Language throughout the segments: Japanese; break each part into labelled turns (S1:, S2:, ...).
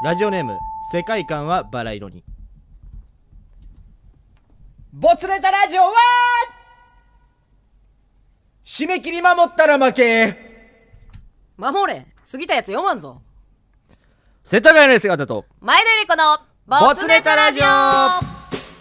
S1: ラジオネーム世界観はバラ色に
S2: ボツネタラジオは締め切り守ったら負け
S3: 守れ過ぎたやつ読まんぞ
S1: 世田谷の姿と
S3: 前田ゆり子のボツネタラジオ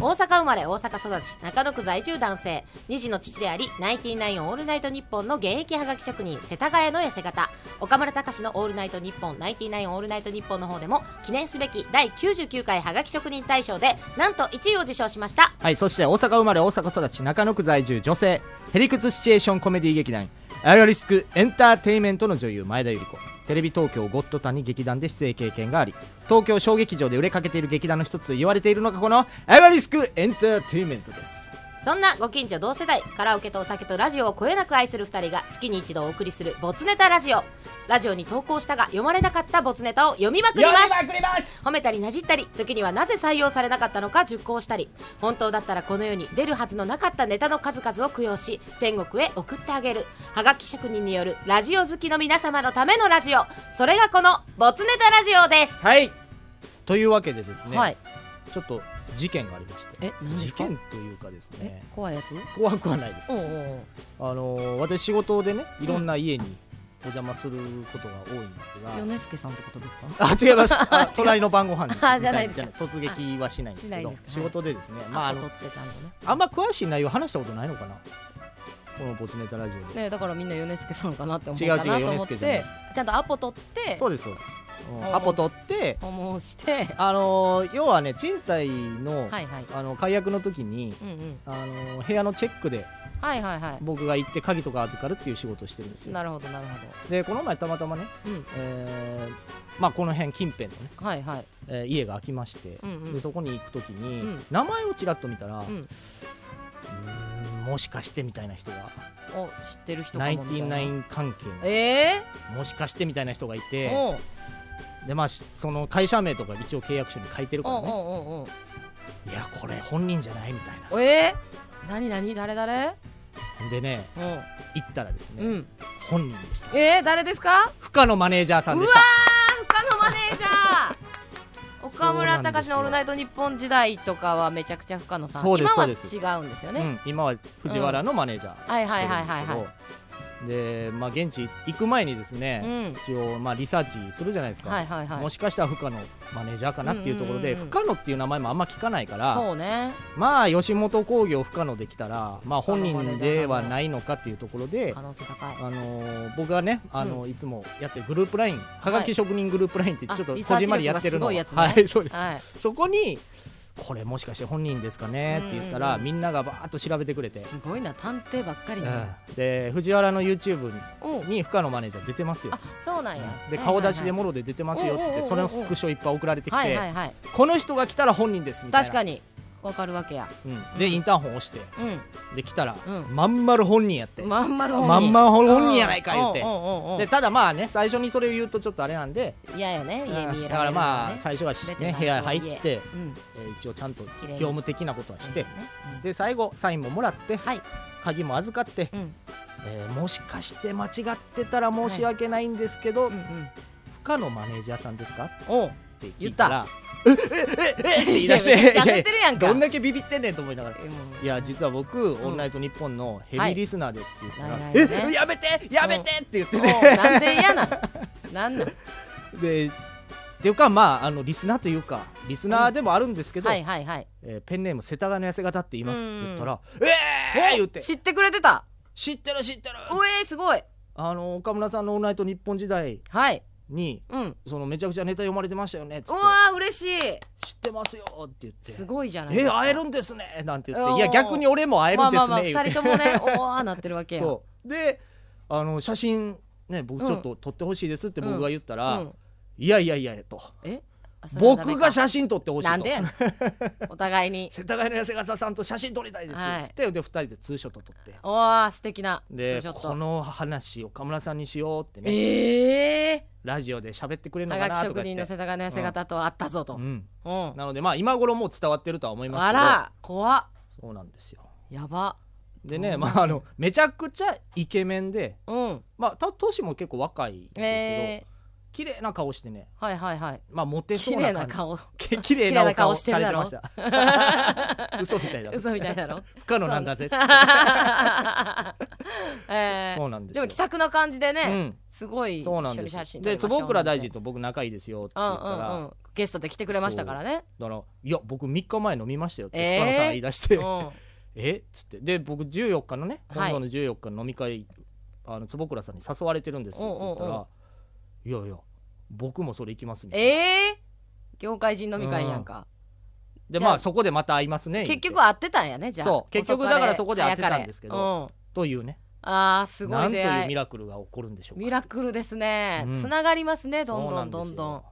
S3: 大阪生まれ大阪育ち中野区在住男性2児の父でありナインティナインオールナイトニッポンの現役はがき職人世田谷の痩せ方岡村隆史のオールナイトニッポンナインティナインオールナイトニッポンの方でも記念すべき第99回はがき職人大賞でなんと1位を受賞しました
S1: はいそして大阪生まれ大阪育ち中野区在住女性ヘリクツシチュエーションコメディ劇団アイアリスクエンターテインメントの女優前田由里子テレビ東京ゴッドタンに劇団で出演経験があり東京小劇場で売れかけている劇団の一つと言われているのがこのアイアリスクエンターテインメントです
S3: そんなご近所同世代カラオケとお酒とラジオをこよなく愛する2人が月に一度お送りする「ボツネタラジオ」ラジオに投稿したが読まれなかったボツネタを読みまくり
S2: 読
S3: ま
S2: み
S3: す
S2: まくります
S3: 褒めたりなじったり時にはなぜ採用されなかったのか熟考したり本当だったらこの世に出るはずのなかったネタの数々を供養し天国へ送ってあげるはがき職人によるラジオ好きの皆様のためのラジオそれがこの「ボツネタラジオ」です、
S1: はいというわけでですね、
S3: はい
S1: ちょっと事件がありまして
S3: え何で
S1: 事
S3: すか
S1: 件というかです
S3: え
S1: ね
S3: 怖いやつ
S1: 怖くはないです
S3: おうおうおう
S1: あのー私仕事でねいろんな家にお邪魔することが多いんですが、
S3: 米助さんってことですか
S1: あ違いま すあ隣の晩ご飯みた
S3: あじゃないですか
S1: 突撃はしないんです
S3: あしな
S1: けど
S3: いですか
S1: 仕事でですねまああの
S3: ってちゃんとね
S1: あんま詳しい内容話したことないのかなこのボツネタラジオで、
S3: ねだからみんな米助さんかなって
S1: 思うかな違う違うと思って米助じゃないです
S3: ちゃんとアポ取って
S1: そうですそうです、うん
S3: お
S1: アポ取って
S3: 訪問して
S1: あのー要はね賃貸の,、
S3: いはい
S1: あの解約の時に
S3: うんうん
S1: あのー部屋のチェックで
S3: はいはいは
S1: 僕が行って鍵とか預かるっていう仕事をしてるんですよ
S3: るほどなるほ
S1: でこの前たまたまね、
S3: どうん
S1: えーまあこの辺近辺のね、
S3: はいはい
S1: えー家が空きまして、
S3: うんうん
S1: でそこに行く時に、
S3: うん
S1: 名前をちらっと見たら、
S3: ん
S1: うーんもしかしてみたいな人が
S3: を知ってる人か
S1: ナイ
S3: も
S1: ン
S3: み
S1: テ
S3: たい
S1: ィ
S3: な
S1: ナイン関係の
S3: え
S1: もしかしてみたいな人がい
S3: え
S1: て
S3: おう
S1: でまあしその会社名とか一応契約書に書いてるか
S3: お
S1: ら
S3: う
S1: ね
S3: おうおう
S1: いやこれ本人じゃないみたい
S3: おうえー、何何誰誰
S1: なでね
S3: うん
S1: 行ったらですね、
S3: うん
S1: 本人でした
S3: えー、誰ですか
S1: 深野マネージャーさんでし
S3: う
S1: た
S3: わ他のマネージャ ー岡村隆史の「オールナイトニッポン」時代とかはめちゃくちゃ深野さん
S1: そうで
S3: 今
S1: す
S3: は
S1: そうです
S3: 違うんですよね、
S1: うん、今は藤原のマネージャー
S3: はいはいはいはいはい
S1: してるんですけどでまあ現地行く前にです
S3: う
S1: ね、
S3: ん、
S1: 一応まあリサーチするじゃないですか、
S3: はいはいはい
S1: もしかしたら深野マネージャーかなっていうところで、
S3: うんうんうんうん
S1: 深野っていう名前もあんま聞かないから
S3: そうね
S1: まあ吉本興業深野できたらまあ
S3: 深野
S1: 本
S3: マネージャーさんも
S1: 人ではないのかっていうところで
S3: 可。能性高い
S1: あのー僕がね、あのーいつもやってるグループライン、はがき職人グループラインってちょっと
S3: あリ
S1: こ
S3: サーチ
S1: じんまりやってるの
S3: 力がすごい
S1: は
S3: やつね
S1: いそうです、
S3: はい
S1: そこにこれもしかして本人ですかねって言ったら、
S3: うんうんうん
S1: みんながバーッと調べてくれて、
S3: すごいな探偵ばっかりね、
S1: うんで藤原の YouTube
S3: おう
S1: に深野マネージャー出てますよ
S3: あそうなんや、
S1: で
S3: はいはいは
S1: 顔
S3: い
S1: 出しでもろで出てますよって
S3: おう
S1: 言っ
S3: おうおう
S1: て
S3: おう
S1: それのスクショいっぱい送られてき
S3: はいは
S1: て
S3: いはい
S1: この人が来たら本人ですみたいな
S3: 確かにわかるわけや
S1: うんでインターホン押して
S3: う
S1: で来たら
S3: うん
S1: まんまる本人やって
S3: んまんまる本人
S1: まんまる本人やないか言
S3: う
S1: って
S3: んうんうんうん
S1: でただまあね最初にそれを言うとちょっとあれなんで
S3: 嫌よね家見えられ
S1: うん
S3: る
S1: だからまあ最初は
S3: 全て
S1: ね
S3: が
S1: 部屋入って
S3: うん
S1: えー一応ちゃんと業
S3: 綺麗に
S1: 務的なことはして
S3: で
S1: で最後サインももらって
S3: はい
S1: 鍵も預かって
S3: うん
S1: えーもしかして間違ってたら申し訳ないんですけど
S3: うんうん
S1: 深野マネージャーさんですか
S3: おう
S1: って聞いたら 「えええええっ!」って言い
S3: いや
S1: 出
S3: め
S1: し
S3: ち
S1: て
S3: ゃくちゃ焦
S1: いやいや
S3: ってるやんか
S1: どんだけビビってんねんと思いながら。
S3: えもう
S1: いや実は僕、オンライトニッポンのヘビーリスナーでって言ったら、
S3: はいないないよね
S1: えやめてやめてって言って
S3: おう
S1: ね、
S3: なんで嫌 なんなんなん
S1: でっていうかまああのリスナーというかリスナーでもあるんですけど、
S3: はいはいはい
S1: えーペンネーム世田谷の痩せ方って言いますって言ったら「ええー!」言って
S3: 知ってくれてた
S1: 知ってる知ってる
S3: おえーすごい
S1: あの岡村さんのオンライトニッポン時代
S3: はい
S1: に
S3: うん
S1: そのめちゃくちゃネタ読まれてましたよねっつ
S3: う
S1: っ
S3: わー嬉しい
S1: て知ってますよって言って
S3: すごいじゃないで
S1: え
S3: すか
S1: 会えるんですねなんて言って
S3: おー
S1: いや逆に俺も会えるんで
S3: まあ
S1: す
S3: まあまあ
S1: ね言っ
S3: 二
S1: て
S3: 人ともねおーなってるわけや
S1: そうで あの写真ね僕ちょっと撮ってほしいですって僕が言ったら、
S3: うん
S1: いやいやいやと
S3: えあそれはダメか
S1: 僕が写真撮ってほしいと
S3: なんでやねんお互いに
S1: 世田谷の痩せ方さんと写真撮りたいです
S3: はい
S1: っつって、で2人でツーショット撮って
S3: おー素敵な
S1: で
S3: ツーショット
S1: この話岡村さんにしようってね
S3: ええ
S1: ラジオで喋ってくれる
S3: は
S1: のか
S3: がき
S1: なとか
S3: 職
S1: 言
S3: 人の
S1: って
S3: 世田谷の痩せ方とあったぞと、う
S1: うんんなのでまあ今頃もう伝わってるとは思います
S3: あ
S1: けど
S3: ら怖っ
S1: そうなんですよ
S3: やば
S1: でねまああのめちゃくちゃイケメンで
S3: うん
S1: まあた年も結構若いんですけど、
S3: え
S1: 綺麗な顔してね
S3: ー、はいはいはい
S1: まあモテそ
S3: 綺
S1: うな
S3: 麗
S1: 感
S3: な
S1: じ
S3: 顔
S1: け綺麗なお顔してるだろされてま した。嘘みたいだ。
S3: 嘘みたいだろ
S1: 不可能なんだ ぜ。
S3: えー、
S1: そうなんです
S3: で
S1: よ。
S3: も気さくな感じでね、
S1: うん、
S3: すごい
S1: そうなん
S3: 一緒
S1: で
S3: に写
S1: す
S3: 真
S1: よ。
S3: 撮りま
S1: で、
S3: しょう
S1: 坪倉大臣と僕仲いいですよって
S3: う
S1: 言
S3: ん
S1: ったら、
S3: うんうんゲストで来てくれましたからね
S1: だからいや僕3日前飲みましたよって
S3: えー
S1: 深野さん言い出し
S3: う
S1: て、
S3: ん
S1: えっつってで僕14日のね
S3: は
S1: 今
S3: い
S1: 度の14日の飲み会、あの坪倉さんに誘われてるんですよって言った
S3: お
S1: ら、
S3: うおう
S1: いやいや僕もそれ行きますみたいな。
S3: えー、業界人飲み会やんか、
S1: で
S3: じゃあ
S1: まあそこでまた会いますね。
S3: 結局
S1: 言って
S3: 会ってたんやねじゃあ
S1: そう結局だからそこで会ってたんですけど
S3: ど、
S1: というね
S3: うん、ああすご
S1: ないんと
S3: 出
S1: いう
S3: 会
S1: ミ
S3: い
S1: ラクルが起こるんでしょうか。
S3: ミラクルですね、
S1: うん
S3: つながりますねどん
S1: そう
S3: ど
S1: なんですよ
S3: どんどん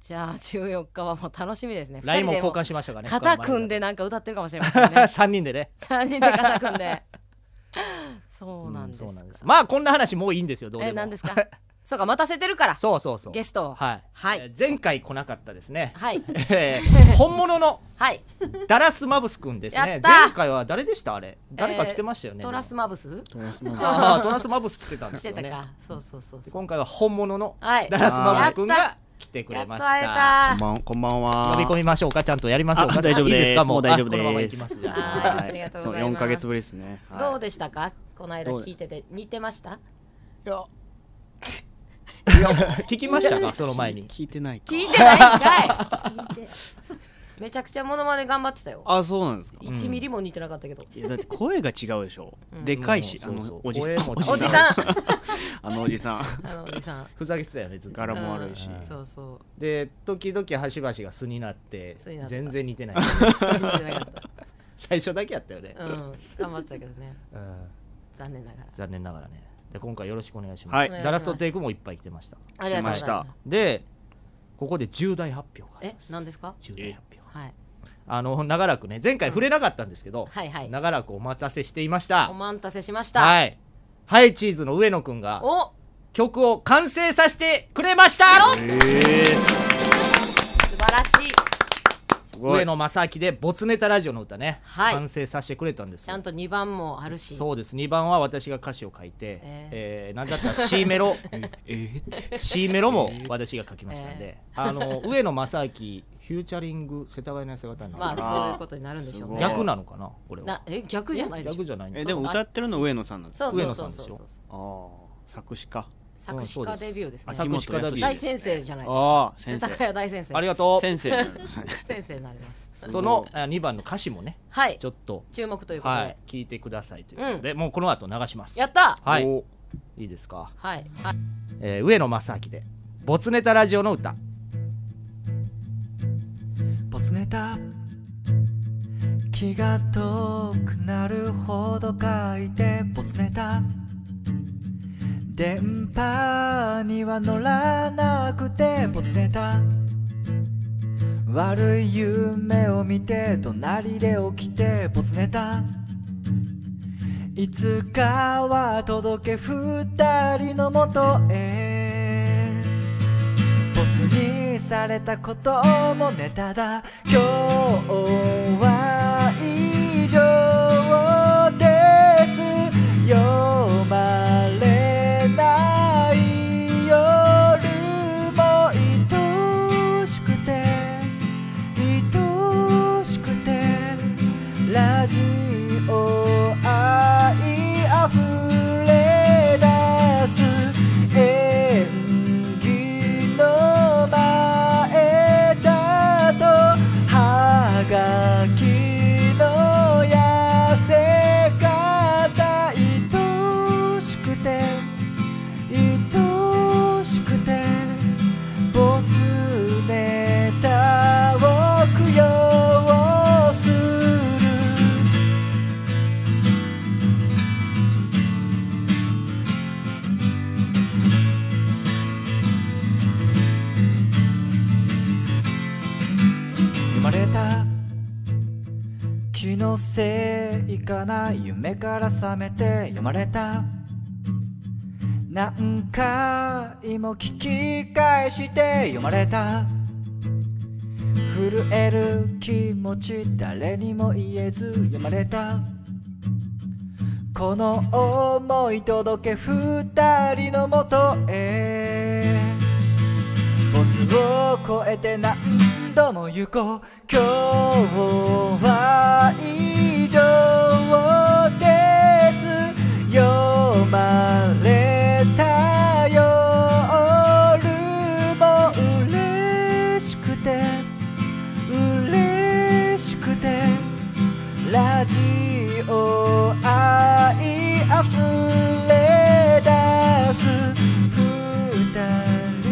S3: じゃあ14日はもう楽しみですね
S1: LINE も
S3: 二人
S1: 交
S3: でも
S1: 換しましたかね。
S3: 肩組んでなんか歌ってるかもしれませんね
S1: 3人でね。
S3: 3人で肩組んでそうなんです,、
S1: うまあこんな話もういいんですよどうで
S3: え
S1: も
S3: 何です かそうか待たせてるから
S1: そうそうそう
S3: ゲストを
S1: はい、
S3: はい
S1: えー前回来なかったですね、
S3: はい
S1: えー本物の
S3: はい
S1: ダラスマブスくんです
S3: や
S1: ね
S3: ったー
S1: 前回は誰でしたあれ誰か来てましたよね、
S3: トラスマブス
S4: トラスマブス
S1: あートラスマブス来てたんで
S3: 来
S1: す
S3: て
S1: よ
S3: た
S1: ね
S3: かそうそうそう
S1: で
S3: そう
S1: 今回は本物の
S3: はい
S1: ダラスマブスくん
S3: やっ
S1: が来てく
S3: や
S1: れ
S3: っと
S1: まし
S3: 会え
S1: た
S4: こ
S3: た
S4: んばんこんばんは
S1: 呼び込みましょうかちゃんとやりましょうか
S4: あ大丈夫です
S1: いいですかもう
S4: もう大丈夫
S1: あこのまま
S4: で
S1: 行
S4: す
S1: きますじゃあ
S3: はいありがとうございます
S4: そう4ヶ月ぶりですねはい
S3: どうでしたかこの間
S4: どう
S3: 聞いてて似てました
S4: いや
S1: 聞きましたかその前に
S4: 聞いてないか
S3: 聞いてないん か いめちゃくちゃモノマネ頑張ってたよ
S4: あそうなんですか
S1: ん
S3: 1ミリも似てなかったけど
S4: いやだって声が違うでしょ
S3: うん
S4: でかいしあ
S1: うんそうそう
S4: のおじさん
S1: 声も違う
S3: おじさん
S4: あのおじさん
S3: あのおじさん
S1: ふざけてたよねずっと
S4: 柄も悪いし
S3: うんそうそう
S1: で時々端々が素になって
S3: 素になった
S1: 全然 似てない
S3: 似てなかっ
S1: 最初だけやったよね
S3: たうん頑張ってたけどね
S1: うん
S3: 残念ながら
S1: 残念ながらねで今回よろしくお願いします、
S4: はいお
S3: 願いします
S1: ダラストテイクもいっぱい来てました
S3: ありがとうございま
S4: 来まし
S1: でここで重大発表があ
S3: す
S1: り
S3: え
S1: ます
S3: 何ですか
S1: 重大発表
S3: はい
S1: あの長らくね前回触れなかったんですけど、
S3: はいはい
S1: 長らくお待たせしていまし
S3: お
S1: た
S3: 待たせしました
S1: はいハイチーズの上野くんが
S3: お
S1: 曲を完成させてくれました
S4: え
S3: 素晴らしい
S4: すご
S1: 上
S4: い
S1: 野正明で「ボツネタラジオ」の歌ね、
S3: はい
S1: 完成させてくれたんです
S3: ちゃ
S1: よ
S3: んと2番もあるし
S1: そうです2番は私が歌詞を書いて、
S3: え
S1: え
S3: ー
S1: ーなんだったら C メロ
S4: えーって
S1: C メロも私が書きましたんで、あの上野正明フューチャリング世田谷の姿に
S3: ま
S1: な
S3: あ
S1: る
S3: そういうことになるんでしょう
S4: あ
S3: ね
S1: 逆なのかなこれは
S3: なえ逆じゃないでし
S1: 逆
S3: ょ
S1: じゃないん
S4: え
S1: す
S4: でも歌ってるの上野さんなんですか
S3: そうそうそう
S1: 上野さん
S3: そ
S1: でし
S3: う
S1: ょ
S4: ああ作詞家
S3: 作詞家デビューです
S1: あ
S3: ね
S1: 作詞家だし
S3: 大先生じゃないですか
S4: ああ
S3: 世
S4: 先
S3: 田
S4: 生
S3: 谷大先生
S1: ありがとう
S4: 先生になりますね
S3: 先生になります
S4: すごい
S1: その2番の歌詞もね
S3: はい
S1: ちょっと
S3: 注目ということで、
S1: はい聞いてくださいということで、もうこの後流します
S3: やった
S1: はい
S4: お
S1: いいですか、
S3: はいあ
S1: えー上野正明で「ボツネタラジオ」の歌
S5: ボツネタ気が遠くなるほど書いてボツネタ電波には乗らなくてボツネタ悪い夢を見て隣で起きてボツネタいつかは届け二人のもとへボツにされたこともネタだ今日は以上です読まれない夜も愛しくて愛しくてラジオ愛あふれ出す演技の前だとはがきの痩せ方愛しくて愛しくてボツネタを供養するのせいかな夢から覚めて読まれた何回も聞き返して読まれた震える気持ち誰にも言えず読まれたこの思い届け二人のもとへ没を越えて何度も行こう今日は以上です読まれた夜も嬉しくて嬉しくてラジオ愛あふれ出す二人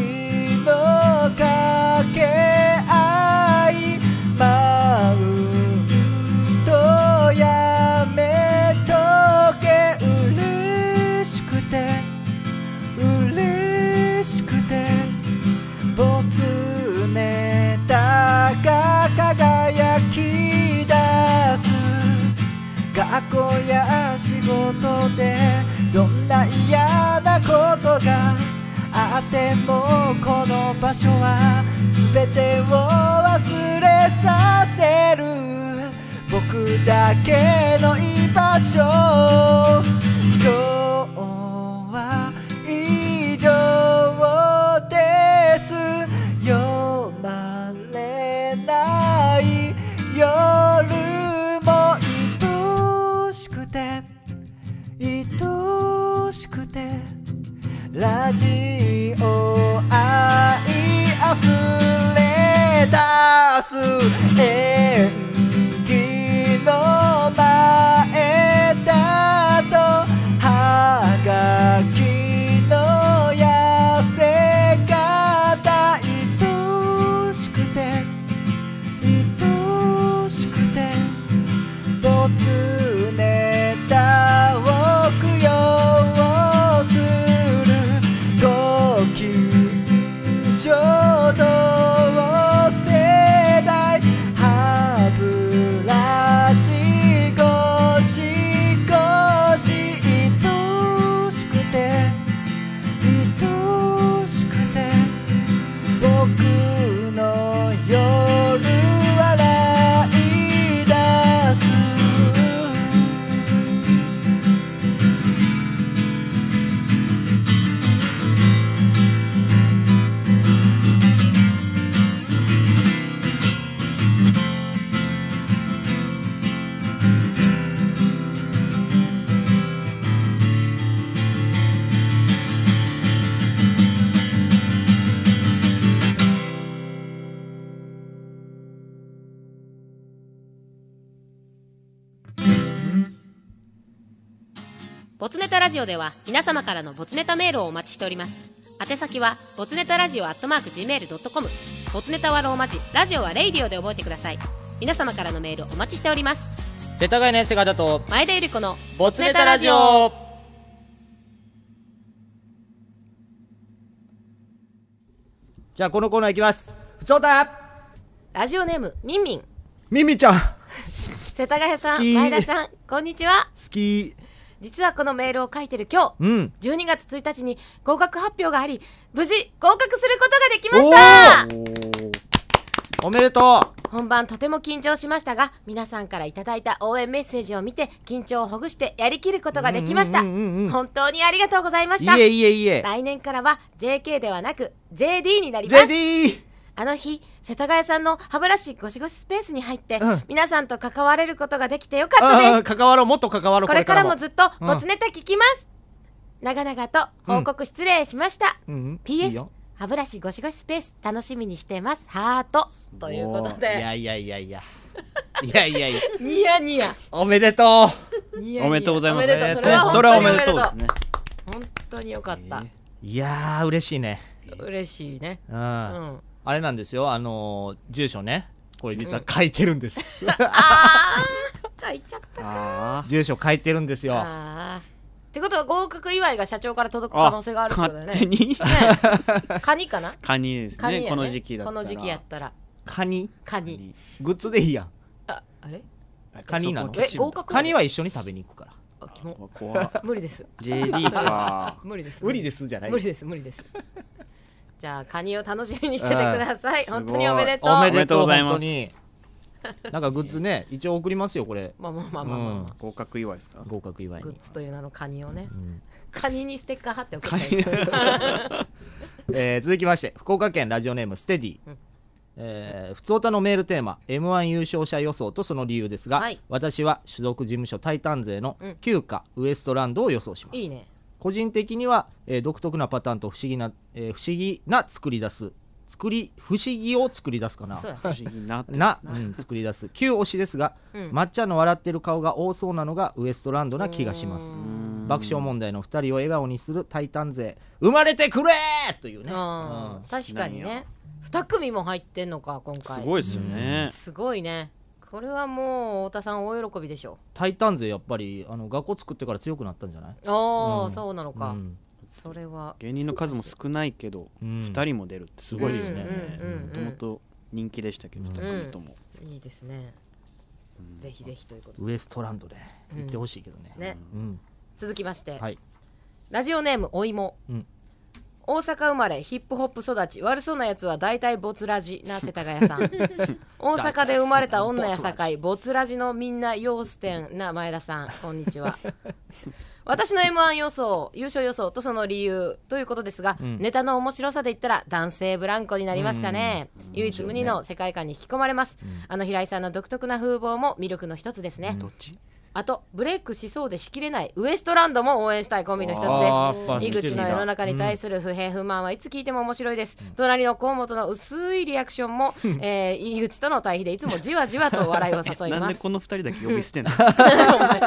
S5: の掛け合いマウントやめとけ嬉しくて嬉しくてボツネタが輝き出す学校や仕事でどんな嫌なことがあってもこの場所は全てを忘れさせる僕だけの居場所今日は以上です読まれない夜も愛しくて愛しくてラジオ愛あふれ出す演技の前だとはがきの痩せ方愛しくて愛しくてボツネタを供養するご近所同世代歯ブラシゴシゴシ愛しくて愛しくて僕の夜笑い出す
S6: ボツネタラジオでは皆様からのボツネタメールをお待ちしております宛先はボツネタラジオアットマーク Gmail.com ボツネタはローマ字ラジオはレイディオで覚えてください皆様からのメールお待ちしております
S1: 世田谷の痩せ方と
S6: 前田ゆり子の
S1: ボツネタラジオじゃあこのコーナーいきますふつおた
S6: ラジオネームみんみん
S1: みみちゃん好
S6: 世田谷さん
S1: 好き
S6: 前田さんこんにちは
S1: き
S6: 実はこのメールを書いてる今日
S1: うん
S6: 12月1日に合格発表があり無事合格することができました
S1: おめでと
S6: 本番とても緊張しましたが皆さんからいただいた応援メッセージを見て緊張をほぐしてやりきることができました
S1: うんうんうんうん
S6: 本当にありがとうございま
S1: う
S6: し
S1: い
S6: た
S1: えいえいえ
S6: 来年からは JK ではなく JD になります
S1: JD
S6: あの日世田谷さんの歯ブラシゴシゴシスペースに入って、
S1: うん
S6: 皆さんと関われることができてよかったです
S1: あー 関わろうもっと関わろう
S6: これからもずっと
S1: うん
S6: ボツネタ聞きます、長々と報告失礼しました、
S1: うん
S6: PS
S1: いいよ
S6: 歯ブラシゴシゴシスペース楽しみにしてますハートということ
S1: い
S6: で
S1: やいやいやいやいやいやい や
S6: ニヤニヤ
S1: おめでと
S6: ニヤニヤ
S3: おめでとう ございます
S6: おめでとう
S1: ね
S6: それは
S3: それはおめでとう
S6: 本当にお
S3: です
S6: め
S3: ね
S6: 本当によかった、
S1: ういやー嬉しいね
S6: 嬉しいね
S1: う
S6: う
S1: ん、
S6: ん
S1: あれなんですよあのー住所ねこれ実は書いてるんです、
S6: あー書いちゃった
S3: ああ
S1: 住所書いてるんですよ
S6: あーってことは合格祝いが社長から届く可能性があるってことだよね
S3: 勝手に
S6: ねカニかな
S3: カニです
S6: カニや
S3: ね
S6: ね
S3: この時期だった
S6: こ
S3: ら
S6: の時期やったら
S1: カニ
S6: カ
S3: カ
S6: ニ
S3: ニ
S1: グッズでいいやん
S6: ああれ
S1: カニなの
S4: そこ
S3: え
S4: 基地
S3: 合格
S1: カニは一緒に食べに行くから
S3: あ基本
S4: うわ怖っ
S3: 無理です
S4: JD か
S3: 無理です
S1: すじゃ
S3: 無理です無理ですじゃあカニを楽しみにしててください
S4: あー
S3: 本当におめでとう
S1: おめ
S4: で
S1: でとう
S4: おめでとう
S1: 本当になんかグッズね一応送りますよこれ
S3: まあまあまあまあまあ、
S1: うん
S4: 合格祝いですか
S1: 合格祝い
S3: グ
S1: に
S3: ッズという名のカニをね
S1: うん
S3: カニにステッカー貼っておく
S4: カニ
S1: えー続きまして福岡県ラジオネームステディ、
S3: うん
S1: えー、普通歌のメールテーマ m 1優勝者予想とその理由ですが、
S3: はい
S1: 私は所属事務所タイタン勢の
S3: うん
S1: 旧家、ウエストランドを予想します
S3: いいね
S1: 個人的には、えー独特なパターンと不思議な、えー不思議な作り出す作り不思議を作り出すかな
S3: そうや、
S4: 不思議なって
S1: な、うん、作り出す旧推しですが、
S3: うん
S1: 抹茶の笑ってる顔が多そうなのがウエストランドな気がします
S3: うーん
S1: 爆笑問題の2人を笑顔にするタイタン勢生まれてくれーというね
S3: あー確かに
S4: 好きなん
S3: ね2組も入ってんのか今回
S4: すごいですよね
S3: すごいねこれはもう太田さん大喜びでしょ
S1: タイタン勢やっぱりあの学校作ってから強くなったんじゃない
S3: ああ、
S1: うん
S3: そうなのか、
S1: うん
S3: それは
S4: 芸人の数も少ないけど
S1: うん
S4: 2人も出るってす
S1: す
S4: ご
S1: ご
S4: い
S1: い
S4: で
S1: ですす
S4: ね
S1: ね
S3: うんうんうん
S4: もともと人気でしたけど
S1: うん
S4: 2組とも
S3: いいですね、ぜひぜひということで
S1: ウエストランドで
S3: うん
S1: 行ってほしいけどね、
S3: ね
S1: うん
S3: 続きまして、
S1: はい
S3: ラジオネームお芋、
S1: うん
S3: 大阪生まれヒップホップ育ち悪そうなやつは大体ボツラジな世田谷さん 大阪で生まれた女やさかいボツラジのみんな様子店な前田さんこんにちは 私の m 1予想優勝予想とその理由ということですが、
S1: うん
S3: ネタの面白さで言ったら男性ブランコになりますかね、唯一無二の世界観に引き込まれます、あの平井さんの独特な風貌も魅力の一つですね、
S4: どっち
S3: あとブレイクしそうで しきれないウエストランドも応援したいコンビの一つです
S1: あーやっぱ
S3: 井
S1: 似てる
S3: 口の世の中に対する不平不満はいつ聞いても面白いです、隣の河本の薄いリアクションも、えー井口との対比でいつもじわじわと笑いを誘い
S4: なん
S3: ま
S4: ですこの2人だけ呼び捨てなの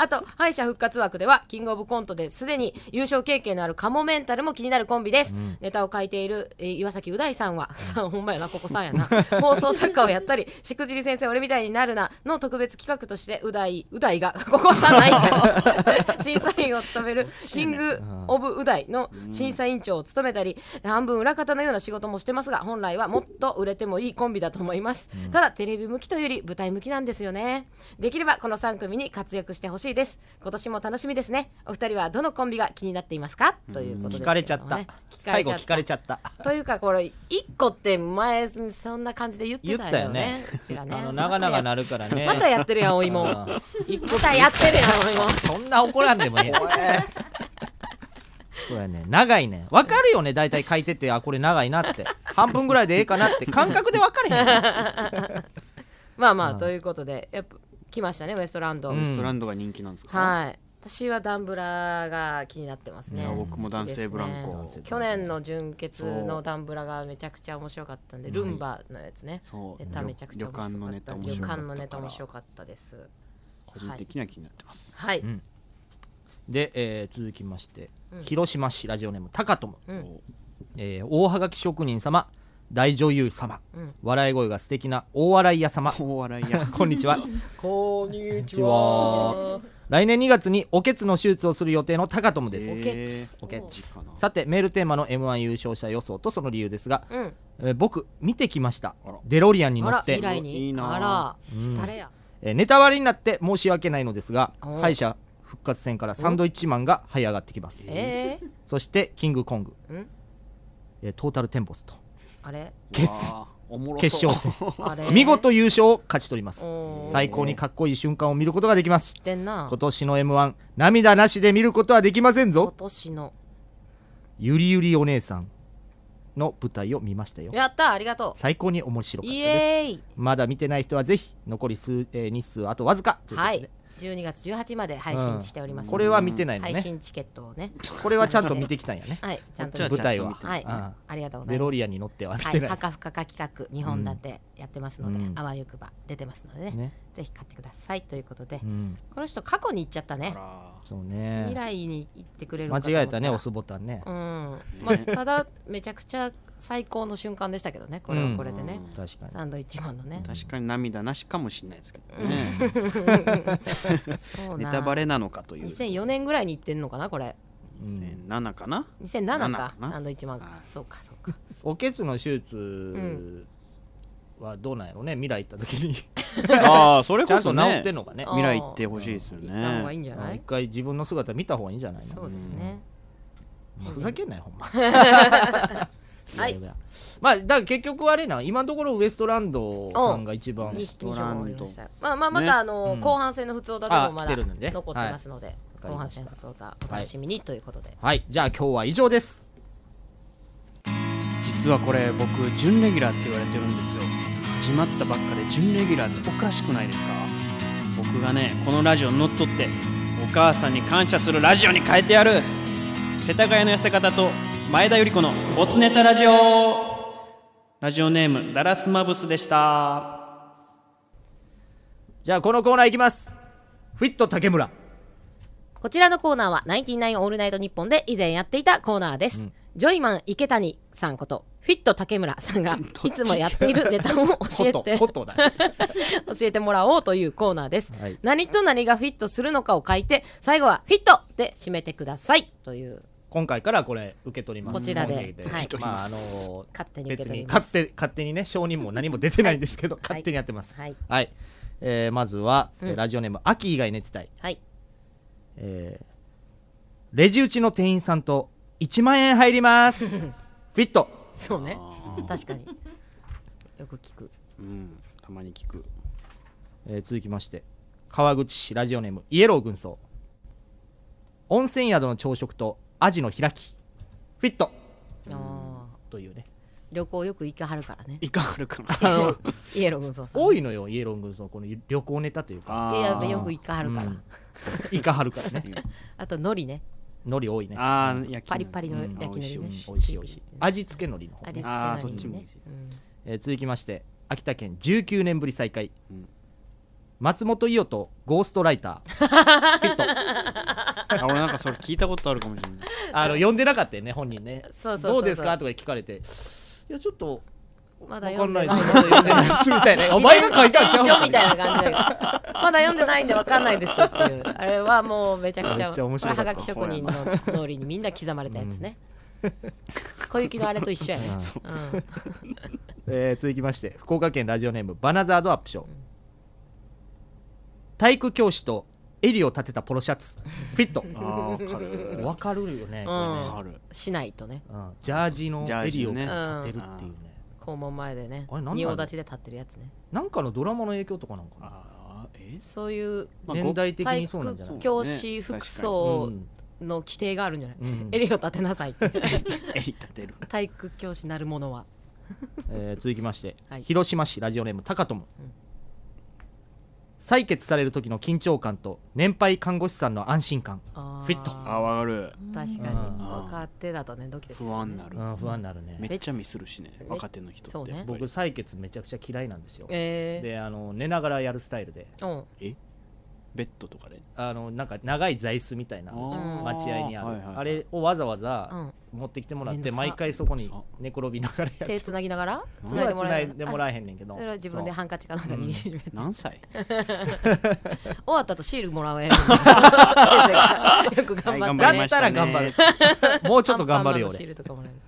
S3: あと敗者復活枠ではキングオブコントですでに優勝経験のあるカモメンタルも気になるコンビです、ネタを書いている、えー岩崎う大さんは さあほんまやなここさんやな放送作家をやった りしくじり先生俺みたいになるなの特別企画としてう大う大が ここはさんないんだよ 審査員を務めるキングオブう大の審査委員長を務めたり半分裏方のような仕事もしてますが本来はもっと売れてもいいコンビだと思います、ただテレビ向きというより舞台向きなんですよねできればこの3組に活躍してほしいです今年も楽しみですねお二人はどのコンビが気になっていますかということですけどもね、
S1: 聞かれちゃった、最後聞かれちゃった
S3: というかこれ一個って前そんな感じで言ってたよね
S1: 言
S3: こちらね
S1: あの長々なるからね
S3: またやってるやんおい も
S1: あ
S3: 一個たやってるやんおいも
S1: ーそんな怒らんでもええそうやね長いねわかるよね大体書いててあこれ長いなって半分ぐらいでええかなって感覚で分かれへんよ
S3: まあまあ
S1: うん
S3: ということでやっぱ来ましたねウエストランド、
S1: う
S4: ウエス
S1: ん
S4: トランドが人気なんですか
S3: はい私はダンブラが気になってます
S4: い
S3: ね
S4: や僕も男性ブラン
S3: 好き
S4: コ
S3: ですね去年の純潔のダンブラがめちゃくちゃ面白かったんでルンバのやつね
S4: そう
S3: ネタめちゃくちゃ面
S4: 旅
S3: 白か
S4: 館のネ
S3: っ
S4: タ
S3: た
S4: 面
S3: 旅
S4: 白かった
S3: 館のネタ面
S4: か
S3: 白
S4: ら
S3: かったです
S4: 個人的には気になってます
S3: はい、
S1: うんで、えー続きまして、
S3: うん
S1: 広島市ラジオネーム高友、
S3: うん
S1: えー大はがき職人様大女優様、
S3: うん
S1: 笑い声が素敵な大笑い屋様
S4: 大笑いや
S1: こんにちは
S3: こんに
S1: ちは来年2月におけつの手術をする予定の高友です、
S3: おけつ
S4: おけ
S3: おけ
S4: つ
S3: つ
S4: かな
S1: さてメールテーマの m 1優勝者予想とその理由ですが、
S3: うん
S1: えー僕見てきました
S4: あら
S1: デロリアンに乗
S3: あら
S1: っ
S3: 未
S1: て、
S3: 来に
S4: いいな
S3: あら、
S1: うん
S3: 誰や
S1: えーネタ割りになって申し訳ないのですが
S3: お
S1: 敗者復活戦からサンドイッチマンが這い上がってきます
S3: えー、
S1: そしてキングコング、
S3: うん
S1: えートータルテンボスと
S3: あれ
S1: 決
S4: うわーおもろそう
S1: 決勝戦
S3: あれ
S1: 見事優勝を勝ち取ります
S3: おー
S1: 最高にかっこいい瞬間を見ることができます
S3: 知ってんな
S1: 今年の m 1涙なしで見ることはできません
S3: 今
S1: ぞ
S3: 年の
S1: ゆりゆりお姉さんの舞台を見ましたよ
S3: やったありがとう
S1: 最高に面白かった
S3: イ
S1: です
S3: エーイ
S1: まだ見てない人はぜひ残り数、えー日数あとわずかということ
S3: は
S1: で
S3: い12月18まで配信しております、
S1: これは見てないの
S3: 配
S1: ね
S3: 信チケットをね
S1: これはちゃんと見てきたんやね
S3: はいちゃんと
S4: こっ
S3: 見て
S4: ち
S1: 舞台は
S4: ちゃんと見て
S3: はい
S1: あ
S3: ありがとうござ
S1: デ
S3: い
S1: ロ
S3: ます
S1: リアンに乗っては見
S3: は
S1: て
S3: い、
S1: ない、
S3: カカフカカ企画2本立てやってますので、
S1: うん
S3: あわよくば出てますのでね
S1: ね
S3: ぜひ買ってくださいということで、
S1: うん
S3: この人過去に行っちゃったね
S4: あ
S1: そう
S3: 未
S1: ね
S3: 来に行ってくれる
S1: 間
S3: のかと
S1: 違
S3: 思
S1: え
S3: ったら
S1: ね押すボタンね
S3: うんまあ、ただめちゃくちゃ最高の瞬間でしたけどねこれはこれでね、
S4: うん
S1: 確かに
S3: サンドイッチマンのね
S4: ら確かに涙なしかもしれないですけどね
S3: そう
S4: ネ
S3: な
S4: タバレなのかという
S3: 2004年ぐらいに行ってんのかなこれ
S4: 2007かな
S3: 2007か
S4: な
S3: サンドイッチマン
S4: は
S3: か
S4: い
S3: そうかそうか
S1: おけつの手術、
S3: ん
S1: はどうなんやろうね未来行った時にち
S4: ああそれ
S1: ゃ
S4: こ
S1: んと
S4: そ
S1: 治
S4: ね
S1: ってんのかね
S3: あ
S4: 未来行ってほしいですよ
S3: 行った方がいい
S4: ね
S3: んじゃ
S1: あ
S3: な
S1: 一
S3: い
S1: 回自分の姿見た方がいいんじゃない
S3: そ
S1: の
S3: うですね
S1: ふざけんなよほんま
S3: はい
S1: ややまあだから結局あれな今のところウエストランドさんが一番
S3: に
S1: わ
S3: 二票が終わりました
S4: ス
S3: まあまあま
S4: ね
S3: たあの
S1: うん
S3: 後半戦の普通歌でも
S1: あ
S3: ま
S1: 来
S3: だ
S1: てるんでね
S3: 残ってますので
S1: はい
S3: 後半戦の普通歌お楽しみにということで
S1: はいじゃあ今日は以上です
S4: 実はこれ僕準レギュラーって言われてるんですよ決まったばっかで準レギュラーっておかしくないですか僕がねこのラジオに乗っ取ってお母さんに感謝するラジオに変えてやる世田谷の痩せ方と前田由里子のボツネタラジオラジオネームダラスマブスでした
S1: じゃあこのコーナーいきますフィット竹村
S3: こちらのコーナーは、ナインティナインオールナイトニッポンで以前やっていたコーナーです。ジョイマン池谷さんこと、フィット竹村さんが、いつもやっているネタを教え
S1: コト
S3: て、
S1: コ
S3: 教
S1: ト だよ
S3: えてもらおうというコーナーです。
S1: はい
S3: 何と何がフィットするのかを書いて、最後はフィットで締めてください。という、
S1: 今回からこれ受け取ります
S3: こちらで
S1: 本人
S3: はい
S4: 受け取り
S1: まああ
S4: ま
S1: の
S4: す
S1: ー
S3: 勝手に受け
S1: 別
S3: 取り
S1: に
S3: ま
S1: 勝
S3: す。
S1: 手勝手にね承認も何も出てないんですけど、勝手にやってます
S3: はい。
S1: はい、えーまずは、えー
S3: うん
S1: ラジオネーム秋以外寝てたい、
S3: はい。
S1: えーレジ打ちの店員さんと1万円入りま すフィット
S3: そうね
S4: あ。ー
S3: 確かに。よく聞く。
S4: うんたまに聞く
S1: えー続きまして川口市ラジオネームイエロー軍曹温泉宿の朝食とアジの開きフィット
S3: あー
S1: というね
S3: 旅行よく行かはるからね。
S4: いかがるかな
S3: イエロー軍曹さん。
S1: 多いのよイエロー軍曹この旅行ネタというか
S3: いや、よく行かは
S1: あ
S3: るから。
S1: イカはるからね
S3: あと、海苔ね。
S1: 海苔多いね
S4: あー焼き
S3: パリパリの
S1: うん
S3: 焼き海苔
S4: 美
S3: ね
S4: 味しい
S1: 美味しい美味しい味付け海苔の方
S3: 味付け
S1: ね、
S3: の
S4: あー
S3: り
S4: そっちも美
S3: ね
S4: 味しい
S3: うん
S1: えー続きまして秋田県19年ぶり再開、
S4: うん
S1: 松本伊代とゴーストライタ ーフィット
S4: あ俺なんかそれ聞いたことあるかもしれない
S1: あの呼んでなかったよね本人ね
S3: そうそうそうそう
S1: どうですかとか聞かれていやちょっと
S3: まだ
S1: 分か
S3: 読ん
S1: んな
S3: で
S1: い
S3: ない
S1: ですまだ読んでないですみたいなお前が書いたんちゃう
S3: 一応みたいな感じだけどまだ読んでないんでわかんないですっていうあれはもうめちゃくちゃ
S1: めっちゃ面白かっ
S3: これはが
S1: た
S3: き職人の脳裏にみんな刻まれたやつね、小雪のあれと一 緒やね、うん
S1: えー続きまして福岡県ラジオネームバナザードアップショー体育教師と襟を立てたポロシャツフィット
S4: ああわかる
S1: わかるよね,、
S3: うん
S4: わかる
S3: しないとね
S1: うん、ジャージの
S4: ジャージ
S1: 襟を
S4: のね
S1: 立てるっていうね、
S3: 校門前でね
S1: あれなんなん
S3: 仁王立ちで立ってるやつね
S1: なんかのドラマの影響とかなんかな
S4: ああえ
S3: そういう
S4: まあ
S1: 年代的
S3: 体
S1: にそうなん
S3: 育
S1: じゃない
S3: 教師服装の規定があるんじゃない、
S1: うん
S3: 襟を立てなさいって
S4: えり立てる
S3: 体育教師なるものは
S1: えー続きまして、
S3: はい
S1: 広島市ラジオネーム高友、
S3: うん
S1: 採血される時の緊張感と年配看護師さんの安心感、
S3: フィ
S1: フィット
S4: あわかる
S3: 確かに
S1: うん
S3: 若手だとねドキドキする
S4: 不
S3: ね
S4: 安になる
S1: うん、不安になるね
S4: めっちゃミスるしね
S3: め
S4: 若手の人って
S3: そうね
S4: やっぱり
S1: 僕採血めちゃくちゃ嫌いなんですよ
S3: え
S1: であの寝ながらやるスタイルで
S3: ー、うん
S4: ベッドとかで
S1: あのなんか長い座椅子みたいな
S4: あー
S1: 待合にある、
S4: はいはいはい
S1: あれをわざわ
S3: う
S1: ざ
S3: ん
S1: 持ってきてもらっ
S3: めん
S1: て
S3: どくさ
S1: 毎回そこに寝転びながらや
S3: 手
S1: る
S3: つなぎながらつ
S1: つ
S3: ないでもら
S1: な
S3: え
S1: いでもらえへんねんけ
S3: あ
S1: ど
S3: それは自分で
S1: そう
S3: ハンカチかなんか握りしめて、 終
S4: 何歳
S3: わったとシールもらえる先生がよく頑張っ
S4: はい
S3: て、
S1: だったら頑張る、もうちょっと頑張るよ
S3: アンパンマンのシー
S1: 俺、
S3: ルとかもらえる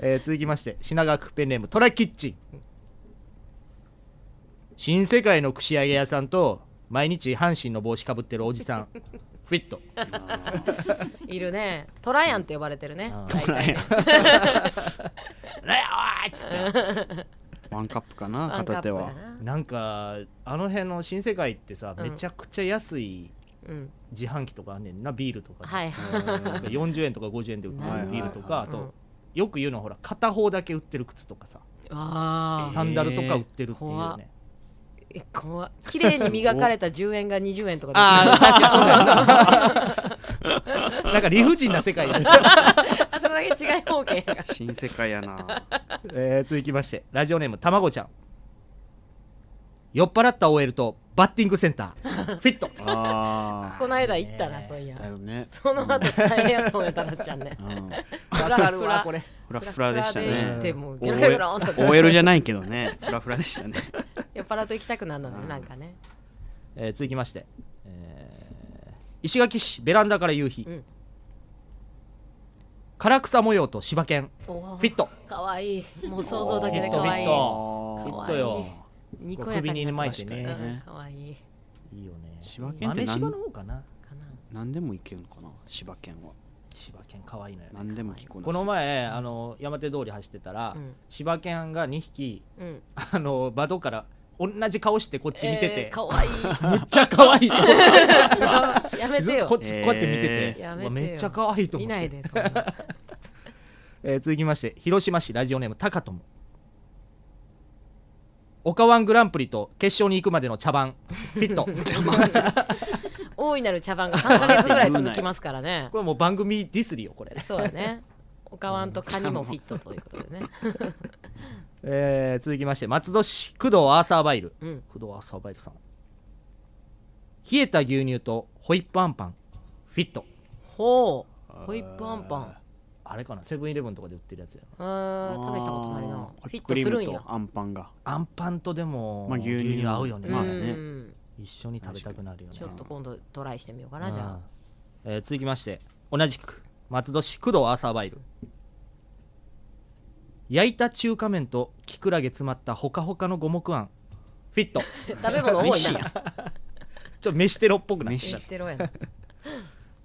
S1: えー続きまして品川区ペンネームトラキッチン新世界の串揚げ屋さんと毎日阪神の帽子かぶってるおじさんフィット
S3: いるねトライアンって呼ばれてるね
S1: あー
S3: 大体 ね
S4: ワンカップかな
S3: ワンカッ
S4: 片
S3: プ
S4: 手
S3: や
S4: は
S3: な
S1: なんかあの辺の新世界ってさ、
S3: うん
S1: めちゃくちゃ安い
S3: うん
S1: 自販機とかあんねんなビールとかね、
S3: はい
S1: なんか40円とか50円で売って
S3: な
S4: る
S1: る
S4: ほど
S1: ビールとかあ
S3: う
S1: と
S3: ん
S1: よく言うのはほら片方だけ売ってる靴とかさ
S3: あ
S1: サンダルとか売ってるっていうね
S3: ーえ怖っ綺麗に磨かれた10円が20円とかで
S1: ああ確かにそうだよ ななんか理不尽な世界やね
S3: あそこだけ違い方形が
S4: 新世界やな
S1: えー続きましてラジオネームたまごちゃん酔っ払った OL とバッティングセンタ ーフィット
S4: あ
S3: この間行ったなそういや
S4: あだよね
S3: その後大変やと思ったらしちゃんね
S4: うん
S3: フラフラ
S1: これ
S4: フラフラでした
S3: フラフラで
S4: ね
S3: でもゲロゲロゲロンと
S4: OL じゃないけどねフラフラでしたね
S3: 酔っ払うと行きたくなるのねなんかね
S1: えー続きまして、えー石垣市ベランダから夕日、
S3: うん
S1: 唐草模様と柴犬
S3: お
S1: フ
S3: ー
S1: ィット
S3: かわいいもう想像だけで
S1: フィッ
S3: か
S1: ト
S3: わいい
S1: フィッ
S4: あ
S1: ト
S3: か
S1: よ
S3: わいいに
S1: ちょっとよ
S3: こやかになって
S1: 首に巻いて
S3: う
S1: ね
S3: んかわいい
S1: いいよね
S4: 柴犬って
S1: 豆
S4: 何
S1: 柴の方かな
S3: かな
S4: 何でもいけるのかな柴犬は
S1: 柴犬可愛いのよね
S4: 何でも聞こえ
S1: この前あの山手通り走ってたら、
S3: うん
S1: 柴犬が2匹
S3: うん
S1: あのバドから同じ顔してこっち見てて、
S3: えーかわいい
S1: めっちゃ可愛いと思って
S3: やめ
S1: ず
S3: て
S1: っとこ
S3: よ
S1: っちこうやって見てて
S4: え、
S3: ーや
S1: う
S3: めて
S1: わ
S3: よ
S1: めっちゃ可愛いと思
S3: い
S1: って
S3: ないでそんな
S1: えー続きまして広島市ラジオネームタカトムオカワングランプリと決勝に行くまでの茶番フィット
S3: 大いなる茶番が3ヶ月ぐらい続きますからね
S1: これもう番組ディスリよこれ、
S3: そうやねおかわんとカニもフィットということでね
S1: えー続きまして松戸市工藤アーサーバイル
S3: うん
S1: 工藤アーサーバイルさん冷えた牛乳とホイップアンパンフィット
S3: ほうホイップアンパン
S1: あれかなセブンイレブンとかで売ってるやつやな
S3: うーん食べたことないな
S4: あ
S3: フ
S4: ー
S3: ィットするん
S4: クリー
S3: や
S4: ムとアンパンが
S1: アンパンとでも、
S4: まあ牛乳
S1: 合うよね、
S4: まあね
S3: うん
S1: 一緒に食べたくなるよね
S3: ちょっと今度トライしてみようかなじゃあ
S1: うんえー続きまして同じく松戸市工藤アーサーバイル焼いた中華麺とキクラゲ詰まったほかほかの五目あんフィット
S3: 食べ物多い
S4: 飯 や
S3: な
S1: ちょっと飯テロっぽ くなっ
S4: 飯
S1: て、
S4: や
S3: してろやな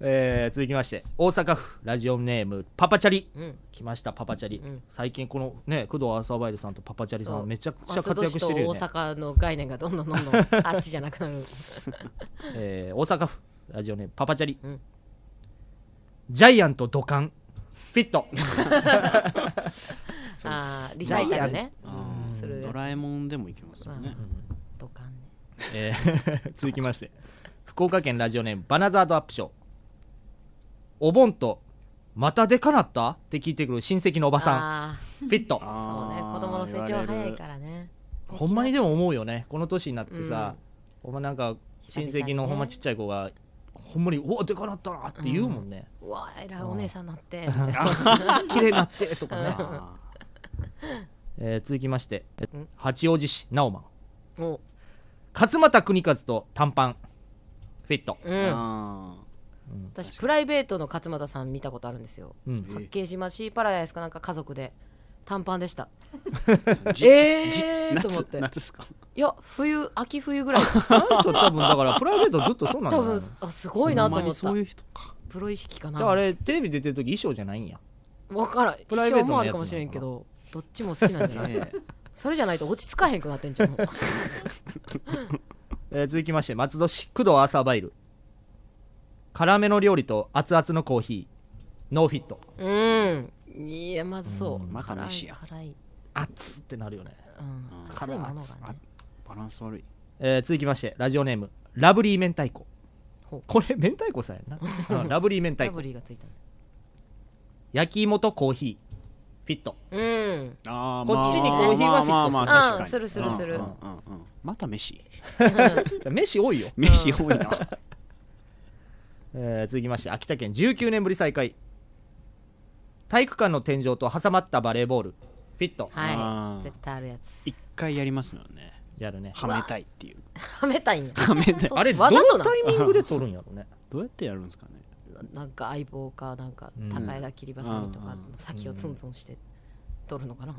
S1: えー続きまして大阪府ラジオネームパパチャリ
S3: うん
S1: 来ましたパパチャリ、
S3: うん
S1: 最近このね工藤アーサーバイルさんとパパチャリさ
S3: そうん
S1: めちゃくちゃ
S3: 松
S1: 活
S3: 戸
S1: 躍
S3: 市
S1: し
S3: と
S1: てるよ
S3: 大
S1: ね
S3: 阪の概念がどんどんどんどんあっちじゃなくなる
S1: えー大阪府ラジオネームパパチャリ、
S3: うん
S1: ジャイアント土管フィット
S3: あーリサイタルね
S4: あー
S3: するやつ
S4: ドラえもんでもいけますよね
S3: ドカンね
S1: えー 続きまして福岡県ラジオネームバナザードアップショーお盆と「またでかなった?」って聞いてくる親戚のおばさ
S3: あ
S1: んフィット
S3: あそうね子供の成長は早いからね
S1: ほんまにでも思うよねこの年になってさ、ほんまなんか
S3: 久
S1: 親
S3: 々にね
S1: 戚のほんまちっちゃい子がほんまに「おおでかなったな」って言うもんね
S3: うわえらいお姉さんになってみたいな
S1: 「綺麗になって」とかね、
S4: あ
S1: えー続きまして
S3: うん
S1: 八王子市ナオマン
S3: お
S1: 勝俣邦和と短パンフィット、
S3: う
S4: ー
S3: ん
S4: あ
S3: 私プライベートの勝俣さん見たことあるんですよ
S1: うん
S4: え
S3: 八景島シーパラダイスかなんか家族で短パンで した
S4: ーそうじ
S3: え
S4: じ
S3: ーと思って
S4: 夏夏っすか
S3: いや冬秋冬ぐらい
S1: あの人多分だからプライベートずっとそうなんだ
S3: 多
S1: よね
S3: 分あすごいなと
S4: ほん
S3: 思
S4: まに
S3: った
S4: そういう人か
S3: プロ意識かな
S1: じゃああれテレビ出てる時衣装じゃないんや
S3: 分からん
S1: プライベート
S3: 一生も
S1: の
S3: あ
S1: や
S3: るか
S1: つなのかな
S3: もしれんけどどっちも好きなんじゃない
S4: ええ
S3: それじゃないと落ち着かへんくなってんじゃん もう
S1: えー続きまして松戸市工藤アーサーバイル辛めの料理と熱々のコーヒーノーフィット
S3: うんいやまずそううん
S4: まか
S3: 辛
S4: なし
S3: い
S4: や
S3: 辛い
S1: 熱ってなるよね、
S3: うん
S4: うん
S3: 熱いものが
S4: あ
S3: ね
S4: バランス悪い
S1: えー続きましてラジオネームラブリー明太子
S3: ほう
S1: これ明太子さんや なうんラブリー明
S3: ラ
S1: 太
S3: ブ
S1: 子
S3: リーがついた
S1: 焼き芋とコーヒーフィット
S3: うん
S4: あー
S1: こっちにコーヒーはフィットする
S4: まあまあまあ確か
S3: うん
S4: に
S3: するするする
S4: うんうんうんうんまた飯
S1: じゃあ飯多いよ、
S4: 飯多いな
S1: えー続きまして秋田県19年ぶり再開体育館の天井と挟まったバレーボールフィット
S4: あ
S3: は
S4: ー
S3: い絶対あるやつ
S4: 一回やりますもんね
S1: やるね
S4: はめたいっていう
S3: はめたいんや
S4: はめたい
S3: そう
S1: あれど
S3: わざと
S1: の
S3: な
S1: タイミングで撮るんやろね
S4: どうやってやるんですかね
S3: ななんか相棒かなんか
S1: うん
S3: 高枝切りばさみとか
S4: うん
S3: 先をツンツンして取るのかな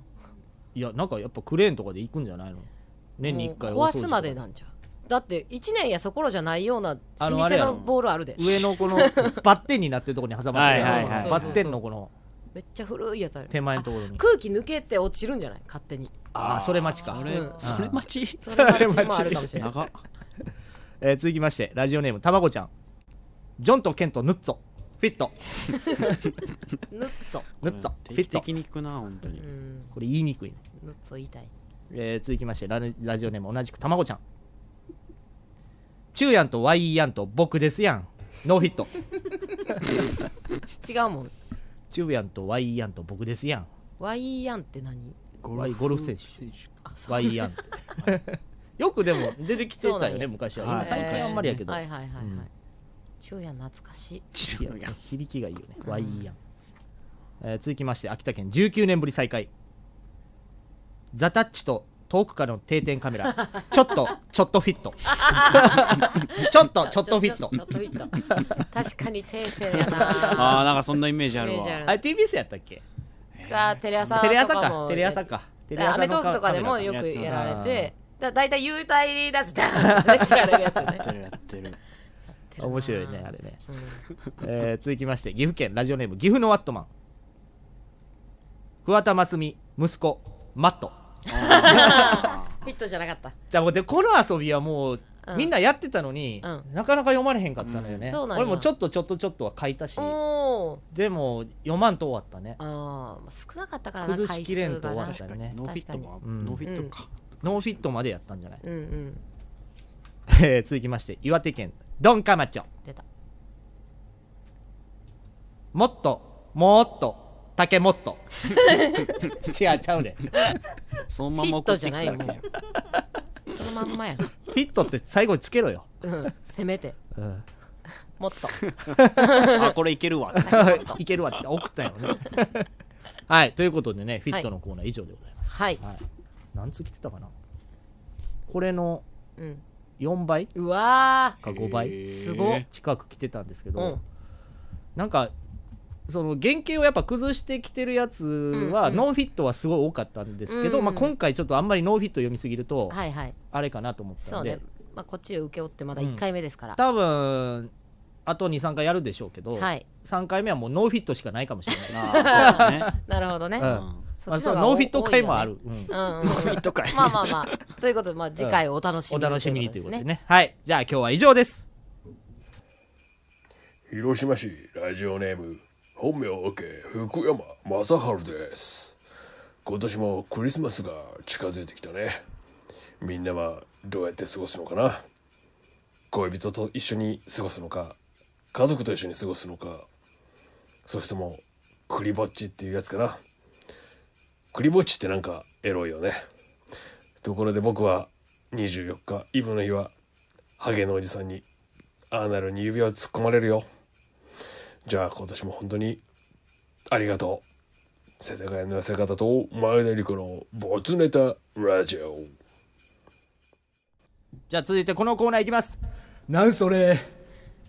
S3: い
S1: やなんかやっぱクレーンとかで行くんじゃないの年に1回
S3: もう
S1: 大掃除
S3: 壊すまでなんじゃうだって1年やそころじゃないような
S1: あ
S3: 老
S1: のあ
S3: 舗
S1: れや
S3: の
S1: ろ
S3: ボールあるで
S1: 上のこのバッテンになってるとこに挟まってる
S4: はい
S3: はいはい
S1: バッテンのこの
S3: めっちゃ古いやつある
S1: 手前のところに
S3: 空気抜けて落ちるんじゃない勝手に
S1: ああーそれ待ちか
S4: それ
S3: うん
S4: それ待ち
S3: それはうちもあるかも しれない
S4: 長っ
S1: えー続きましてラジオネームたまごちゃんジョンとケンとヌッツォフィット
S3: ぬっぞ
S1: ヌッツォフィ
S4: 定
S1: ッ
S4: 期
S1: ト
S4: 的に行くな本当
S3: う
S4: に
S3: ん
S1: これ言いにくいね、
S3: ぬっぞ言いたい
S1: えー続きましてララジオネーム同じくたまごちゃんチューヤンとワイヤンと僕ですやんノーフィット
S3: 違うもん
S1: チューヤンとワイヤンと僕ですやん
S3: ワイヤンって何
S1: ワイゴルフ選手
S3: あそう
S1: ワイヤン よくでも出てきて
S3: そうなん
S1: たよ
S3: や
S1: ね昔は
S4: はい
S1: 今最近あんまりやけど、
S3: はいはいはいはい
S1: うん
S3: 昼夜懐かしい
S4: 手
S1: いや響きがいいよねワイヤン、えー続きまして秋田県19年ぶり再開ザタッチと遠くからの定点カメ ラちょっとちょっとフィットちょっとちょっとフィット
S3: ちょっとフィ ット確かに定点やな
S4: ああなんかそんなイメージある
S3: イメージあ
S4: わ
S1: あれ TBS やったっけ
S3: がテレ朝
S1: テレ
S3: と
S1: 朝
S3: か
S1: か
S3: も
S1: テレ朝かテ
S3: アメトークとかでもよくやられてだだいたい幽体離脱だ ーンって切られるやつよね
S4: やってるやってる
S1: 面白いねあれね、えー続きまして岐阜県ラジオネーム岐阜のワットマン桑田真澄息子マット
S3: フィットじゃなかった
S1: じゃあもうでこの遊びはもう、
S3: うん
S1: みんなやってたのに、
S3: う
S1: なかなか読まれへんかったのよね、
S3: うんそうなんや
S1: 俺もちょっとちょっとちょっとは書いたし
S3: おお
S1: でも読まんと終わったね
S3: あー少なかったからな
S1: 崩し
S3: 回
S1: きれ
S3: 数
S1: んと
S3: が
S1: 終わ
S3: な
S1: ったよね
S4: ノーフィットも
S1: 確かに
S4: ノーフィットか、
S1: ノーフィットまでやったんじゃない、
S3: うんうん
S1: えー続きまして岩手県ドンカマチョ
S3: 出た
S1: もっともっと竹も っと違うちゃうね
S4: そのまま送ってきただけじゃん
S3: フィッ そのまんまやん、
S1: フィットって最後につけろよ、
S3: うん、せめて
S1: うん、
S3: もっ と
S4: あこれいけるわ
S1: いけるわって送ったよねはいということでねフィットのコーナー以上でございます、
S3: はい、
S1: はい何つ来てたかなこれの
S3: うん、
S1: 4倍
S3: うわ
S1: か5倍
S4: へー
S3: すごっ
S1: 近く来てたんですけ
S3: ー
S1: ど、
S3: うん
S1: なんかその原型をやっぱ崩してきてるやつ
S3: うん
S1: は
S3: うん
S1: ノーフィットはすごい多かったんですけど、
S3: うん
S1: まあ、今回ちょっとあんまりノーフィット読みすぎると
S3: はいはい
S1: あれかなと思った
S3: そ
S1: ん
S3: う
S1: で、
S3: ね、まあ、こっち受け負ってまだ1回目ですから、
S1: 多分あと23回やるでしょうけど、
S3: はい
S1: 3回目はもうノーフィットしかないかもしれないで す、
S4: あ そうだね
S3: なるほどね、
S1: うん
S3: そ
S1: ま
S3: っ
S1: あ、
S3: ち
S1: そ
S3: の方
S1: う
S3: が
S1: ノーフィット回もある、うん
S3: 多いよね、うんうん、
S4: フィットかい
S3: まあまあまあということで、まあ、次回お楽しみ
S1: お楽しみに
S3: と
S1: と
S3: い
S1: いう
S3: こ
S1: うこと
S3: で
S1: とです
S3: ね
S1: ねはいじゃあ今日は以上です
S7: 広島市ラジオネーム本名 OK 福山雅治です今年もクリスマスが近づいてきたねみんなはどうやって過ごすのかな恋人と一緒に過ごすのか家族と一緒に過ごすのかそしてもクリぼっちっていうやつかなクリぼっちってなんかエロいよねところで僕は24日イブの日はハゲのおじさんにアナルに指を突っ込まれるよじゃあ今年も本当にありがとう世田谷の痩せ方と前田理子のボツネタラジオ
S1: じゃあ続いてこのコーナーいきます
S2: なんそれ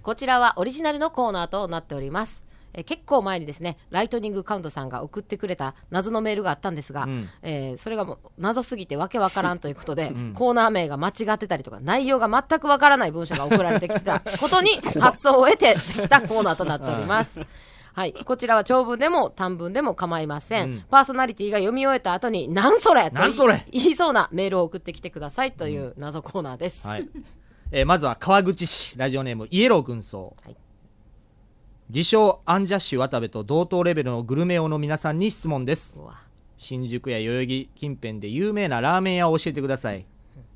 S3: こちらはオリジナルのコーナーとなっております。えー結構前にですね、ライトニングカウントさんが送ってくれた謎のメールがあったんですが、
S1: うん
S3: えーそれがもう謎すぎてわけわからんということで、コーナー名が間違ってたりとか、内容が全くわからない文章が送られてき たことに発想を得てできたコーナーとなっております。はい、こちらは長文でも短文でも構いません、パーソナリティが読み終えた後に「なんそれ!」と
S1: なんそれ
S3: 言いそうなメールを送ってきてくださいという謎コーナーです、
S1: はい、えーまずは川口市ラジオネームイエロー軍曹、
S3: はい
S1: 自称アンジャッシュ渡部と同等レベルのグルメ王の皆さんに質問です
S3: うわ
S1: 新宿や代々木近辺で有名なラーメン屋を教えてください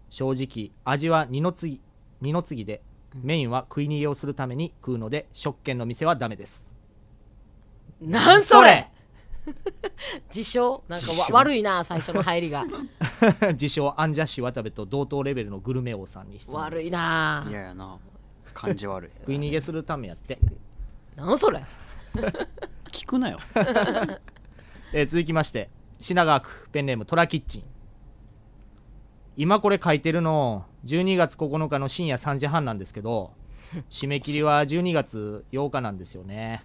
S1: 正直味は二の次二の次でメインは食い逃げをするために食うので食券の店はダメです
S3: なんそれ自称なんかわ悪いな最初の入りが
S1: 自称アンジャッシュ渡部と同等レベルのグルメ王さんに質問です
S3: 悪いない
S4: ややな感じ悪い
S1: 食 い逃げするためやって、
S3: なんそれ
S4: 聞くなよ
S1: えー続きまして品川区ペンネームトラキッチン今これ書いてるの12月9日の深夜3時半なんですけど締め切りは12月8日なんですよね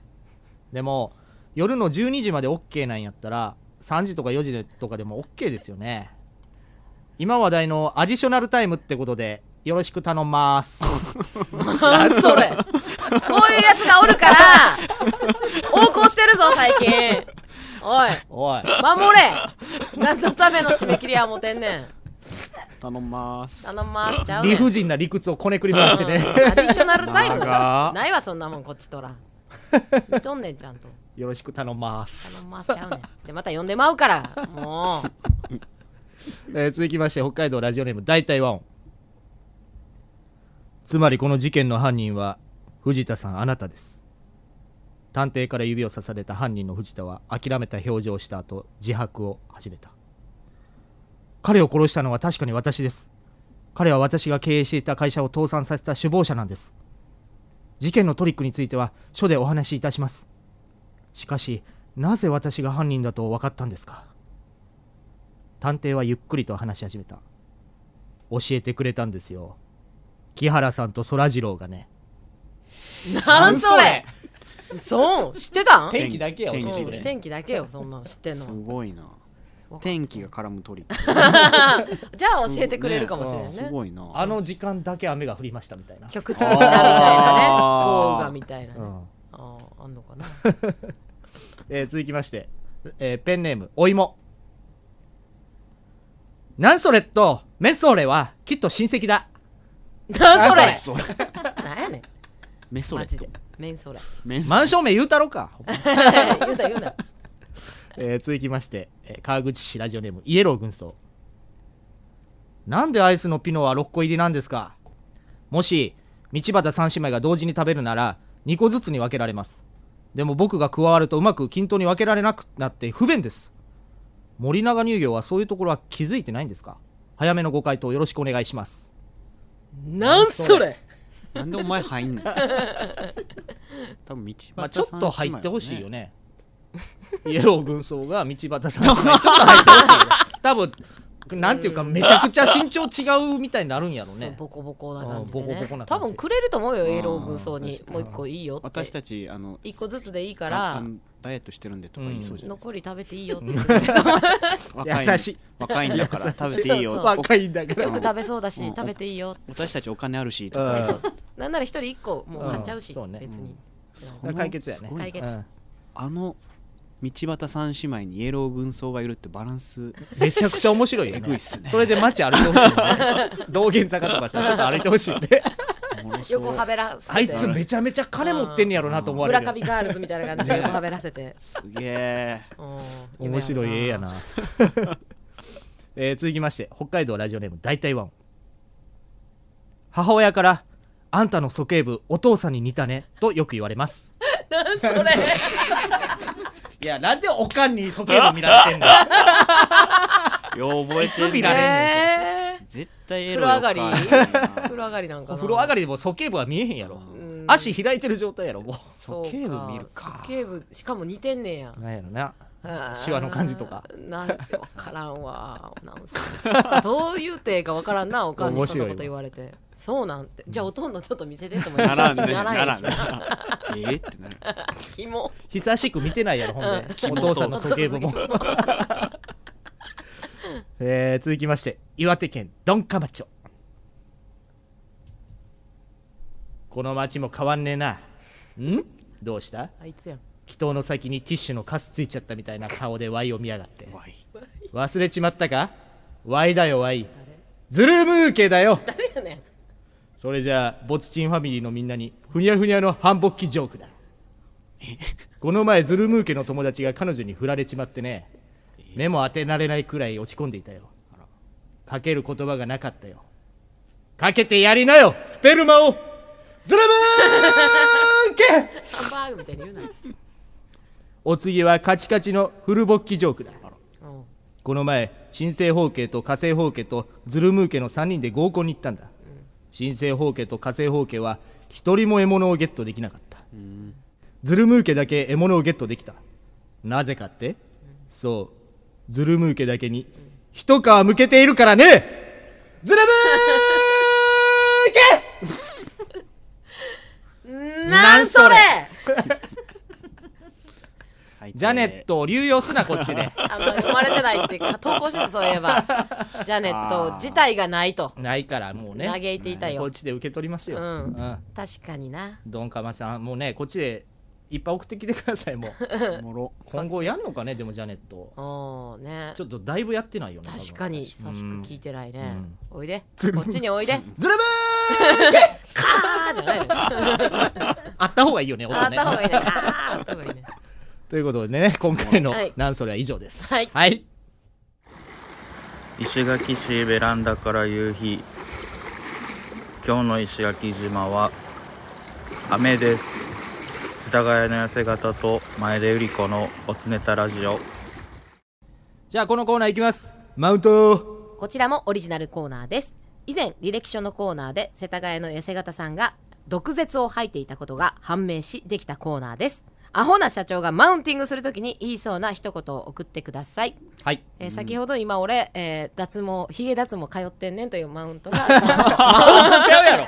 S1: でも夜の12時まで OK なんやったら3時とか4時でとかでも OK ですよね今話題のアディショナルタイムってことでよろしく頼んます
S3: なんそれこういうやつがおるから横行してるぞ最近 おい
S1: おい
S3: 守れ何のための締め切りは持てんねん
S4: 頼んます
S3: 頼んますちゃうね
S1: 理
S3: ん
S1: 不尽な理屈をこねくり回してね
S3: うんアディショナルタイム
S4: 長っ
S3: ないわそんなもんこっちとら見とんねんちゃんと
S1: よろしく頼んます
S3: 頼んますちゃうねんでまた呼んでまうからもう
S1: えー続きまして北海道ラジオネーム大体ワンつまりこの事件の犯人は藤田さんあなたです探偵から指を刺された犯人の藤田は諦めた表情をした後自白を始めた彼を殺したのは確かに私です彼は私が経営していた会社を倒産させた首謀者なんです事件のトリックについては署でお話しいたしますしかしなぜ私が犯人だと分かったんですか探偵はゆっくりと話し始めた教えてくれたんですよ木原さんとそらジローがね
S3: なんそれそう知ってたん
S1: 天気だけや
S4: 天気
S1: 教え
S3: う
S1: て
S3: ん
S1: くれ
S3: 天気だけよそんなの知ってん
S4: す
S3: の
S4: ごいな天気が絡む鳥って
S3: じゃあ教えてくれるかもしれない
S4: す
S3: ね
S4: ごいな
S1: あの時間だけ雨が降りましたみたいな、
S3: 局地的なみたいなね豪
S4: あー
S3: 雨がみたいなね、
S1: うん
S3: あーあんのかな
S1: えー続きまして、えーペンネームお芋なんそれっとメンソーレはきっと親戚だ
S3: なんそれ
S4: それ
S3: なんやねん
S4: メソレ
S3: マジ
S4: ッ
S3: で
S4: ト
S3: メンソーレ
S4: メンソレ
S1: マンション名言うた ろか、
S3: 言うな言うな
S1: えー続きまして、えー川口市ラジオネームイエロー軍曹なんでアイスのピノは6個入りなんですかもし道端三姉妹が同時に食べるなら2個ずつに分けられますでも僕が加わるとうまく均等に分けられなくなって不便です森永乳業はそういうところは気づいてないんですか早めのご回答よろしくお願いします
S3: なんそれ
S4: なんでお前入んねん多分道端
S1: まあ、ちょっと入ってほしいよ
S4: ね
S1: ね。イエロー軍曹が道 端さんにちょっと入ってほしいよね。多分なんていうか、めちゃくちゃ身長違うみたいになるんやろ
S3: そう
S1: ね。
S3: ボコボコな感じで
S1: うんボコボ
S3: ね
S1: コな感じ
S3: 多分くれると思うよ
S4: うん
S3: イエロー軍曹 に
S4: 確か
S3: もう
S4: に
S3: 一個いいよって
S4: 私たちあの
S3: 一個ずつでいいか
S4: あ
S3: ら
S4: のダイエットしてるんでとか言いそうじゃないですか、
S3: 残り食べていいよって 言って
S4: 若い
S1: 優しい
S4: 若いんだ から食べていい
S3: そ
S4: よ
S3: うそう
S1: 若いんだか
S3: よ
S1: ら。
S3: く食べそうだし
S4: うん
S3: 食べていいよって
S4: 私たちお金あるしと
S1: う
S4: か、
S1: ん
S3: なんなら一人一個もう買っちゃうし
S1: うんそうね
S3: 別に
S4: そ
S1: うん
S4: の
S1: 解決やね
S4: すごいな
S3: 解決
S1: うん
S4: あの道端三姉妹にイエロー軍曹がいるってバランス
S1: めちゃくちゃ面白いよ
S4: えぐい
S1: ね
S4: っ。すね
S1: それで街歩いてほし いよね。道玄坂とかさ、ちょっと歩いて ほしいよね。
S4: おもろそ う
S3: 横はべらせて
S1: あいつめちゃめちゃ金持ってんねやろなと思われ
S3: 村
S1: る。
S3: 上ガールズみたいな感じで横はべらせて
S4: すげえ
S3: うん
S1: 面白い絵やな、 えー続きまして北海道ラジオネーム大体ワン母親から「あんたの鼠径部お父さんに似たね」とよく言われます
S3: なんそれ
S1: いやなんでおかんに鼠径部見られてんの
S4: よう覚えて
S1: いつ見
S4: る
S1: られん
S4: ね
S3: え
S4: 絶対エ
S3: 風
S4: ロ
S3: 呂
S4: い
S3: 上
S4: お
S3: が
S4: 母
S3: り
S4: さん
S3: 風呂上がりなんかな
S1: お風呂上がりでも鼠径部は見えへんやろ
S3: うん
S1: 足開いてる状態やろも
S3: そう
S4: 鼠径部見るか
S3: 鼠径部しかも似てんねや
S1: うなんやろな
S3: あー
S1: シワの感じとか
S3: なん分からんわなんすどういうてええか分からんなおかんにそんなこと言われてそうなんてじゃあおとんのちょっと見せてと思って
S4: ならんね
S3: ならん
S4: ならん
S3: し
S4: ねえってなる
S3: キモ
S1: 久しく見てないやろほんでお父さんの鼠径部 も、えー続きまして岩手県ドンカマチョこの町も変わんねえなんどうした
S3: あいつやん
S1: 祈祷の先にティッシュのカスついちゃったみたいな顔でワイを見やがって
S4: 怖い
S1: 忘れちまったかワイだよワイズルームーケだよ
S3: 誰やねん
S1: それじゃあボツチンファミリーのみんなにふにゃふにゃの反勃起ジョークだこの前ズルムーケの友達が彼女に振られちまってね目も当てられないくらい落ち込んでいたよかける言葉がなかったよかけてやりなよスペルマをズルムーケ
S3: ハンバーグみたいに言うな
S1: お次はカチカチのフル勃起ジョークだ
S3: うん
S1: この前新生方形と火星方形とズルムーケの3人で合コンに行ったんだ、新生方形と火星方形は一人も獲物をゲットできなかった、ズルムーケだけ獲物をゲットできたなぜかって、そうズルムーケだけに一皮むけているからねズルムー
S3: なんそれ
S1: ケジャネットを流用すなこっちで
S3: あんま読まれてないってか投稿してたそういえばジャネット自体がないと
S1: ないからもうね
S3: 嘆いていた
S1: こ
S3: よ
S1: っちで受け取りますよ、
S3: うん
S1: うん
S3: 確かにな
S1: ドンカマさん、もうね、こっちでいっぱい送ってきてください、もう。
S4: おもろ
S1: 今後やんのかね、でもジャネット。
S3: おーね
S1: ちょっとだいぶやってないよね。
S3: 確かに
S1: 多
S3: 久
S1: 分
S3: しく聞いてないね
S1: うん
S3: おいでこっちにおいで
S1: ズルム
S3: カーじゃないの
S1: ーあった方がいいよね、
S3: あ
S1: 音
S3: っ
S1: ね
S3: た。方がいいね。あった方がいいね。
S1: ということでね、今回の
S3: はい
S1: なんそれは以上です。
S3: はい
S1: はい。
S8: 石垣市ベランダから夕日今日の石垣島は雨です世田谷の痩せ方と前田由里子のおつネタラジオ
S1: じゃあ、このコーナーいきます。マウント
S3: こちらもオリジナルコーナーです。以前、履歴書のコーナーで世田谷の痩せ方さんが毒舌を吐いていたことが判明しできたコーナーです。アホな社長がマウンティングするときに言いそうな一言を送ってください。
S1: はい。
S3: えー先ほど今俺、えー脱毛、ヒゲ脱毛通ってんねんというマウントが
S1: マウントちゃうやろ。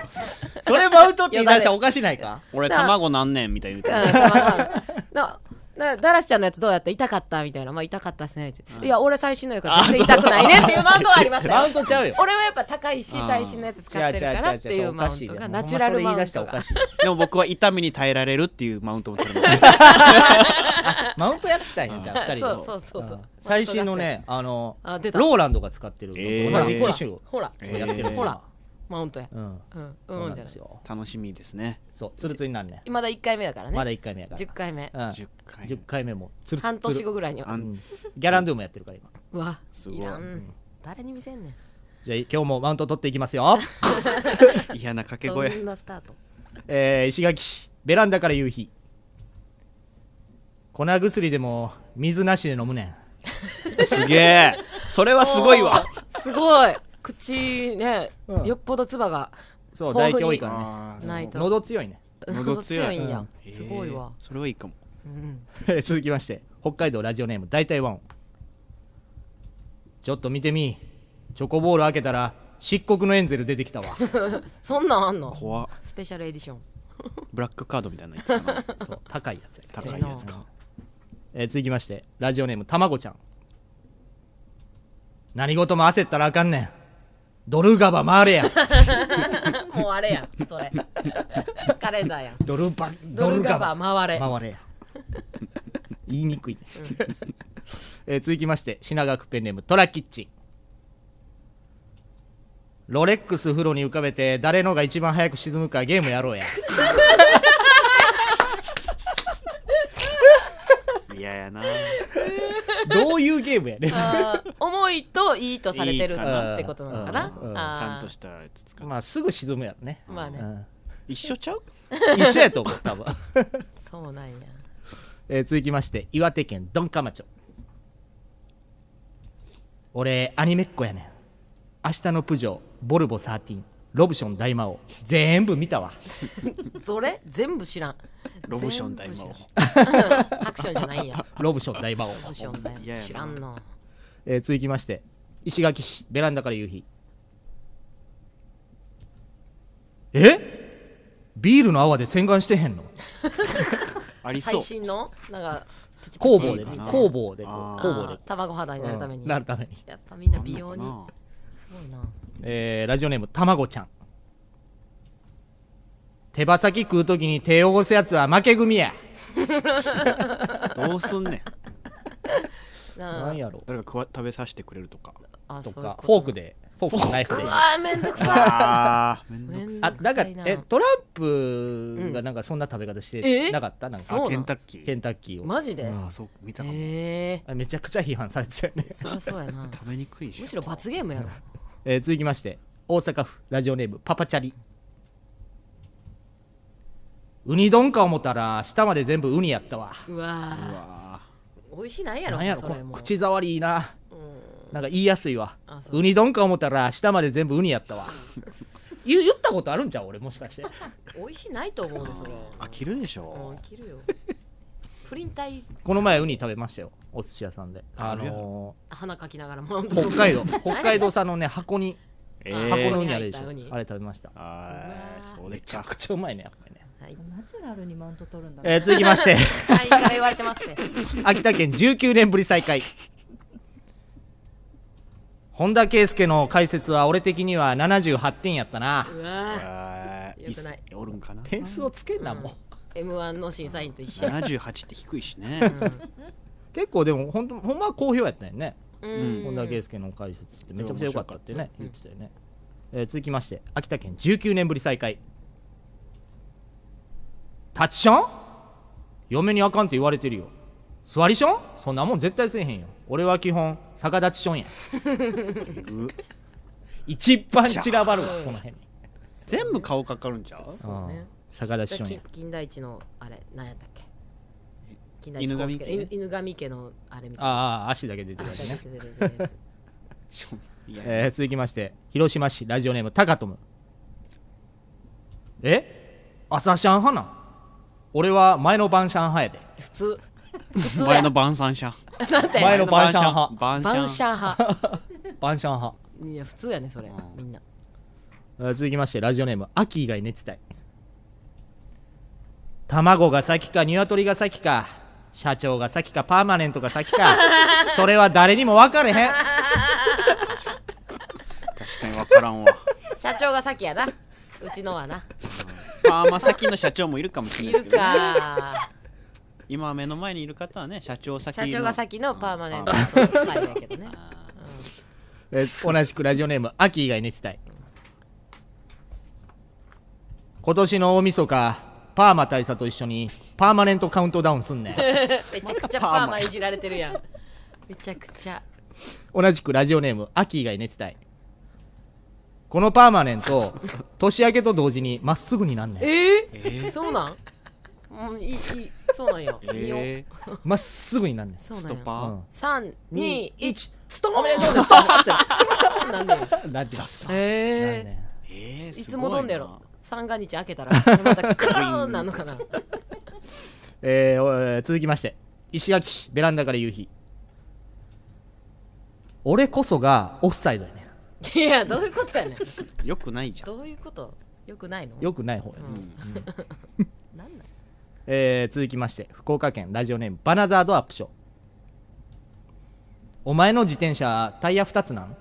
S1: それマウントって言い出したらおかしないか
S4: 俺卵なんねんみたいな言う
S3: う
S4: て
S3: んたまたまななダラシちゃんのやつどうやった痛かったみたいな。まあ痛かったっすね。いや、俺最新のやから全然痛くないねっていうマウントはありましたよ
S1: マウントちゃうよ
S3: 俺はやっぱ高いし、最新のやつ使ってるからっていうマウントが、ナチュラルマウントが。
S4: でも僕は痛みに耐えられるっていうマウントも取れます
S1: マウントやってたんやじゃあ2人
S3: そう
S1: の
S3: そうそうそう。
S1: 最新のねあの
S3: あ出た
S1: ローランドが使ってる
S4: えー
S1: 同じ機種を
S3: ほら、
S1: やってるんです
S3: ほら
S1: よ、
S3: マウントや。
S1: うん
S3: うん、う、
S1: そうんなん
S3: じゃ
S1: で
S3: ない
S1: す。よ
S4: 楽しみですね
S1: そうツルツルになるね
S3: まだ1回目だからね。
S1: まだ1回目やか
S3: 10回目。
S1: らうん
S4: 10回
S1: 10回目もツルッツル
S3: 半年後ぐらいには
S4: あ。
S1: うんギャランドゥもやってるから今
S3: うわ、
S4: すごい
S3: いらん。誰に見せんねん。
S1: じゃあ今日もマウント取っていきますよ
S4: 嫌な掛け
S3: ど
S4: 声
S3: んなスタート。
S1: えー石垣市ベランダから夕日粉薬でも水なしで飲むねん
S4: すげえそれはすごいわ
S3: すごい。口ね、よっぽど唾が
S1: そう
S3: 豊
S1: 大
S3: 富
S1: 胸多
S3: に
S1: いからね
S4: あー
S3: ないと。
S1: 喉強いね
S4: 喉強い
S3: 喉んや。
S4: えー
S3: すごいわ。
S4: それはいいかも
S3: うん
S1: 続きまして北海道ラジオネーム大体ワンちょっと見てみチョコボール開けたら漆黒のエンゼル出てきたわ
S3: そんなんあんの
S4: 怖っ
S3: スペシャルエディション。
S4: ブラックカードみたいなやつかな
S1: そう高いやつやから
S4: 高いやつか
S1: えー続きましてラジオネームたまごちゃん何事も焦ったらあかんねんドルガバ回れや
S3: もうあれやん、 それ。カレンダーやん。
S1: ドルバ
S3: ドルガバ回れ。
S1: 回れや 言いにくいね、 えー続きまして品川区ペンネームトラキッチンロレックス風呂に浮かべて誰のが一番早く沈むかゲームや ろうや
S4: 嫌やな
S1: どういうゲームやねん
S3: あー重いといいとされてるってことなのかない
S1: いかなうん
S3: あー
S4: ちゃんとしたやつ使う
S1: まあすぐ沈むやろね、
S3: まあね、
S1: うん
S4: 一緒ちゃう
S1: 一緒やと思う多分、
S3: そうなんや
S1: えー続きまして岩手県ドンカマチョ俺アニメっ子やねん明日のプジョーボルボ13ロブション大魔王全部見たわ
S3: それ全部知らん
S4: ロブション大魔王
S3: 全部知らんアクションじゃないや
S1: ロブション大魔王
S3: ロブション大魔
S4: 嫌
S3: 王
S4: やな
S3: 知らんの
S1: えー続きまして石垣市ベランダから夕日えビールの泡で洗顔してへんの
S4: ありそ
S3: 最
S4: う
S3: 新のなんかプチプチ
S1: 工房で
S3: み
S1: ね
S3: たいな
S1: 工房でこう
S4: あー
S1: 工房で
S3: あー卵肌になるために、
S1: うんなるために、
S3: やっぱみんな
S4: あん
S3: 美
S4: の
S3: 容
S4: か
S3: に
S4: な
S3: すごいな
S1: えーラジオネームたまごちゃん手羽先食うときに手汚すやつは負け 組や
S4: どうすんねん
S3: な
S1: な
S3: あ
S1: んやろ
S4: 誰か食わ食べさせてくれるとか
S3: あ
S1: と
S3: そういう
S1: か
S3: こと
S1: フォークでフォークとナイフで
S3: うわーめんどくさい
S4: ああめんど
S3: め
S4: く
S3: ん
S4: さ
S1: あ
S3: どく
S1: なん
S3: さ
S1: か
S3: いな
S1: えトランプがなんかそんな食べ方して
S3: え
S1: なかったなん
S3: そうな
S4: い
S1: か
S4: あケンタッキー
S1: ケンタッキーを
S3: マジで、
S4: ああそう見たかも、
S3: え
S1: あれめちゃくちゃ批判されてたよ ね
S3: ー、そりゃそうやな
S4: 食べにくいし
S3: むしろ罰ゲームやろ
S1: えー続きまして大阪府ラジオネームパパチ ャリウニ丼か思ったら下まで全部ウニやったわ
S3: うわー
S4: あ
S3: 美味しないやろ
S1: なんやろ
S3: そ
S1: こ
S3: れも
S1: 口触りいいななんか言いやすいわ
S3: あそう
S1: ウニ丼か思ったら下まで全部ウニやっ たわ言言ったことあるんじゃん俺もしかして
S3: 美味しないと思うでそれ
S4: ー飽きるでし
S3: う
S4: ょ
S3: ん、切るよプリン体
S1: この前ウニ食べましたよお寿司屋さんであの
S3: 鼻かきながらマウント
S1: ー北海道
S3: 何
S1: 北海道産のね箱に
S4: え
S3: あ
S1: 箱のウ
S4: ー
S1: ニあるでしょ
S3: 入ったウニ
S1: あれ食べました
S4: あーそうで
S1: め
S4: っ
S1: ち
S4: ち
S1: ゃ
S4: ゃ
S1: くちゃうまいねやっぱりね、
S3: はい
S9: ナチュラルにマウント取るんだね
S1: えー続きま して
S3: 会員から言われてますね
S1: 秋田県19年ぶり再開本田圭佑の解説は俺的には78点やったな
S3: うわ
S4: あー
S3: よくない
S4: っすおるんかな
S1: 点数をつけんなもう、
S3: ー M1 の審査員と一緒
S4: 78って低いしね
S1: 結構でもほんとほんまは好評やったよね、
S3: うん
S1: 本田圭佑の解説ってめちゃくちゃ良かったってね言ってたよね、えー続きまして秋田県19年ぶり再開タッチション嫁にあかんって言われてるよ座りションそんなもん絶対せえへんよ俺は基本逆立ちションや一番散らばるわその辺に
S4: 全部顔かかるんちゃう
S3: うね
S1: うん逆立ちション
S3: き
S1: や
S3: 金田一のあれ何やったっけ金田
S4: 犬
S3: 一
S4: 神
S3: 神
S4: 家
S3: 家、
S4: ね
S3: い犬神家のあれみたいな
S1: ああ足だけ出てるやつね、
S4: しょいやいや
S1: えー続きまして広島市ラジオネームタカトムえ朝シャン派なん俺は前の晩シャン派やで
S3: 普通 普通
S4: 前
S3: や
S4: の晩餐シャン
S3: なんて
S1: 前の晩餐派
S4: 晩
S3: バンシ
S4: 餐
S3: ャン派
S1: 晩シャン派、
S3: いや普通やねそれ
S4: うん
S3: みんな
S1: えー続きましてラジオネーム秋以外寝てたい卵が先か鶏が先か社長が先かパーマネントが 先かそれは誰にも分かれへん
S4: 確かに分からんわ
S3: 社長が先やなうちのはな
S4: パーマ先の社長もいるかもしれ
S3: い
S4: ない
S3: る
S4: ですけど、ね、
S3: か
S4: 今目の前にいる方はね社長先
S3: 社
S4: の
S3: 長が先のパーマネント
S4: あ
S3: のスタイルやけどね
S1: えー同じくラジオネーム秋以外に伝え今年の大晦日パーマ大佐と一緒にパーマネントカウントダウンすんねん
S3: めちゃくちゃパーマいじられてるやんめちゃくちゃ
S1: 同じくラジオネーム秋以外熱帯このパーマネント年明けと同時にまっすぐになんねん
S3: えー、そうなんうんいいいいそうなんや、見よう
S4: え
S1: まっすぐになんねん
S3: そう
S4: ー、ス
S3: な
S4: ト
S3: ん
S4: ッ
S3: や
S4: パ
S3: 三二一
S10: ストーンおめでとう
S3: ストンってストンなんねん
S1: なんて
S4: ー、雑さ
S1: なん
S3: え
S1: ね
S4: え
S3: ー、
S4: ー、
S3: い
S4: す
S3: つ
S4: ご
S3: も
S4: い
S3: ど
S4: なん
S3: でやろ三が日開けたらまたクルーンなのかな
S1: んえーおえー続きまして石垣市ベランダから夕日俺こそがオフサイドやね
S3: いやどういうことやねん
S4: よくないじゃん
S3: どういうことよくないの
S1: んよくない方や、
S3: うんなんなん
S1: えー続きまして福岡県ラジオネームバナザードアップショーお前の自転車タイヤ2つなん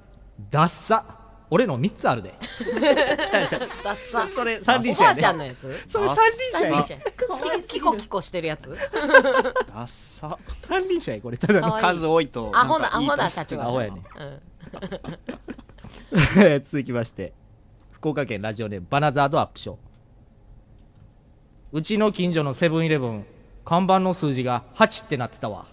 S1: ダッサ俺の3つあるで
S3: ダッサ
S1: それ三輪
S3: おば
S1: 車や
S3: あ
S1: ね
S3: ちゃんのやつ
S1: それ三輪車
S3: 三
S1: や
S3: 輪車キコキコしてるやつ
S4: ダッサ
S1: 三輪車やこれただ
S3: か
S1: の
S3: わいい
S4: 数多いと
S3: アホ
S4: ん
S3: な
S4: か
S3: ア
S4: いい
S3: ホ
S4: と思
S3: な
S4: う
S3: 社長
S1: アホやね
S3: うん
S1: えー続きまして福岡県ラジオネームバナザードアップショーうちの近所のセブンイレブン看板の数字が8ってなってたわ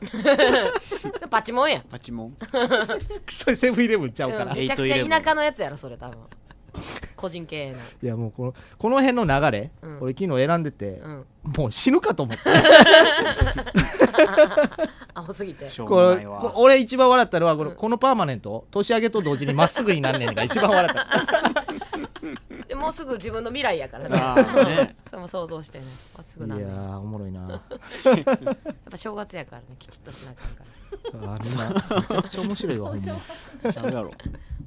S3: パチモンやん
S4: パチモン
S1: それセブンイレブンちゃうから、
S3: うんめちゃくちゃ田舎のやつやろそれ多分個人経営ない
S1: やもうこのこの辺の流れ、
S3: うん
S1: 俺昨日選んでて、
S3: うん
S1: もう死ぬか と思って
S3: アホすぎて
S4: しょう
S1: こ
S4: もな
S1: れ
S4: い
S1: これ
S4: わ
S1: 俺一番笑ったのはこの,、
S3: うん
S1: このパーマネント年明けと同時にまっすぐになんねんが一番笑った
S3: でもうすぐ自分の未来やから
S4: あー
S3: ね
S4: ね
S3: それも想像してねまっすぐ
S1: い
S3: な
S1: や
S3: んでやっ
S1: ーおも ろいな
S3: ぱ正月やからねきちっとしなきゃいけんから
S1: あんなめちゃくちゃ 面白いわほんま
S4: ちゃうやろ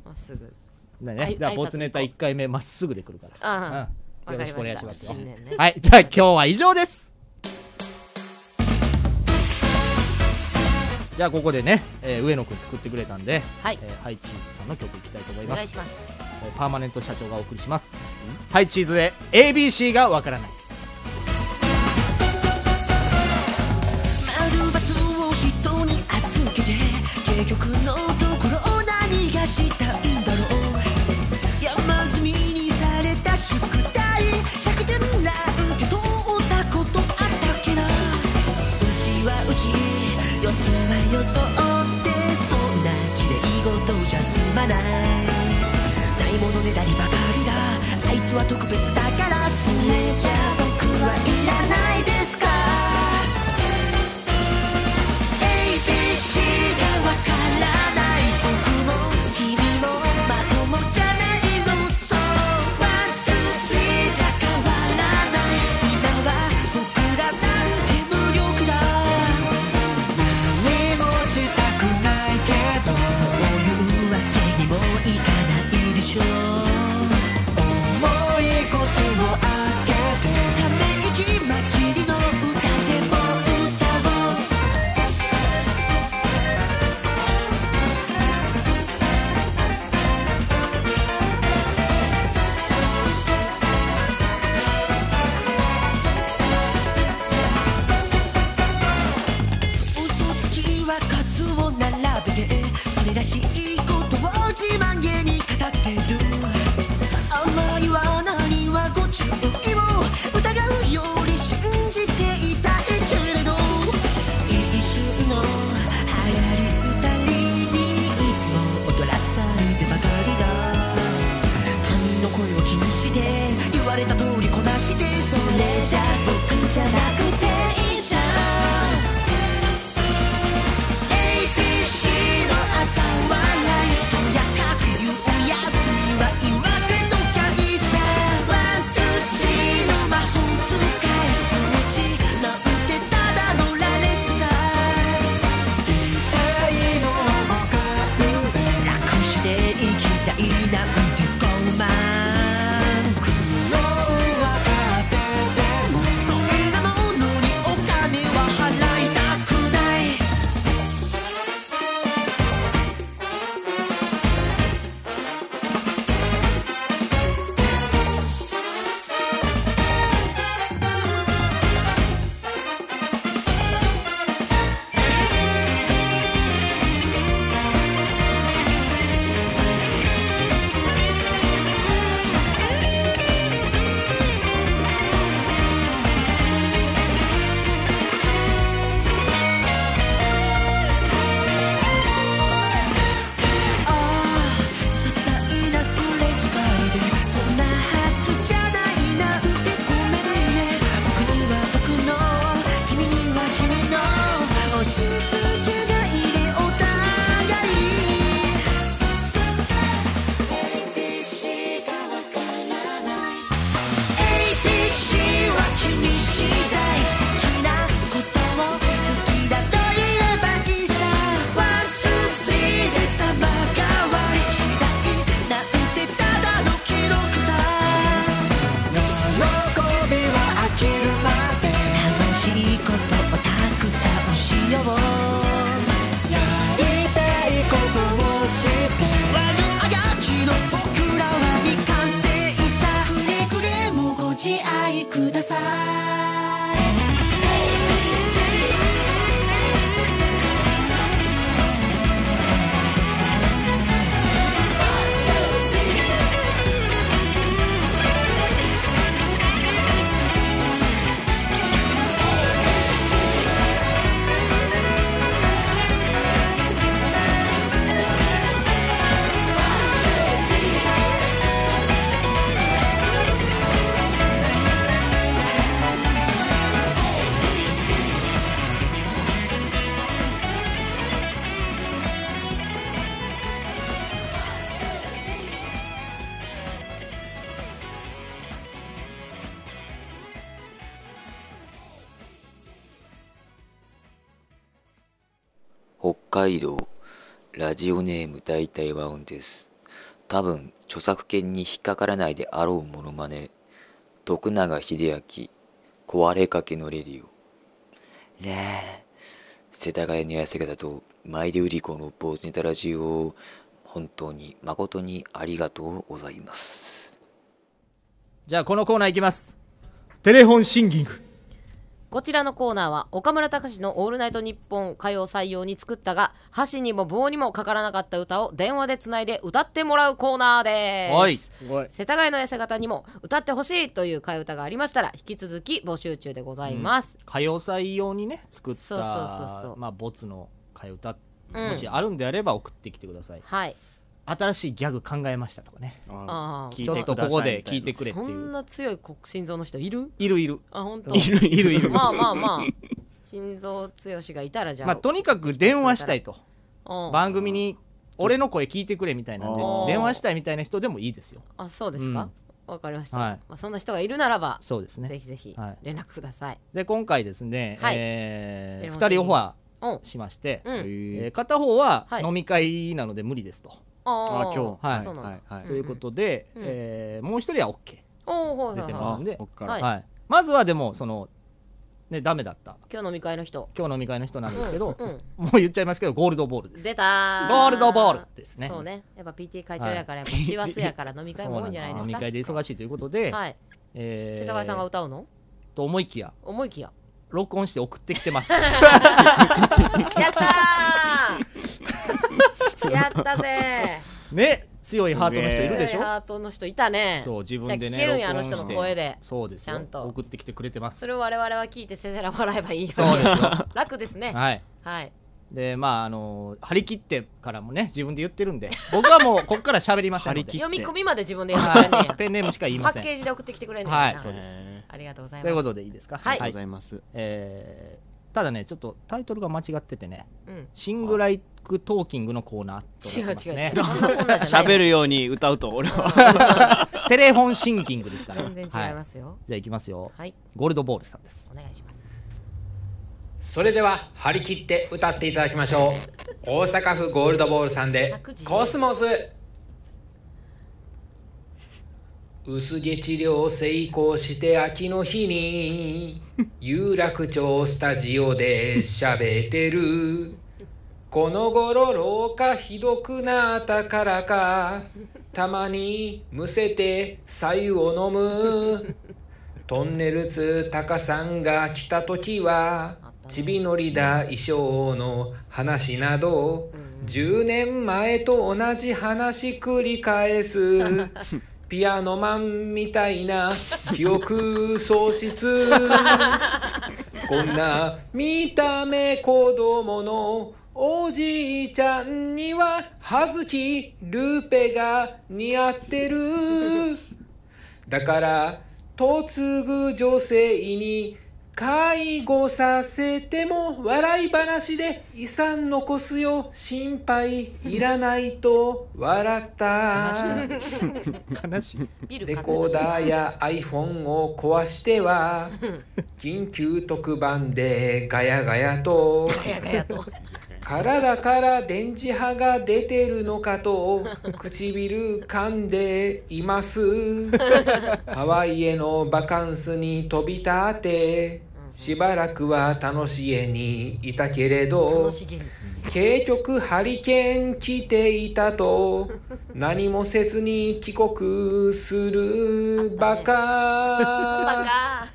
S3: まっすぐ
S1: だ
S3: あ
S1: ね
S3: い
S1: じゃあ
S3: 挨拶
S1: ボツネタ1回目まっすぐで来るから
S3: ああ、
S1: うん
S3: わ
S1: よ
S3: か
S1: ろ
S3: り
S1: し
S3: ました
S1: くお願いしますよ
S3: 新年ね
S1: はいじゃあ今日は以上ですじゃあここでね、えー上野くん作ってくれたんで、
S3: はい
S1: えーハイチーズさんの曲いきたいと思い
S3: お
S1: ま
S3: 願い
S1: す
S3: します
S1: えーパーマネント社長がお送りしますハイチーズで ABC がわからない
S11: 丸バツを人に預けて結局のところ何がしたいんだろう山積みにされた宿題100点なんて取ったことあったっけなうちはうちよそはよそってそんな綺麗事じゃ済まないないものねだりばかりだあいつは特別だからそれじゃ僕はいらないですか ABC がわからない僕も君もまともじゃないのそうワンツースリーじゃ変わらない今は僕らなんて無力だ何もしたくないけどそういうわけにもいかないでしょ重い腰を上げてため息待ち
S12: 北海道ラジオネーム大体和音です多分著作権に引っかからないであろうモノマネ徳永英明壊れかけのレディオねえ世田谷の痩せ方と前で売り子のボーネタラジオ本当に誠にありがとうございます
S1: じゃあこのコーナーいきますテレフォンシンギング
S3: こちらのコーナーは岡村隆史の「オールナイトニッポン」歌謡採用に作ったが箸にも棒にもかからなかった歌を電話でつないで歌ってもらうコーナーです。
S4: はい
S3: 世田谷の痩せ方にも歌ってほしいという替え歌がありましたら引き続き募集中でございます。
S1: 歌謡祭用にね作った
S3: そうそうそうそう
S1: まあボツの替え歌、
S3: うん
S1: もしあるんであれば送ってきてください
S3: はい。
S1: 新しいギャグ考えましたとかね
S3: あー
S4: 聞
S1: ちょっ
S4: いて
S1: と
S4: く
S1: こ
S4: だ
S1: こ
S4: さい
S1: で
S4: みた
S1: 聞い
S4: いな
S1: てくれって
S3: そ
S1: い
S3: ん
S1: う
S3: な強いこ心臓の人いる
S1: いるいる
S3: あ本当。
S1: いるいるいる
S3: まあまあまあ。心臓強しがいたらじゃあ。
S1: まあとにかく電話したいと
S3: うん
S1: 番組に俺の声聞いてくれみたいなんで
S4: あ
S3: ー
S1: 電話したいみたいな人でもいいですよ
S3: あそうですか。わ、かりました。
S1: はい
S3: まあそんな人がいるならば、
S1: そうです
S3: ぜ
S1: ね
S3: ひぜひ
S1: はい
S3: 連絡ください。
S1: で今回ですね、
S3: はい
S1: え
S3: テレフォン
S1: 2人オファ
S3: うん。
S1: ーしまして、
S3: うん。
S1: えー片方は
S3: はい
S1: 飲み会なので無理ですと、
S3: あー
S4: あ今日
S1: はい
S3: そうなんだ
S4: はいはい
S3: ん
S1: ということで、
S3: うん
S1: えーもう一人は OK、
S3: おおはいはい
S1: 出て
S3: はい
S1: ますんで
S4: あこっから
S3: はい
S1: はい、まずはでもそのねダメだった
S3: 今日飲み会の人
S1: 今日飲み会の人なんですけど、
S3: うんうん
S1: もう言っちゃいますけどゴールドボールです
S3: 出たー
S1: ゴールドボールですね
S3: そうねやっぱ PT 会長やからやっぱ師走やから飲み会も多いんじゃ ないで
S1: 飲
S3: す
S1: み
S3: か
S1: 会で忙しいということで、
S3: はい
S1: えー
S3: 世田谷さんが歌うの
S1: と思いきや
S3: 思いきや
S1: 録音して送ってきてま す
S3: やった ーやったぜ
S1: ね強いハートの人いるでし
S3: 強い
S1: ょ
S3: ハートの人いたね
S1: そう自分でね
S3: じゃあ聞けるんやあ
S1: 録
S3: の
S1: 音して
S3: 人の声で
S1: そうですよ
S3: ちゃんと
S1: 送ってきてくれてます
S3: それを我々は聞いてせせら笑えばいいよ
S1: そうですよ
S3: 楽ですね
S1: はい
S3: はい
S1: でまああの張り切ってからもね自分で言ってるんで僕はもうこっから喋りませんので
S4: 張り切っ
S3: 読み込みまで自分でやってくれんねん
S1: ペンネームしか言い
S3: パ
S1: ませ
S3: ッ
S1: ん
S3: ケージで送ってきてくれんねん
S1: はい
S3: な
S1: そうです
S4: へ
S3: ありがとうございます
S1: ということでいいですか
S3: はい
S4: ーありがとうございます
S1: えーただねちょっとタイトルが間違っててね
S3: うん
S1: シングライクトーキングのコーナーと
S3: 違
S1: なっ
S3: う
S1: てます
S3: 違
S1: ね
S3: うそんなこん なじゃない
S4: 喋るように歌うと俺は
S1: テレフォンシンキングですから
S3: 全然違いま
S1: はい
S3: すよ
S1: じゃあいきますよ
S3: はい
S1: ゴールドボールさんです
S3: お願いします
S13: それでは張り切って歌っていただきましょう大阪府ゴールドボールさんで
S3: 作
S13: 「
S3: 詞
S13: コスモス」薄毛治療成功して秋の日に有楽町スタジオで喋ってるこの頃老化ひどくなったからかたまにむせて白湯を飲むトンネルズタカさんが来た時はちびのりだ衣装の話など10年前と同じ話繰り返すピアノマンみたいな 記憶喪失こんな見た目子供のおじいちゃんには葉月ルーペが似合ってるだから嫁ぐ女性に介護させても笑い話で遺産残すよ心配いらないと笑った
S1: 悲しい
S3: ビル買
S13: レ
S3: って
S13: コーダーや iPhone を壊しては緊急特番でガヤガヤと
S3: ガヤガヤと
S13: 体から電磁波が出てるのかと唇噛んでいますハワイへのバカンスに飛び立ってしばらくは楽しげにいたけれど
S3: 楽しげに
S13: 結局ハリケーン来ていた と何もせずに帰国するバ
S3: バ
S13: カ
S3: カ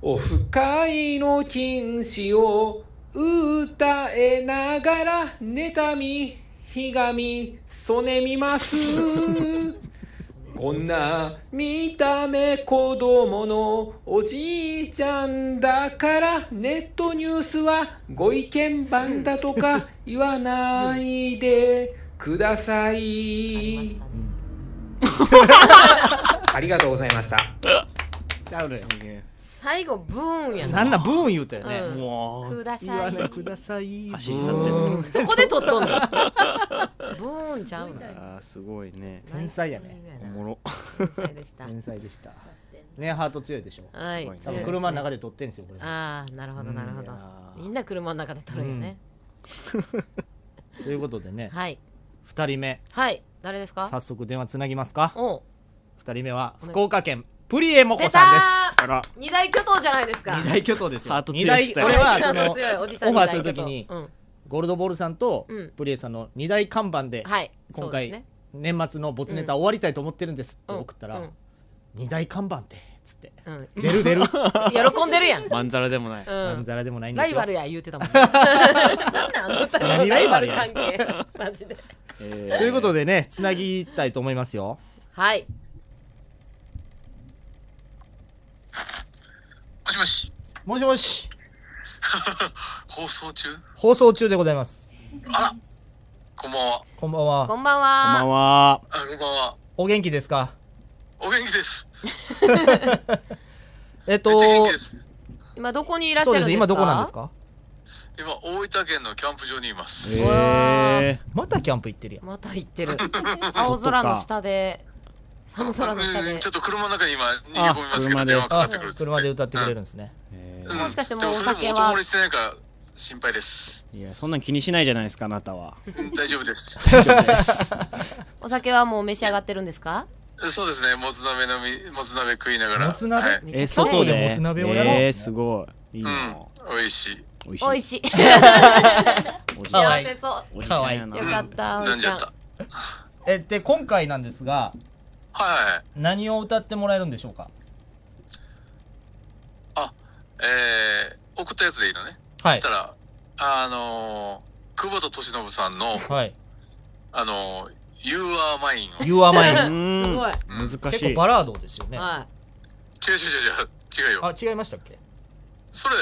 S13: オフ会の禁止を歌えながら妬みひがみそねみます こんな見た目子供のおじいちゃんだからネットニュースはご意見番だとか言わないでください ありがとうございました
S1: ちゃうのよ
S3: 最後ブーンやな
S1: なんだブーン言うたよね
S3: うん
S4: もう
S3: くだ
S1: 言
S3: さ
S1: わ
S3: い
S1: ないください
S4: 走り去ってる
S3: どこで撮っとん のブーンちゃうの
S4: あーすごいね
S1: 天才やね
S4: おもろ
S3: 天才でした
S1: 天才でしたねハート強いでしょ
S3: はい
S1: 多分
S3: 強いですね
S1: 車の中で撮ってんですよこれ
S3: ああなるほどなるほど
S4: やー
S3: みんな車の中で撮るよね
S1: ということでね、
S3: はい
S1: 2人目
S3: はい誰ですか
S1: 早速電話つなぎますか
S3: おう
S1: 2人目は
S3: お願い
S1: 福岡県プリエモコさんですあら
S3: 二大巨頭じゃないですか
S1: 二大巨頭ですよ
S4: ハート強
S1: 二
S4: い二
S1: 大
S4: 人
S1: 俺はそ
S3: 強い
S1: の
S3: 強いおじさん
S1: オファーするときに
S3: 二大巨頭
S1: ゴールドボールさんと
S3: うん
S1: プリエさんの2大看板で
S3: うんはい
S1: 今
S3: そうです
S1: 回
S3: ね
S1: 年末のボツネタ終わりたいと思ってるんですって送った
S3: う
S1: ら
S3: ん
S1: 2大看板でっつって
S3: うん
S1: 出る出る
S3: 喜んでるやん
S4: まんざらでもない
S3: うん
S1: まんざらでもないんで
S3: ラ
S1: す
S3: イ
S1: よ
S3: バルや言うて たもん、ね、なんなんあの二人の
S1: 何ラ
S3: ラ
S1: イ
S3: イ
S1: バ
S3: バ
S1: ル
S3: ル
S1: や
S3: 関係マジで
S1: ということでねつなぎたいと思いますよ
S3: はい
S14: もしもし、
S1: もしもし
S14: 放送中
S1: 放送中でございます
S14: こんばんは。
S1: こんばんは
S3: こんばん
S4: こんば
S3: は
S4: んは
S14: あ、こんばんは。
S1: お元気ですか
S14: お元気です。
S1: えっと
S14: めっちゃ元気です。
S3: 今どこにいらっし
S1: そう
S3: ゃ
S1: で
S3: るんですすか
S1: 今どこなんですか
S14: 今、大分県のキャンプ場にいます。
S4: え ー
S1: またキャンプ行ってるやん
S3: また行ってる青空の下で寒空の下
S14: う
S3: で
S14: んちょっと車の中に今、逃げ込みますけ
S4: あ車
S14: ど、
S4: で
S14: 電話かか
S1: あ
S14: ってくるっつって。
S1: 車で歌ってくれるんですね
S4: え
S14: うん。
S3: もしかしてもう
S14: でそれ
S3: お酒は
S14: もお泊りしてないから、心配です。
S4: ーいやそんなん気にしないじゃないですかあなたは
S14: うん大丈夫です。
S4: 大丈夫です
S3: お酒はもう召し上がってるんですか
S14: そうですね、もつ鍋飲み、もつ鍋食いながら。
S1: も つ鍋
S14: はい
S3: めち
S4: え
S3: ゃくちゃいい
S4: 外で
S1: もつ鍋をやろう
S4: えーすごいいいな
S14: うん、美味しい。
S4: おいしい
S3: 美味しい
S4: おじいちゃ
S1: 可
S4: ん
S1: 愛
S3: 幸
S1: い
S3: せそ
S4: おじいちゃんや
S3: う
S4: な
S3: よかったお
S14: 飲んじ
S3: じちゃ
S14: ゃ
S3: ん
S14: った。
S1: えで今回なんですが
S14: はいはい。
S1: 何を歌ってもらえるんでしょうか
S14: えー、送ったやつでいいのね。
S1: はい
S14: そしたら、あのー、久保田利伸さんの、
S1: はい
S14: あのー、You are mine を。
S1: 「You are
S4: う
S1: mine
S4: ーん
S3: すごい
S4: 難しい
S1: 結構バラードですよねあ
S3: は
S14: 違う違う違う違うよ。
S1: 違いましたっけ
S14: それ、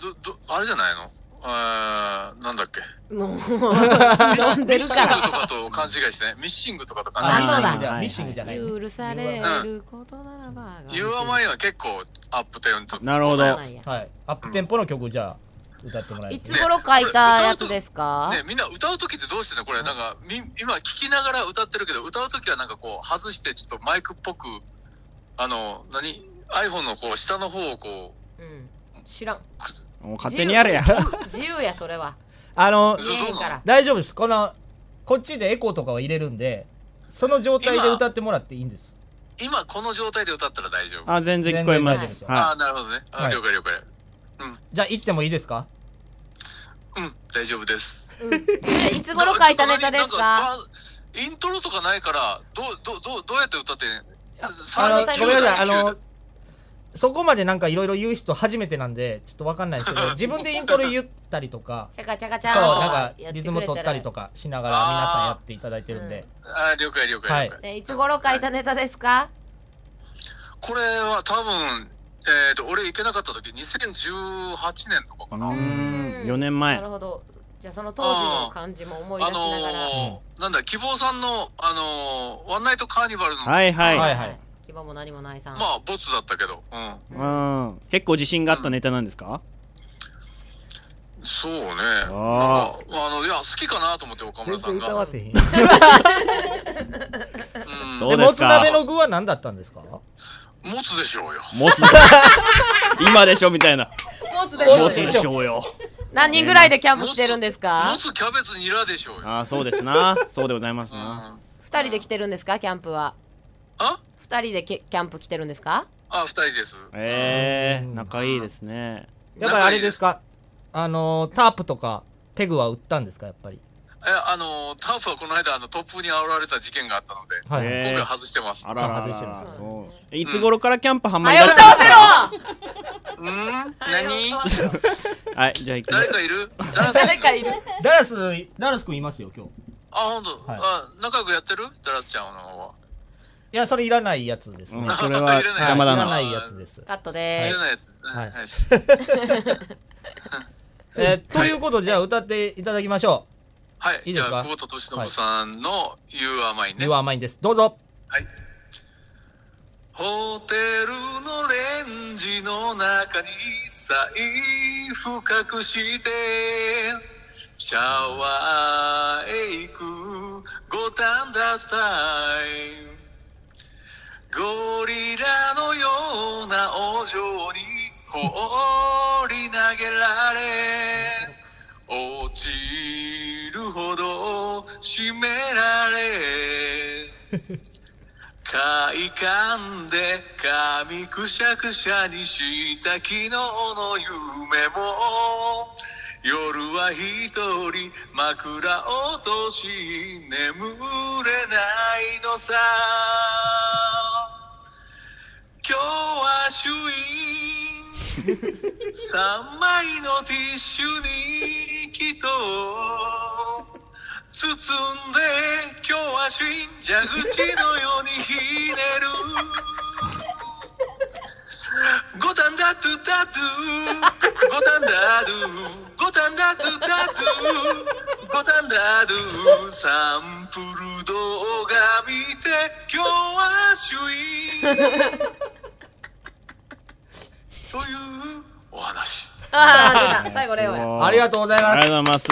S14: ど、ど、あれじゃないのあーなんだっけ
S3: いもう飲んで
S14: ミッ
S3: る
S14: シ
S3: か
S14: ング
S3: ら
S14: とかと勘違いしてね。ミッシングとかと勘違い
S3: あ
S14: し
S3: そうだ
S1: ミッシングじゃないミッシングじゃない
S3: 許されることならば
S14: て。You are mine は結構アップテンと。
S4: なるほど
S3: そうなんや
S1: はいアップテンポの曲じゃあ歌ってもらえる
S3: いつ頃書いたやつですか
S14: ねみんな歌う時ってどうしてんのこれなんか、み、今聞きながら歌ってるけど、歌う時はなんかこう外してちょっとマイクっぽく、あの、何 ?iPhone のこう下の方をこう、
S3: うん知らん
S4: もう勝手にやれや
S3: 自由やそれは
S1: あの
S14: そう
S3: 見えへんから
S1: 大丈夫ですこのこっちでエコーとかは入れるんでその状態で歌ってもらっていいんです
S14: 今この状態で歌ったら大丈夫。
S4: あ全然聞こえます
S1: 全然
S14: あ
S4: は
S14: あ、なるほどね。あ
S1: はい
S14: 了解了解。
S1: じゃあ行ってもいいですか
S14: うん、大丈夫です。
S3: いつ頃書いたネタです
S14: な
S3: か
S14: んバーイントロとかないから、どう、どう、どう、どうやって歌ってん
S1: あの
S14: 3人
S1: ごめんなさいあ
S14: 9だ
S1: のそこまでなんかいろいろ言う人初めてなんでちょっとわかんないです けど自分でイントロ言ったりとか
S3: チャカチャカチャ
S1: そう
S3: ン
S1: なんかリズム取ったりと
S3: か
S1: かしながら皆さんやっていただいてるんで
S14: あ了解了解了解、
S1: はい
S3: いつ頃書いたネタですか
S14: これは多分えっ、と俺行けなかった時2018年とかか
S4: いう
S14: な、
S4: ーん4年
S3: な
S4: 前
S3: るほどじゃあその当時の感じも思い出
S14: あ
S3: しながら
S14: のーなんだ希望さんのあのーワンナイトカーニバルの、
S4: はいはい、
S1: はい
S3: 希望も何もないさん
S14: まあボツだったけどう
S4: うん結構自信があったネタなんですか、
S14: んそうねなんか
S4: あ
S14: あのいや好きかなと思って岡村
S1: 全
S14: さ
S1: 然
S14: んが
S1: 歌わせへん
S14: うん
S4: そう
S1: で
S4: で
S1: も
S4: す
S1: つ
S4: か
S1: 鍋の具は何だったんですか
S14: 持つでしょうよ
S4: 持つ 今でしょみたいな
S3: 持つで
S4: 持つ
S3: しょ
S4: でしょうよ
S3: 何人ぐらいでキャンプしてるんですか
S14: 持つキャベツニラでしょうよ
S4: ああそうですなそうでございます
S14: うん
S4: な
S14: あ
S3: 二人で来てるんですかキャンプは二人でキキャンプ来てるんですか
S14: あ二人です
S4: ええー、仲いいですね
S1: やっぱりあれですかあのタープとかペグは売ったんですかやっぱり
S14: えあのーターフはこの間あの突風に煽られた事件があったので
S1: はいは
S4: え
S1: い
S4: ー
S14: 今回外してます、
S4: あららら
S1: 外してるん
S4: ら
S1: で
S4: そうえいつ頃からキャンプハマり
S3: 早
S4: だ
S3: 歌
S4: した
S3: わ
S4: んです
S3: せ
S4: か
S3: ろ
S14: うん何
S4: はいじゃあ行きま
S14: 誰
S4: す
S14: かいるダラス
S3: 誰かいる
S1: ダラスダラス君いますよ今日
S14: あ、本当、
S1: はい
S14: あ、仲良くやってるダラスちゃんの方は。
S1: いやそれいらないやつです
S4: う
S1: ね
S4: ん、それは邪魔だ
S1: いら
S4: な
S1: ないやつです
S3: カットで
S14: い
S3: ー
S14: ら
S3: す
S14: ないやつ。
S1: はい
S14: はい。
S1: えーということでじゃあ歌っていただきましょ
S14: はい。
S1: い
S14: じ
S1: いで
S14: ゃ
S1: すか
S14: あ、久保田敏信さんの You are mine
S1: う「
S14: ね。
S1: You are mine」ですどうぞ
S14: はい。ホテルのレンジの中に財布隠してシャワーへ行くごたんださいゴリラのようなお嬢に放り投げられ落ちしめられ 快感で髪くしゃくしゃにした昨日の夢も夜は一人枕落とし眠れないのさ今日は主因3枚のティッシュにきっと包んで今日は主因蛇口のようにひねる五反田トゥタトゥ五反田ドゥ五反田トゥタトゥ五反田ドゥサンプル動画見て今日は主因というお話
S3: あー出た最後レオや
S1: ありがとうございます
S4: ありがとうございます。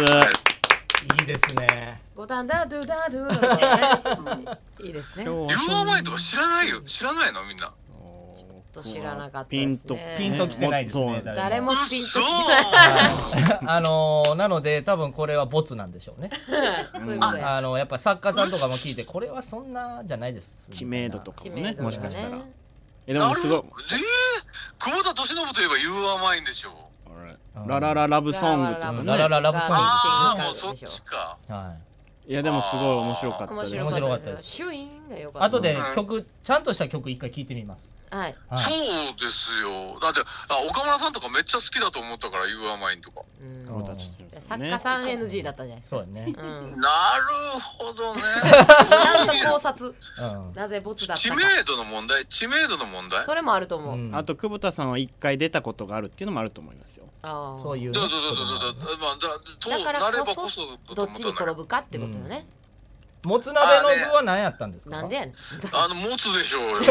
S1: いいですね
S3: 五反田ドゥダドゥのね いいですねちょ
S14: 言う前とか知らないよ知らないのみんな
S3: っと知らなかった
S4: ピ
S3: で
S4: ン
S3: す
S4: と、
S3: ね
S1: ピンときてないですね
S4: そう
S3: 誰もピン
S14: 嘘
S3: とき
S1: あのーなので多分これはボツなんでしょうね
S3: たそういうことや
S1: あのやっぱ作家さんとかも聞いてこれはそんなじゃないです
S4: 知名度と
S1: か
S4: か
S3: 知
S4: も
S3: 名
S4: ね、
S3: 度がね
S4: もしかしたら。え、で
S14: な
S4: も
S14: る
S4: す
S14: ほ
S4: ごい
S14: ど。えー、久保田利伸といえば言う甘いんでしょ
S4: ララララブソングとか
S1: ララ
S4: ね。
S1: ララブソング
S14: ああもうそっちか
S1: はい
S4: いや、でもすごい面白かった
S3: 面
S4: です。
S3: 白か
S1: か
S3: っ
S1: ったた
S3: で
S1: ですす
S3: 主演が良かった
S1: 後で
S14: うん
S1: 曲ちゃんとした曲一回聞いてみます
S3: はい
S1: は
S14: そう
S1: い
S14: ですよだってあ岡村さんとかめっちゃ好きだと思ったから言う甘いんとか
S3: うん
S4: 久保田千尋さん
S3: 作
S4: ね
S3: 家さん NG だったね
S1: そうやね
S3: うん
S14: なるほどね
S3: ちゃんと考察
S1: うん
S3: なぜボツだった
S14: 知
S3: か
S14: 名度の問題知名度の問題
S3: それもあると思う、
S1: うん
S4: あと久保田さんは一回出たことがあるっていうのもあると思いますよ。
S3: あ
S1: そういう
S14: だだだ
S1: こと
S14: だだまあだそう
S3: だか
S14: なれ
S3: ら
S14: ば
S3: こ
S14: こ
S3: そ
S14: そ
S3: どっちに転
S14: ぶ
S3: ぶかってことよね、
S1: もつ鍋の具は何やったんですか
S3: なんでやねん
S14: あの持つでしょうよ
S4: 坊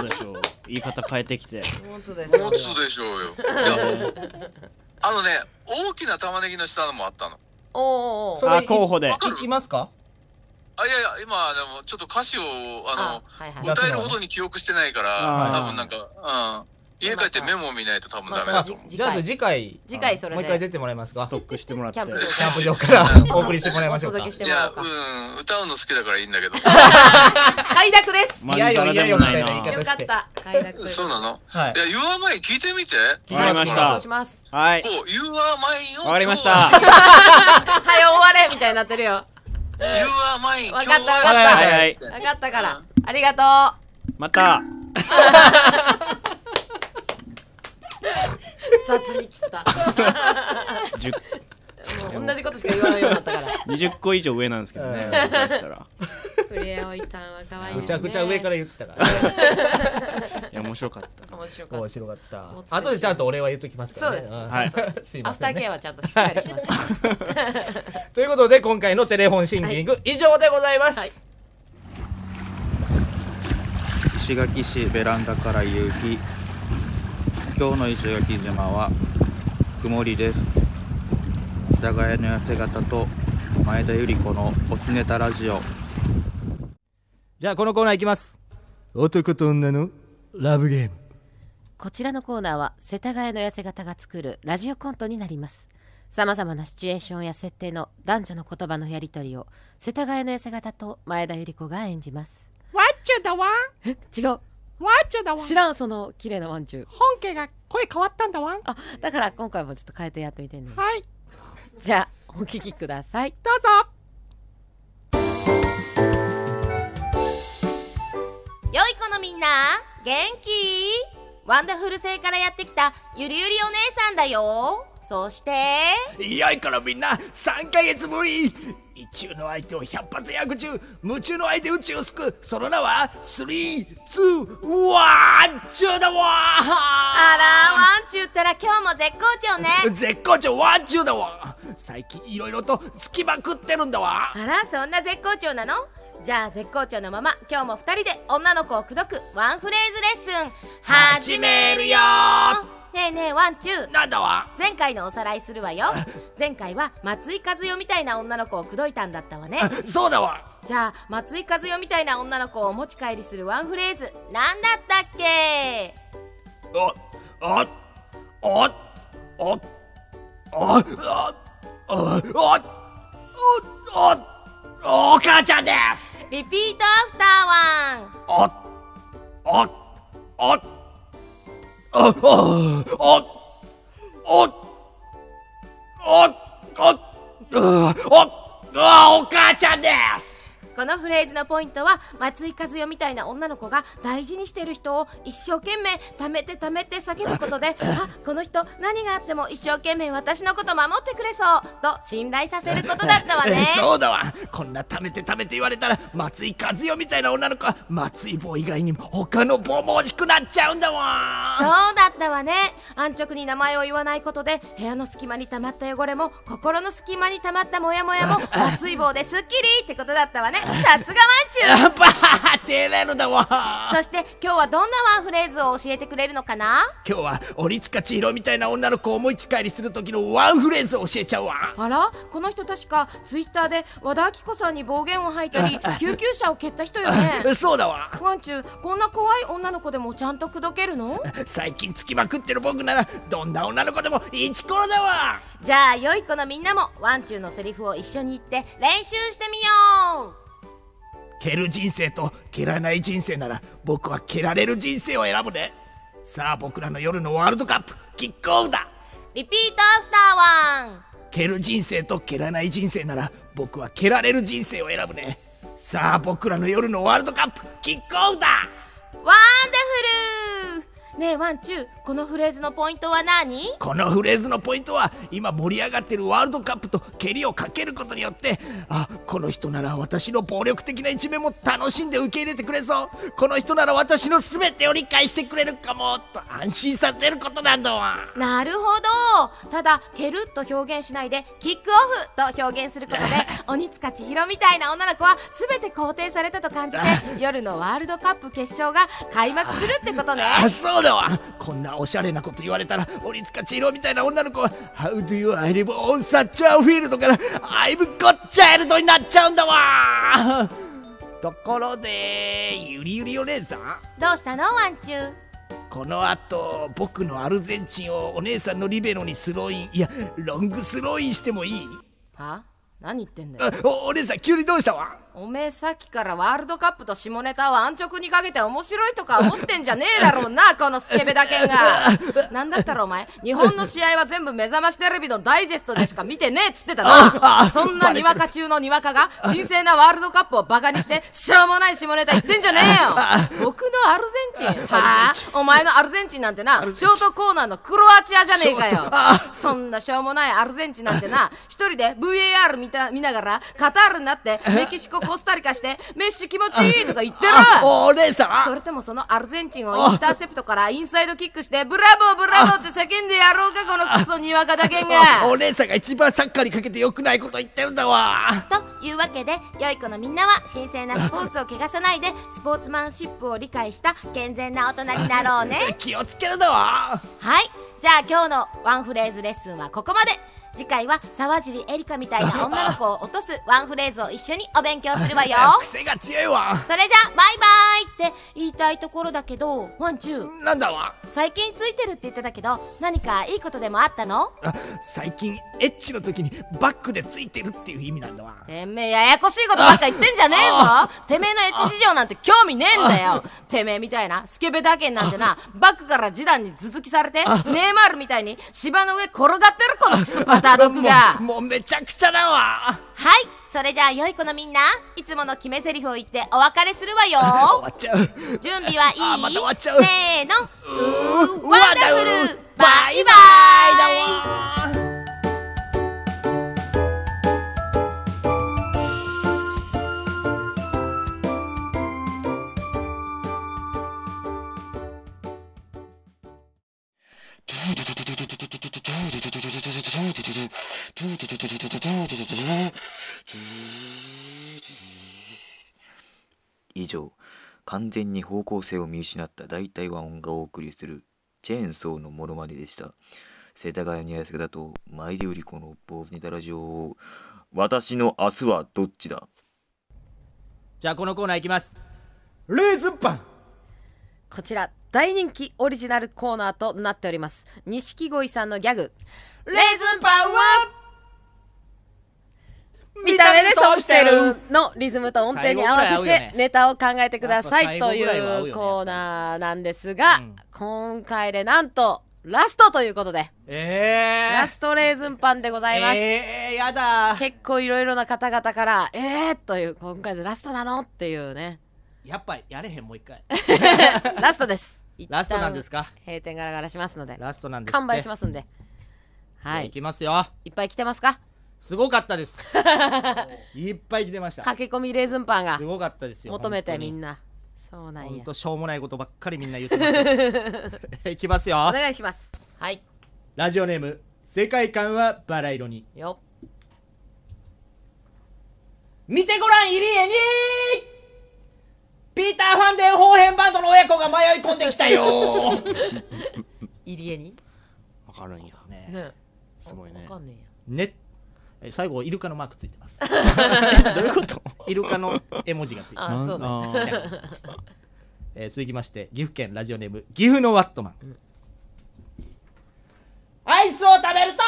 S4: 主でしょう。言い方変えてきて。
S3: 持つでしょ
S14: 持つでしょうよいやあのね大きな玉ねぎの下のもあったの
S3: おーおーおー
S1: それ
S4: あ、候補で。
S1: いきますか
S14: あいやいや今でもちょっと歌詞をあ
S3: あ
S14: の
S3: はいはい
S1: だ
S14: 歌えるほどに記憶してないから
S4: あー
S14: 多分なんか、うん、家帰ってメモを見ないと多分ダメ
S3: ま
S14: だ
S1: あ
S14: と思う、
S1: じゃあ次回
S3: 次回それで
S1: もう一回出てもらえます
S4: ス
S1: か
S4: トックしてもらっ
S3: キ
S4: て。
S3: ャンプ
S1: キャンプ場からお送りしてもらいま
S3: お
S1: しょう
S3: 届け
S1: か
S3: して
S14: い
S3: もら
S14: や
S3: おうか
S14: うん歌うの好きだからいいんだけど
S3: 快諾です
S4: まんざらでもないな。
S1: いやいやいやいや
S4: わ
S3: よかった快諾とい
S14: そうなの
S1: はい
S14: いや You Are Mine 聞いてみて
S4: かりまし
S3: そ
S4: た
S3: うし。ます
S4: はい
S14: こ。う You Are Mine を
S4: わかりました。
S3: はい 終われみたいになってるよ
S14: You Are Mine 今
S3: わ
S14: 日
S3: かったわ
S14: は
S3: かっ
S4: はい
S3: た
S4: はい。
S3: わかったからありがと
S4: また。
S3: う雑に切った
S4: 十
S3: もう同じことしか言わないようになったから
S4: 二十個以上上なんですけどね。
S1: うん
S4: 僕からしたら。
S3: フレオイタンは可愛いですね
S1: ぐちゃぐちゃ上から言って たから
S4: いや、面白かった。
S3: 面白かっ
S1: 面
S3: た
S1: 白かった
S3: もつ
S1: 後でちゃんとお礼は言っときますからね
S3: そうです
S1: ん
S4: はい。
S1: すい
S3: ア
S1: ま
S3: フタ
S1: せん
S3: ーケ
S1: ね
S3: アはちゃんとしっかりし ます
S1: ということで今回のテレフォンシンキング以上でございま
S3: はい
S1: す
S8: 石垣市ベランダから夕日今日の石垣島は曇りです世田谷の痩せ方と前田由里子のおつネタラジオ
S1: じゃあこのコーナーいきます男と女のラブゲーム
S3: こちらのコーナーは世田谷の痩せ方が作るラジオコントになりますさまざまなシチュエーションや設定の男女の言葉のやり取りを世田谷の痩せ方と前田由里子が演じます
S15: ワッチュだわん
S3: 違う
S15: ワッチュだわん
S3: 知らんその綺麗なワンチュ
S15: 本家が声変わったんだわん
S3: あだから今回もちょっと変えてやってみてね
S15: はいど
S3: じゃあお聞きくださいう
S15: ぞ
S6: 良い子のみんな元気ワンダフル星からやってきたゆりゆりお姉さんだよそして
S2: よいからみんな3ヶ月ぶり一中の相手を百発百中夢中の相手宇宙を救うその名は321ワンチューだわ
S6: あらワンチュったら今日も絶好調ね
S2: 絶好調ワンチューだわ最近いろいろとつきまくってるんだわ
S6: あらそんな絶好調なのじゃあ絶好調のまま今日も2人で女の子を口説くワンフレーズレッスン始めるよねえねえワンチュ
S2: なんだわ
S6: 前回のおさらいするわよ前回は松井和代みたいな女の子を口説いたんだったわね
S2: そうだわ
S6: じゃあ松井和代みたいな女の子をお持ち帰りするワンフレーズなんだったっけ
S2: おおおおおおおおおおお母ちゃんです
S6: リピートアフターワン
S2: おっおっおっおっおっおっおっおっおっおっお母ちゃんです
S6: このフレーズのポイントは松井和代みたいな女の子が大事にしてる人を一生懸命貯めて貯めて叫ぶことであこの人何があっても一生懸命私のこと守ってくれそうと信頼させることだったわね
S2: そうだわこんな貯めて貯めて言われたら松井和代みたいな女の子は松井棒以外にも他の棒も欲しくなっちゃうんだわ
S6: そうだったわね安直に名前を言わないことで部屋の隙間に溜まった汚れも心の隙間に溜まったモヤモ ヤも松井棒ですっきりってことだったわねさすがワンチュ
S2: ー照れるだわ
S6: そして今日はどんなワンフレーズを教えてくれるのかな
S2: 今日は折塚千尋みたいな女の子を思いつかりする時のワンフレーズを教えちゃうわ
S6: あらこの人確かツイッターで和田アキ子さんに暴言を吐い たり救急車を蹴った人よね
S2: そうだわ
S6: ワンチューこんな怖い女の子でもちゃんと口説けるの
S2: 最近つきまくってる僕ならどんな女の子でもイチコロだわ
S6: じゃあ良い子のみんなもワンチューのセリフを一緒に言って練習してみよう
S2: 蹴る人生と蹴らない人生なら僕は蹴られる人生を選ぶねさあ僕らの夜のワールドカップキックオフだ
S6: リピートアフターワン
S2: 蹴る人生と蹴らない人生なら僕は蹴られる人生を選ぶねさあ僕らの夜のワールドカップキックオフだ
S6: ワンダフルねえワンチューこのフレーズのポイントは何
S2: このフレーズのポイントは今盛り上がってるワールドカップと蹴りをかけることによってあこの人なら私の暴力的な一面も楽しんで受け入れてくれそうこの人なら私の全てを理解してくれるかもと安心させることなんだわ
S6: なるほどただ蹴ると表現しないでキックオフと表現する ことで鬼塚千尋みたいな女の子は全て肯定されたと 感じて夜のワールドカップ決勝が開幕するってことね
S2: あそうだわこんなおしゃれなこと言われたら鬼塚千尋みたいな女の子は How do you I live on such a field から I've got child になっちゃうんだわところでゆりゆりお姉さん
S6: どうしたのワンチュー
S2: このあと僕のアルゼンチンをお姉さんのリベロにスローインいやロングスローインしてもいい
S6: は何言ってんだよ
S2: おお姉さん急にどうしたわ
S6: おめえさっきからワールドカップと下ネタを安直にかけて面白いとか思ってんじゃねえだろうなこのスケベだけ がなんだったろお前日本の試合は全部目覚ましテレビのダイジェストでしか見てねえっつってたなそんなにわか中のにわかが神聖なワールドカップをバカにしてしょうもない下ネタ言ってんじゃねえよ僕のアルゼンチンはあお前のアルゼンチンなんてなショートコーナーのクロアチアじゃねえかよそんなしょうもないアルゼンチンなんてな一人で VAR 見た見ながらカタールになってメキシココスタリカしてメッシ気持ちいいとか言ってる
S2: お姉さん
S6: それともそのアルゼンチンをインターセプトからインサイドキックしてブラボーブラボーって叫んでやろうかこのクソにわかだけ が
S2: おお姉さんが一番サッカーにかけてよくないこと言ってるんだわ
S6: というわけで良い子のみんなは神聖なスポーツを汚さないでスポーツマンシップを理解した健全な大人になろうね
S2: 気をつけるだわ
S6: はいじゃあ今日のワンフレーズレッスンはここまで次回は沢尻エリカみたいな女の子を落とすワンフレーズを一緒にお勉強す るわよ
S2: 癖が強いわ
S6: それじゃバイバイって言いたいところだけどワンチュー
S2: なんだわ
S6: 最近ついてるって言ってたけど何かいいことでもあったの
S2: 最近エッチの時にバックでついてるっていう意味なんだわ
S6: てめえややこしいことばっか言ってんじゃねえ ぞてめえのエッチ事情なんて興味ねえんだよてめえみたいなスケベだけなんて なバックから示談に続きされてネーマールみたいに芝の上転がってるこのクソバタードッグが
S2: もうめちゃくちゃだわ
S6: はいそれじゃあ良い子のみんないつもの決め台詞を言ってお別れするわよ
S2: 終わっちゃう
S6: 準備はいい
S2: あまた終わっちゃ
S6: せ
S2: う
S6: ーの
S2: うー
S6: ワンダフ
S2: ワンダ
S6: ル
S2: フル
S6: バイバイ
S2: だわ
S12: 以上完全に方向性を見失った大体和音がお送りするチェーンソーのモノマネでした世田谷にあやすけだと前で売り子の坊主ネタラジオ私の明日はどっちだ
S1: じゃあこのコーナーいきますレーズンパン
S3: こちら大人気オリジナルコーナーとなっております錦鯉さんのギャグ
S6: レーズンパンは
S3: 見た目で損してるのリズムと音程に合
S6: 最
S3: わ
S6: 後
S3: せ
S6: ぐらい合うよ
S3: てネタを考えてください
S6: やっぱ
S3: と
S6: 最後ぐらいは合うよ
S3: い
S6: ね
S3: うコーナーなんですが、今回でなんとラストということで、
S1: え
S3: ラストレーズンパンでございます。
S1: えー、やだ
S3: 結構いろいろな方々から、えー、という、今回でラストなのっていうね。
S1: やっぱやれへんもう一回
S3: ラストです。
S1: ラストなんですか
S3: 一旦閉店ガラガラしますので。
S1: ラストなんですって
S3: 完売しますんで。はい。
S1: いきますよ
S3: いっぱい来てますか
S1: すごかっ たですいっぱい来てました
S3: 駆け込みレーズンパンが
S1: すごかったですよ
S3: 求めて
S1: 本当
S3: み
S1: に
S3: んな。そうなん
S1: ほん
S3: や。
S1: としょうもないことばっかりみんな言って ますよいきますよ
S3: お願いします。はい。
S1: ラジオネーム世界観はバラ色に
S3: よ
S2: 見てごらん入り江にピーター・ファンデン・ホーヘンバンドの親子が迷い込んでき たよ
S3: 入り江に
S1: わかるんやね
S3: ね
S1: すごいね
S3: わかんね
S1: ねえ最後イルカのマークついてま すどういうことイルカの絵文字がついてます
S3: あそうなんだ
S1: ちっちゃいのえー続きまして岐阜県ラジオネーム岐阜のワットマン、
S2: アイスを食べると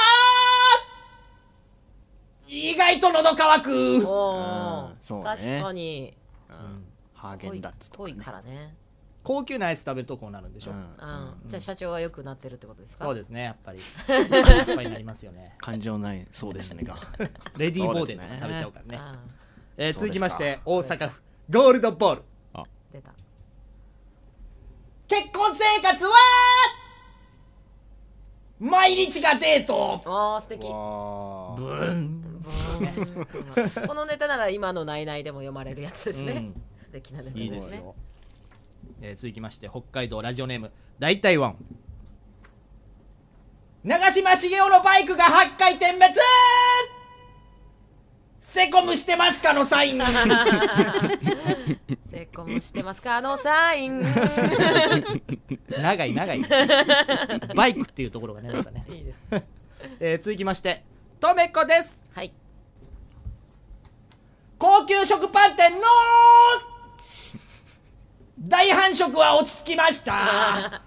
S2: 意外と喉乾く
S3: や。
S1: そう
S3: 確かに。
S1: ハー
S3: 濃い濃いからね。
S1: 高級なアイス食べるとこうなるんでしょ、
S3: うんじゃあ社長が良くなってるってことですか
S1: そうですねやっ ぱり 失敗になりますよね
S4: 感情ないそうですねが
S1: レディーボーデンとか食べちゃうからね
S3: あ
S1: えー
S4: そうですか
S1: 続きまして大阪府ゴールドボール
S3: 出た
S2: 結婚生活は毎日がデート
S3: あー素敵ブ
S2: ーン
S3: このネタなら今の「ないない」でも読まれるやつですね、
S1: うん
S3: 素敵なネタ
S1: いいで
S3: ですすね
S1: よ、えー続きまして北海道ラジオネーム大体ワン
S2: 長嶋茂雄のバイクが8回点滅セコムしてますかのサイ ン
S3: 成功してますかあのサイン
S1: 長い長いバイクっていうところがねまたね
S3: いいです、
S1: えー続きましてとめこです
S3: はい
S2: 高級食パン店の大繁殖は落ち着きました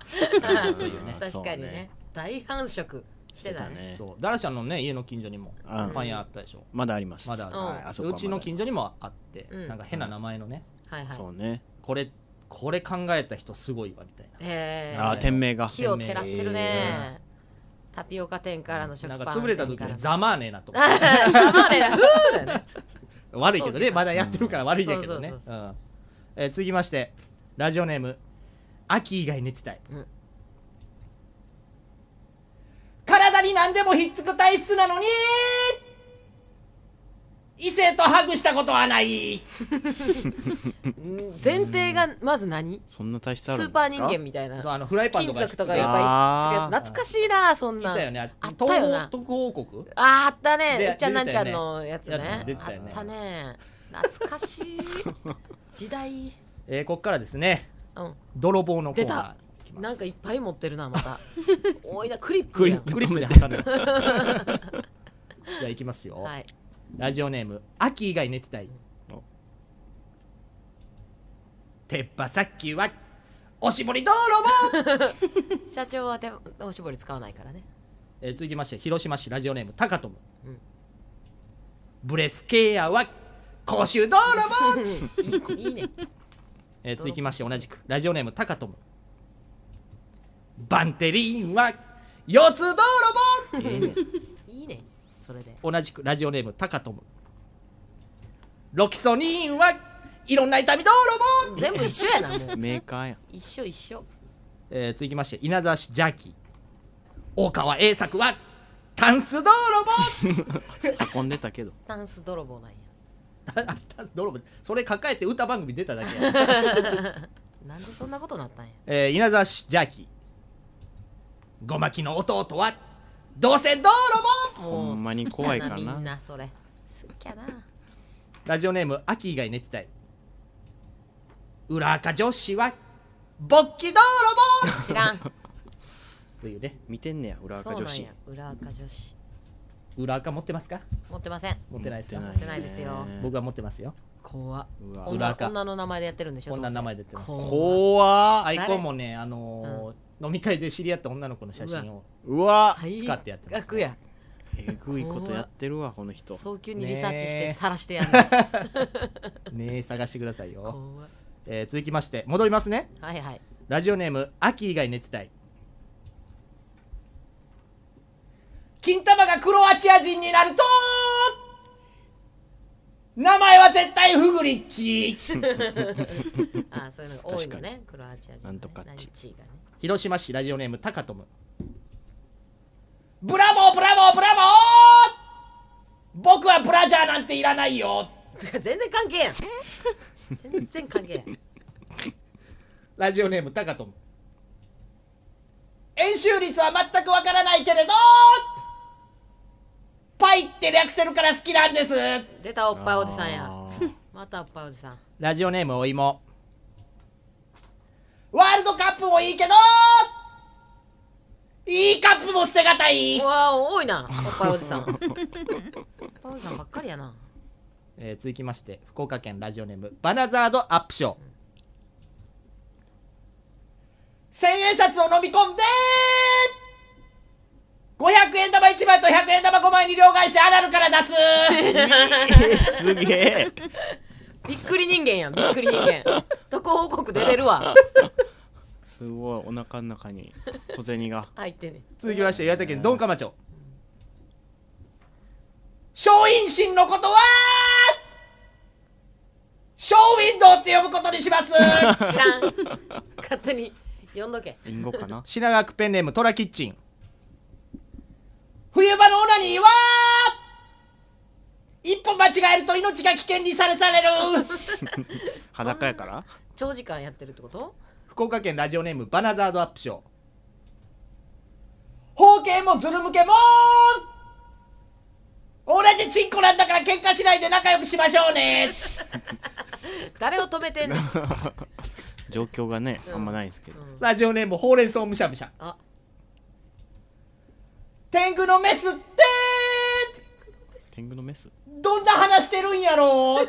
S3: 確かにね大繁殖してたね
S1: そうダラシャンのね家の近所にも
S4: うん
S1: パン屋あったでしょ
S4: まだあります
S1: まだある
S4: はい
S1: はい
S4: あそこは
S1: う
S4: まだ
S1: ちの近所にもあって
S3: うん
S1: なんか変な名前のね
S3: はいはい
S4: そうね
S1: これこれ考えた人すごいわみたいな
S3: え
S1: あー店名が
S3: 火を照らってる
S1: 店
S3: ね、タピオカ店からの食
S1: な
S3: パン
S1: んか 潰れた時
S3: 店
S1: に
S3: か
S1: ざまあねえなと思っ
S3: ら
S1: て
S3: ざまあねなふーだよね
S1: 悪いけどねまだやってるから悪いんだけどね
S3: そうそう
S1: うんえー続きましてラジオネーム秋以外寝てたい
S2: 体に何でもひっつく体質なのに異性とハグしたことはない
S3: 前提がまず何
S4: そんな体質
S3: ス
S4: ある
S3: ー
S4: んです
S3: パ
S4: か
S3: ー人間みたいな
S1: そうあのフライパン
S3: 金
S1: とかに
S3: 属とかいっぱいひっつくやつ懐かしいなそんなん
S1: いたよね
S3: あったよ
S1: 東
S3: な
S1: 北報告
S3: あーあった
S1: で
S3: ねうっちゃんなんちゃんのや
S1: 出
S3: つ
S1: てたよね
S3: ね
S1: やつ出てたよね
S3: あったね懐か しい時代
S1: えーこっからですね
S3: うん
S1: 泥棒のコ
S3: 出
S1: ーナー
S3: たなんかいっぱい持ってるなま た多いなクリップ
S1: クリ
S3: や
S1: ッ
S3: ん
S1: プクリップで挟んでます じゃあいきますよ、
S3: はい
S1: ラジオネーム秋以外寝てたい鉄羽さっきはおしぼり泥
S3: 社長は手おしぼり使わないからね
S1: えー続きまして広島市ラジオネーム高友、ブレスケアは公衆泥 棒
S3: いいね
S1: えー続きまして同じくラジオネーム高友バンテリンは四つ泥棒、
S3: いいねそれで
S1: 同じくラジオネーム高友ロキソニンはいろんな痛み泥棒
S3: 全部一緒やな もう
S1: メーカーや、
S3: 一緒一緒
S1: えー続きまして稲沢市ジャーキー大川栄作はタンス泥
S4: 運んでたけど
S3: タンス泥棒なんや
S1: 棒 タンス泥棒それ抱えて歌番組出ただけや
S3: なんでそんなことなったんや
S1: えー稲沢市ジャーキーごまきの弟はどうせ道路も
S4: ほんまに怖いから
S3: みん
S4: な
S3: なそれ好きやな
S1: ラジオネーム秋以外寝てたい裏垢女子は勃起道路も
S3: 知らん
S1: というね
S4: 見てんねや裏垢
S3: そ
S4: 女
S3: う
S4: 子
S3: なんや裏垢女子
S1: 裏垢持ってますか
S3: 持ってません
S1: 持ってないですか
S3: 持ってないですよ
S1: 僕は持ってますよ
S3: 怖っ
S1: うわ裏
S3: 女
S1: 垢
S3: 女の名前でやってるんでしょ
S1: 女の名前
S3: どう
S1: 出
S3: せ
S1: てます
S3: 怖っ
S1: 怖っア
S3: 誰
S1: イコンもねあのー飲み会で知り合った女の子の写真を
S4: うわ
S1: 使ってやってます
S3: 楽や
S4: えぐいことやってるわこの人
S3: 早急にリサーチして
S1: ね
S3: 晒してや んな
S1: ねえ探してくださいよ、えー続きまして戻りますね
S3: はいはい
S1: ラジオネーム秋以外熱帯
S2: 金玉がクロアチア人になると名前は絶対フグリッ チ
S3: あーそういうのが多いのねクロアチア人、ね、
S1: なん
S3: とかっちがね
S1: 広島市ラジオネームタカトム
S2: ブラボーブラボーブラボー僕はブラジャーなんていらないよ
S3: 全然関係 やん全然関係やん
S1: ラジオネームタカトム
S2: 円周率は全くわからないけれどパイって略せるから好きなんです
S3: 出たおっぱいおじさんやまたおっぱいおじさん
S1: ラジオネームお芋
S2: ワールドカップもいいけどいいカップも捨てがたいう
S3: わ多いなおっぱいおじさ んおっぱいおじさんばっかりやな
S1: えー続きまして福岡県ラジオネームバナザードアップショー
S2: 千円札を飲み込んで500円玉1枚と100円玉5枚に両替してアナルから出す
S4: すげえ
S3: びっくり人間やんびっくり人 間特報告出れるわ
S4: すごいお腹の中に小銭が
S3: 入ってんねん
S1: 続きまして岩手県ドンカマチョ
S2: 松陰神のことはショーウィンドウって呼ぶことにします
S3: 知らん勝手に呼んどけ
S4: リンゴかな
S1: 品川区ペンネームトラキッチン
S2: 冬場のオナニーは一歩間違えると命が危険にさらされる
S4: 裸やから
S3: 長時間やってるってこと
S1: 福岡県ラジオネームバナザードアップショー
S2: 包茎もズル向けも同じチンコなんだから喧嘩しないで仲良くしましょうね
S3: 誰を止めてんの
S4: 状況がねあんまないんですけど
S1: ラジオネームほうれん草むしゃむしゃ
S2: 天狗のメスって
S4: 天狗のメス
S2: どんな話してるんや ろ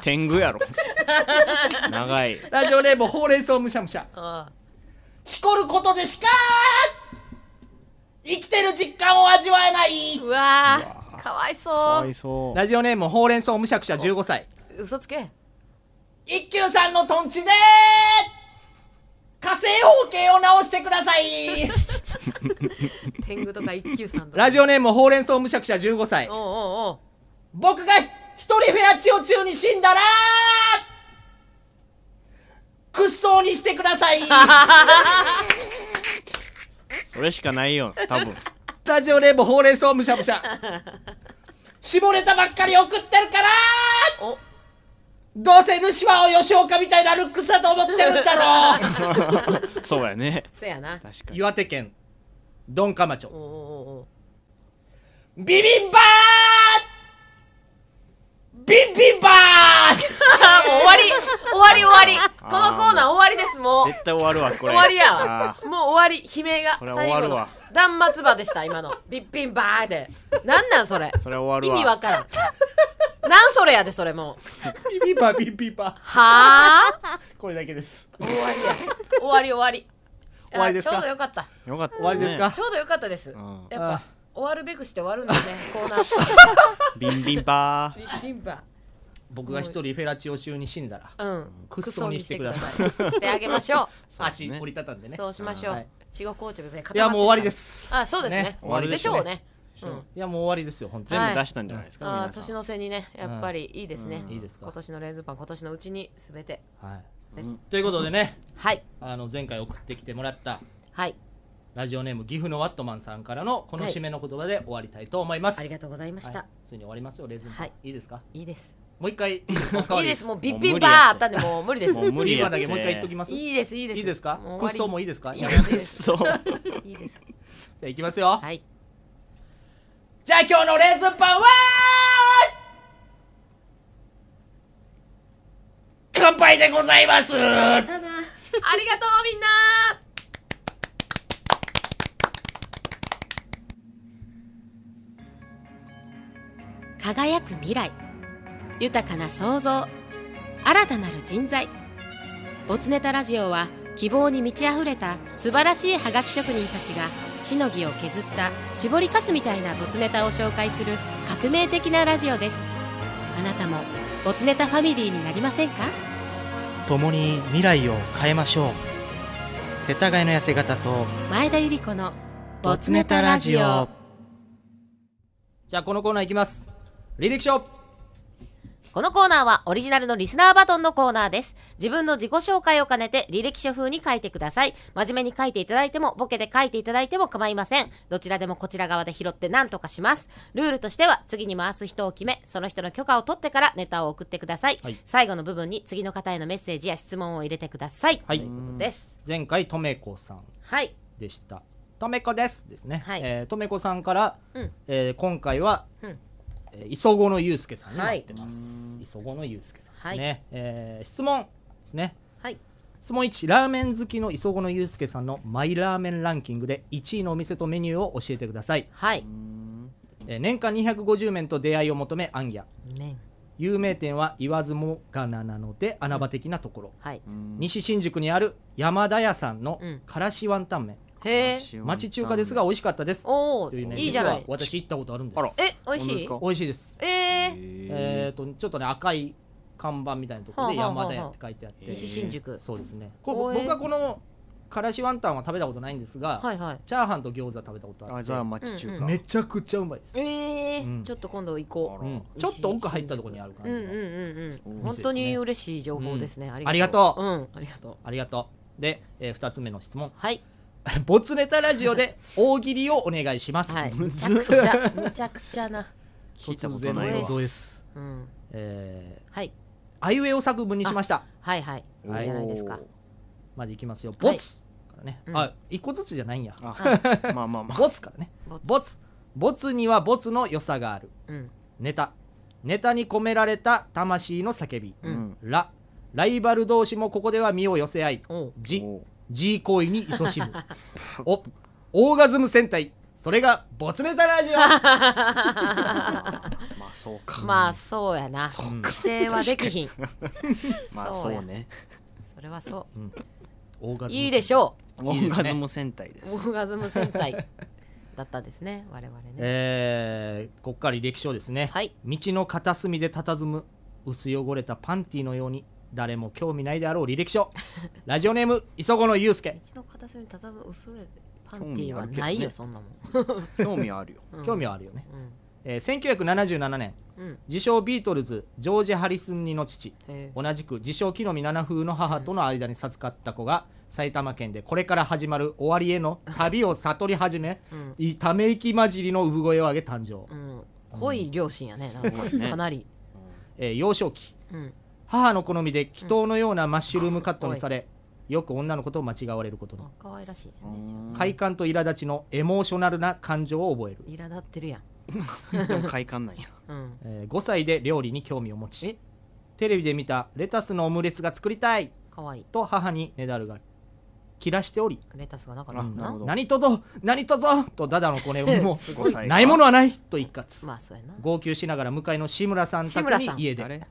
S4: 天狗やろ長い
S1: ラジオネームほうれん草むしゃむしゃ
S2: しこることでしか生きてる実感を味わえないう
S3: わーかわい
S4: か
S3: そ
S4: わいそう
S1: ラジオネームほうれん草むしゃくしゃ15歳
S3: う嘘つけ
S2: 一休さんのトンチで火星方形を直してください
S3: 天狗とか一休さんとか
S1: ラジオネームほうれん草むしゃくしゃ15歳
S3: おうおうおう
S2: 僕が一人フェラチオ中に死んだら屈葬にしてく ださい
S4: それしかないよ多 分
S1: ラジオネームほうれん草むしゃむしゃ
S2: 下ネタばっかり送ってるから
S3: お
S2: どうせ主は吉岡みたいなルックスだと思ってるんだろ う
S4: そうやね
S3: せやな
S4: 確かに
S1: 岩手県ドンカマチョ
S3: おうおうおう
S2: ビビンバービンビンバー
S3: あ ーもう終わり終わり終わりこのコーナー終わりですもう
S4: 絶対終わるわこれ
S3: 終わりや
S4: あ
S3: わもう終わり悲鳴が
S4: これ
S3: 最
S4: 終わ
S3: 後
S4: る
S3: の
S4: わ
S3: 断末魔でした今のビッピンバーでなんなんそれ
S4: ーそれ終
S3: 意
S4: わ
S3: 味
S4: るわ
S3: わからんなんそれやでそれもう
S1: ビビバビビバ
S3: はあ
S1: これだけです
S3: 終わりや終わり終わり
S1: 終わりですか
S3: あちょうどよかった
S4: よかったね
S1: 終わりですか
S3: ちょうどよかったですや
S4: う
S3: っ
S4: ん
S1: あ
S3: ぱ終わるべくして終わるんだねコーナ
S4: ビンビンバ
S3: ー
S4: ー
S3: ビッピンバ
S1: 僕が一人フェラチオ中に死んだら
S3: ーうん
S1: クソにしてください
S3: クソにしてくださいしてあげまし ょ
S1: 足折りたたんで
S3: う、
S1: ね
S3: そうしましょ
S1: は
S3: う
S1: い
S3: 死後硬直で
S1: いやもう終わりです
S3: あそうですね
S1: ね
S3: 終わりでしょうねうん
S1: いやもう終わりですよ本当
S4: 全
S1: に
S4: 部出したんじゃないですか、
S3: ああ
S4: 皆さん
S3: 年の瀬にねやっぱりいいですね、
S1: うんいいですか
S3: 今年のレンズパン今年のうちにすべて
S1: はい
S3: ね
S1: ということでね
S3: はい
S1: あの前回送ってきてもらった
S3: はい
S1: ラジオネーム岐阜のワットマンさんからのこの
S3: はい
S1: 締めの言葉で終わりたいと思います
S3: ありがとうございました、
S1: はい普通に終わりますよレズンさん
S3: はい
S1: いいですか
S3: い、いです
S1: もう一回おか わ
S3: いい
S1: り
S3: ですもうビッ
S4: もう
S3: ビン
S4: 無理
S3: バ
S4: や
S3: ーあ
S4: っ
S3: ってたんでもう無理です
S4: もう無理
S1: ビ
S4: や
S1: バ
S4: って
S1: だけもう一回言っときます
S3: いいですいいです
S1: いいですか
S3: もう終
S1: ク
S3: わり
S1: ソもいいですか
S3: いい
S1: や
S3: で
S1: めます
S3: すいいです
S4: そう
S3: いいです
S1: じゃあいきますよ
S3: はい
S2: じゃあ今日のレーズンパンは乾杯でございます
S3: ただありがとうみんな輝く未来豊かな創造新たなる人材ボツネタラジオは希望に満ち溢れた素晴らしいハガキ職人たちがしのぎを削った絞りかすみたいなボツネタを紹介する革命的なラジオですあなたもボツネタファミリーになりませんか
S16: 共に未来を変えましょう世田谷の痩せ方と
S3: 前田ゆり子の
S16: ボツネタラジオ
S1: じゃあこのコーナーいきます履歴書
S3: このコーナーはオリジナルのリスナーバトンのコーナーです。自分の自己紹介を兼ねて履歴書風に書いてください。真面目に書いていただいても、ボケで書いていただいても構いません。どちらでもこちら側で拾って何とかします。ルールとしては、次に回す人を決め、その人の許可を取ってからネタを送ってください。
S1: はい
S3: 最後の部分に次の方へのメッセージや質問を入れてください。
S1: はい
S3: ということです。
S1: 前回とめこさん
S3: はい。
S1: でしたとめこですですね、えーとめこさんから、
S3: うん
S1: えー今回は、
S3: うん
S1: えー磯子のゆうすけさんになってます、磯子のゆうすけさんですね、
S3: は
S1: えー質問ですね
S3: はい。
S1: 質問1ラーメン好きの磯子のゆうすけさんのマイラーメンランキングで1位のお店とメニューを教えてください
S3: はい、
S1: えー年間250麺と出会いを求めアンギャ
S3: 麺
S1: 有名店は言わずもがななので穴場的なところ、
S3: はい、
S1: 西新宿にある山田屋さんのからしワンタン麺、
S3: へえ。
S1: 町中華ですが美味しかったです
S3: お
S1: というね
S3: いいじゃない
S1: 実は私行ったことあるんです
S3: え美味しい
S1: 本当ですか美味しいです
S3: え
S1: えっとちょっとね赤い看板みたいなところで
S3: はあはあ
S1: 山
S3: はあ
S1: 田屋って書いてあって
S3: 西新宿
S1: そうですねこ
S3: 公園
S1: 僕はこのからしワンタンは食べたことないんですが
S3: はいはい
S1: チャーハンと餃子食べたことあって
S16: あじゃあ町中華うんうん
S1: めちゃくちゃうまいです
S3: ええー
S1: うん
S3: ちょっと今度行こう。
S1: うんちょっと奥入ったところにある感
S3: う
S1: じ
S3: んう
S1: の
S3: んうんうん。
S1: お店ですね
S3: 本当に嬉しい情報ですね。
S1: あ
S3: あ
S1: り
S3: り
S1: が
S3: が
S1: と
S3: と
S1: う
S3: う。うん、ありがとう。
S1: ありがとうで、え2つ目の質問
S3: はい
S1: ボツネタラジオで大喜利をお願いします、
S3: はい。
S1: む
S3: むち
S1: ず
S3: ゃくちゃ、むちゃくちゃな。
S1: 聞いたことないわ
S3: 突然の
S1: です、
S3: うん。
S1: えー
S3: はい。
S1: あいうえお作文にしました
S3: はいはい。いいじゃないですか。
S1: までいきますよボツからね、
S3: うん
S1: あ一個ずつじゃないんやま
S3: あ
S1: あ まあボツからねボツボツにはボツの良さがある、
S3: うん
S1: ネタネタに込められた魂の叫び、
S3: うん
S1: ラライバル同士もここでは身を寄せ合いジジ行為に勤 しむおオーガズム戦隊それがボツネタラジオ
S4: まあそうか
S3: まあそうやな。
S4: そうか
S3: 否定はできひん。
S4: まあそうね
S3: それはそ
S1: オーガ
S3: う。いいでしょう。
S4: オーガズム戦隊です
S3: オーガズム戦隊だったんですね。我々ね。
S1: えー、こっから履歴書ですね、道の片隅で佇む薄汚れたパンティのように誰も興味ないであろう履 歴書ラジオネーム磯子のゆうすけ
S3: 道の片隅に畳む薄れパン
S1: 興
S3: ティ
S1: 味
S3: ー
S1: あ
S3: は
S1: るけどね
S3: ないよ、そんなもん。
S1: 興味はあるよ
S3: うん
S1: 興味はあるよね、えー1977年
S3: うん。
S1: 自称ビートルズジョージ・ハリスン似の父
S3: へ
S1: 同じく自称木の実七風の母との間に授かった子が埼玉県でこれから始まる終わりへの旅を悟り始め
S3: うん
S1: いため息混じりの産声を上げ誕生、
S3: うん。濃い両親やね。なん
S1: すごいね
S3: かかなり。
S1: えー幼少期
S3: うん。
S1: 母の好みで祈祷のようなマッシュルームカットにされ、よく女のことを間違われることに
S3: 可愛らしいね。
S1: 快感と苛立ちのエモーショナルな感情を覚える
S3: 苛立ってるやん。
S1: でも快感なんや、
S3: うん。
S1: えー5歳で料理に興味を持ちテレビで見たレタスのオムレツが作りたい
S3: 可愛い
S1: と母にねだるが切らしており
S3: レタスがなかった
S1: う
S3: の
S1: ん
S3: かな。
S1: 何とぞ何とぞとダダの 子ねも
S3: すごい
S1: もうないものはないと一括
S3: まあそうやな。
S1: 号泣しながら向かいの志村さん
S3: 志
S1: 宅
S3: 村
S1: に
S3: さん
S1: 家で、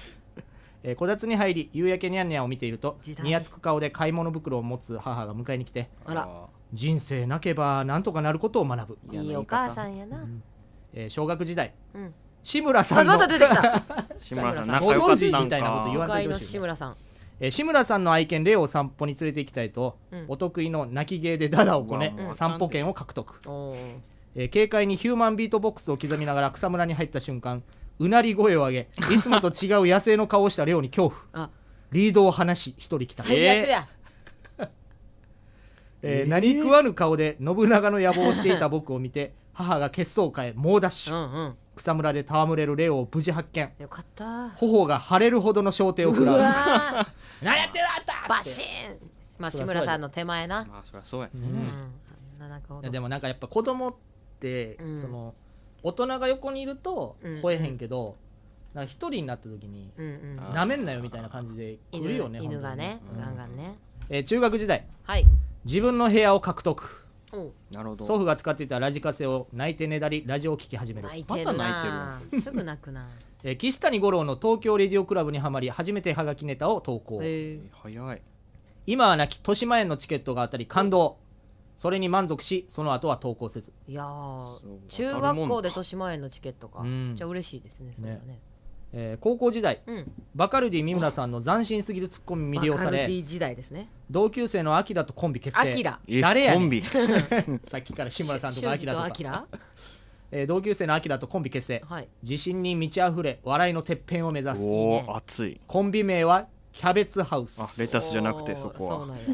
S1: えーこたつに入り夕焼けにゃんにゃんを見ていると
S3: 代
S1: にやつく顔で買い物袋を持つ母が迎えに来て
S3: あら
S1: 人生なけばなんとかなることを学ぶ
S3: いいお母さんやな。
S1: えー小学時代
S3: うん。
S1: 志村さんの
S3: あまた出てきた
S1: 志村さん
S3: 仲
S1: ご
S3: 良か
S1: 存
S3: ったん
S1: 知
S3: か
S1: みたいなこと言わ
S3: 向か
S1: ないいで
S3: の
S1: ほしい
S3: 志村さん。
S1: えー志村さんの愛犬レオを散歩に連れて行きたいと、
S3: うん
S1: お得意の泣き芸でダダをこね
S3: うわもう
S1: 散歩券を獲得、
S3: おー
S1: えー軽快にヒューマンビートボックスを刻みながら草むらに入った瞬間うなり声を上げいつもと違う野生の顔をしたレオに恐怖リードを離し一人来た
S3: 最悪や。
S1: えー何食わぬ顔で信長の野望をしていた僕を 見て母が血相を変え猛ダッシュ、草むらで戯れるレオを無事発見
S3: よかった。
S1: 頬が腫れるほどの焦点を食らう
S3: うわ ー
S1: 何やってるあんた
S3: バシーン。まあ志村さんの手前な。
S1: あそりゃそうや、
S3: うんあんななんかほど
S1: でもなんかやっぱ子供って、
S3: うん
S1: その大人が横にいると
S3: うん
S1: 吠えへんけど、なんか一人になった時に
S3: うんうん
S1: なめんなよみたいな感じで来
S3: 犬
S1: るよね
S3: 犬が
S1: 本当に
S3: ね、ガンガンね。
S1: えー中学時代
S3: はい。
S1: 自分の部屋を獲得
S3: おう
S1: なるほど祖父が使っていたラジカセを泣いてねだりラジオを聴き始める
S3: 泣いてるな。すぐ泣く な。
S1: えー岸谷五郎の東京レディオクラブにはまり初めてハガキネタを投稿、
S3: へー
S1: 早い、今はなき豊島園のチケットが当たり感動それに満足しその後は投稿せず
S3: いやー中学校で豊島園のチケットか、
S1: うん
S3: じゃあ嬉しいですねそれはね
S1: えー高校時代、
S3: うん
S1: バカルディ三村さんの斬新すぎるツッコミに魅了さ
S3: バカルデ
S1: れ
S3: ィ時代ですね
S1: 同級生のアキラとコンビ結成
S3: アキラ
S1: え誰やねん
S3: コンビ
S1: さっきから志村さんとかア
S3: 修二
S1: キラと
S3: と
S1: か
S3: アキラ
S1: えー同級生のアキラとコンビ結成、自信に満ち溢れ笑いのてっぺんを目指す
S4: おお熱い
S1: コンビ名はキャベツハウス
S4: あレタスじゃなくてそこは
S3: そうなんや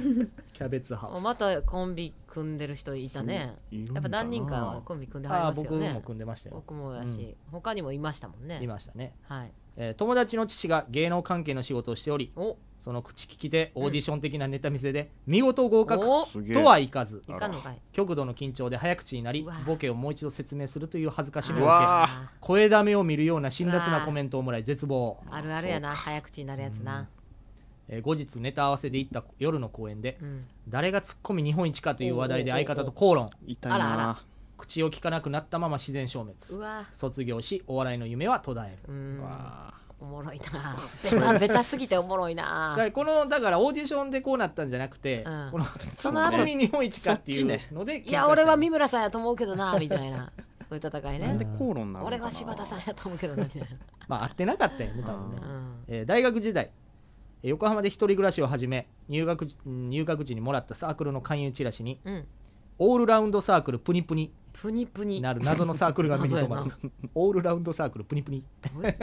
S1: キャベツハウス
S3: またコンビ組んでる人いたね
S1: そういるん
S3: や
S1: だ
S3: っ
S1: な
S3: ぱ何人かはコンビ組んではりますよね
S1: あー僕も組んでましたよ
S3: 僕もやし、他にもいましたもんね
S1: いましたね、
S3: はい
S1: えー友達の父が芸能関係の仕事をしておりその口利きでオーディション的なネタ見せで見事合格
S3: おすげえ
S1: とはいかず
S3: いかんのかい
S1: 極度の緊張で早口になりボケをもう一度説明するという恥ずかしめ
S3: う
S1: を受
S3: わ
S1: け声だめを見るような辛辣なコメントをもらい絶望
S3: あるあるやな早口になるやつ な、
S1: えー後日ネタ合わせで行った夜の公演で、
S3: うん
S1: 誰がツッコミ日本一かという話題で
S3: おうおうお
S1: 相
S3: う
S1: 方と口論
S4: 痛いなあらあら
S1: 口を聞かなくなったまま自然消滅
S3: うわ
S1: 卒業しお笑いの夢は途絶え
S3: るおもろいな
S1: そう
S3: ベタベタすぎておもろいな
S1: だからこのだからオーディションでこうなったんじゃなくて、この
S3: その後
S1: に日本一かっていうので、
S3: いや俺は三村さんやと思うけどなみたい なそういう戦いね
S1: なんで口論なのかな
S3: 俺は柴田さんやと思うけどなみたいな
S1: まあ合ってなかったよね多分ね、えー大学時代えー横浜で一人暮らしを始め入学時うん入学時にもらったサークルの勧誘チラシに、
S3: うん
S1: オールラウンドサークルプニプニ
S3: プニプニ
S1: なる謎のサークルが目に 留まる
S3: 謎
S1: オールラウンドサークルプニプニ、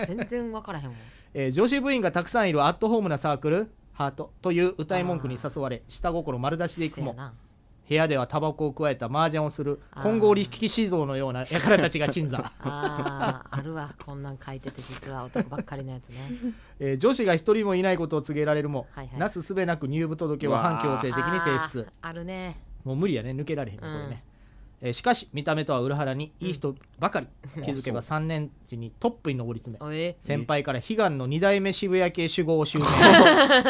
S3: 全然分からへんもん
S1: えー女子部員がたくさんいるアットホームなサークルハートという歌い文句に誘われ下心丸出しでいくも部屋ではタバコを加えた麻雀をする
S3: あー
S1: 混合力士像のような 輩たちが鎮座
S3: あーあるわこんなん書いてて実は男ばっかりのやつね
S1: えー女子が一人もいないことを告げられるも、
S3: はい
S1: なすすべなく入部届を反強制的に提出
S3: あーあるね
S1: もう無理やね抜けられへんね、これね、えーしかし見た目とは裏腹にいい人ばかり、
S3: うん
S1: 気づけば
S3: あ
S1: 3年時にトップに上り詰め、
S3: え
S1: 先輩から悲願の2代目渋谷系酒豪 を襲名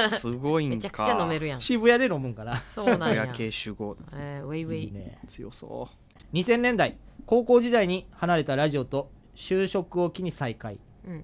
S4: すごいんかめちゃくちゃ飲めるやん
S1: 渋谷で飲むんかな
S3: そうなんや
S4: 親系集合
S3: えーウェイウェイ
S4: 強そう
S1: 2000年代高校時代に離れたラジオと就職を機に再会、
S3: うん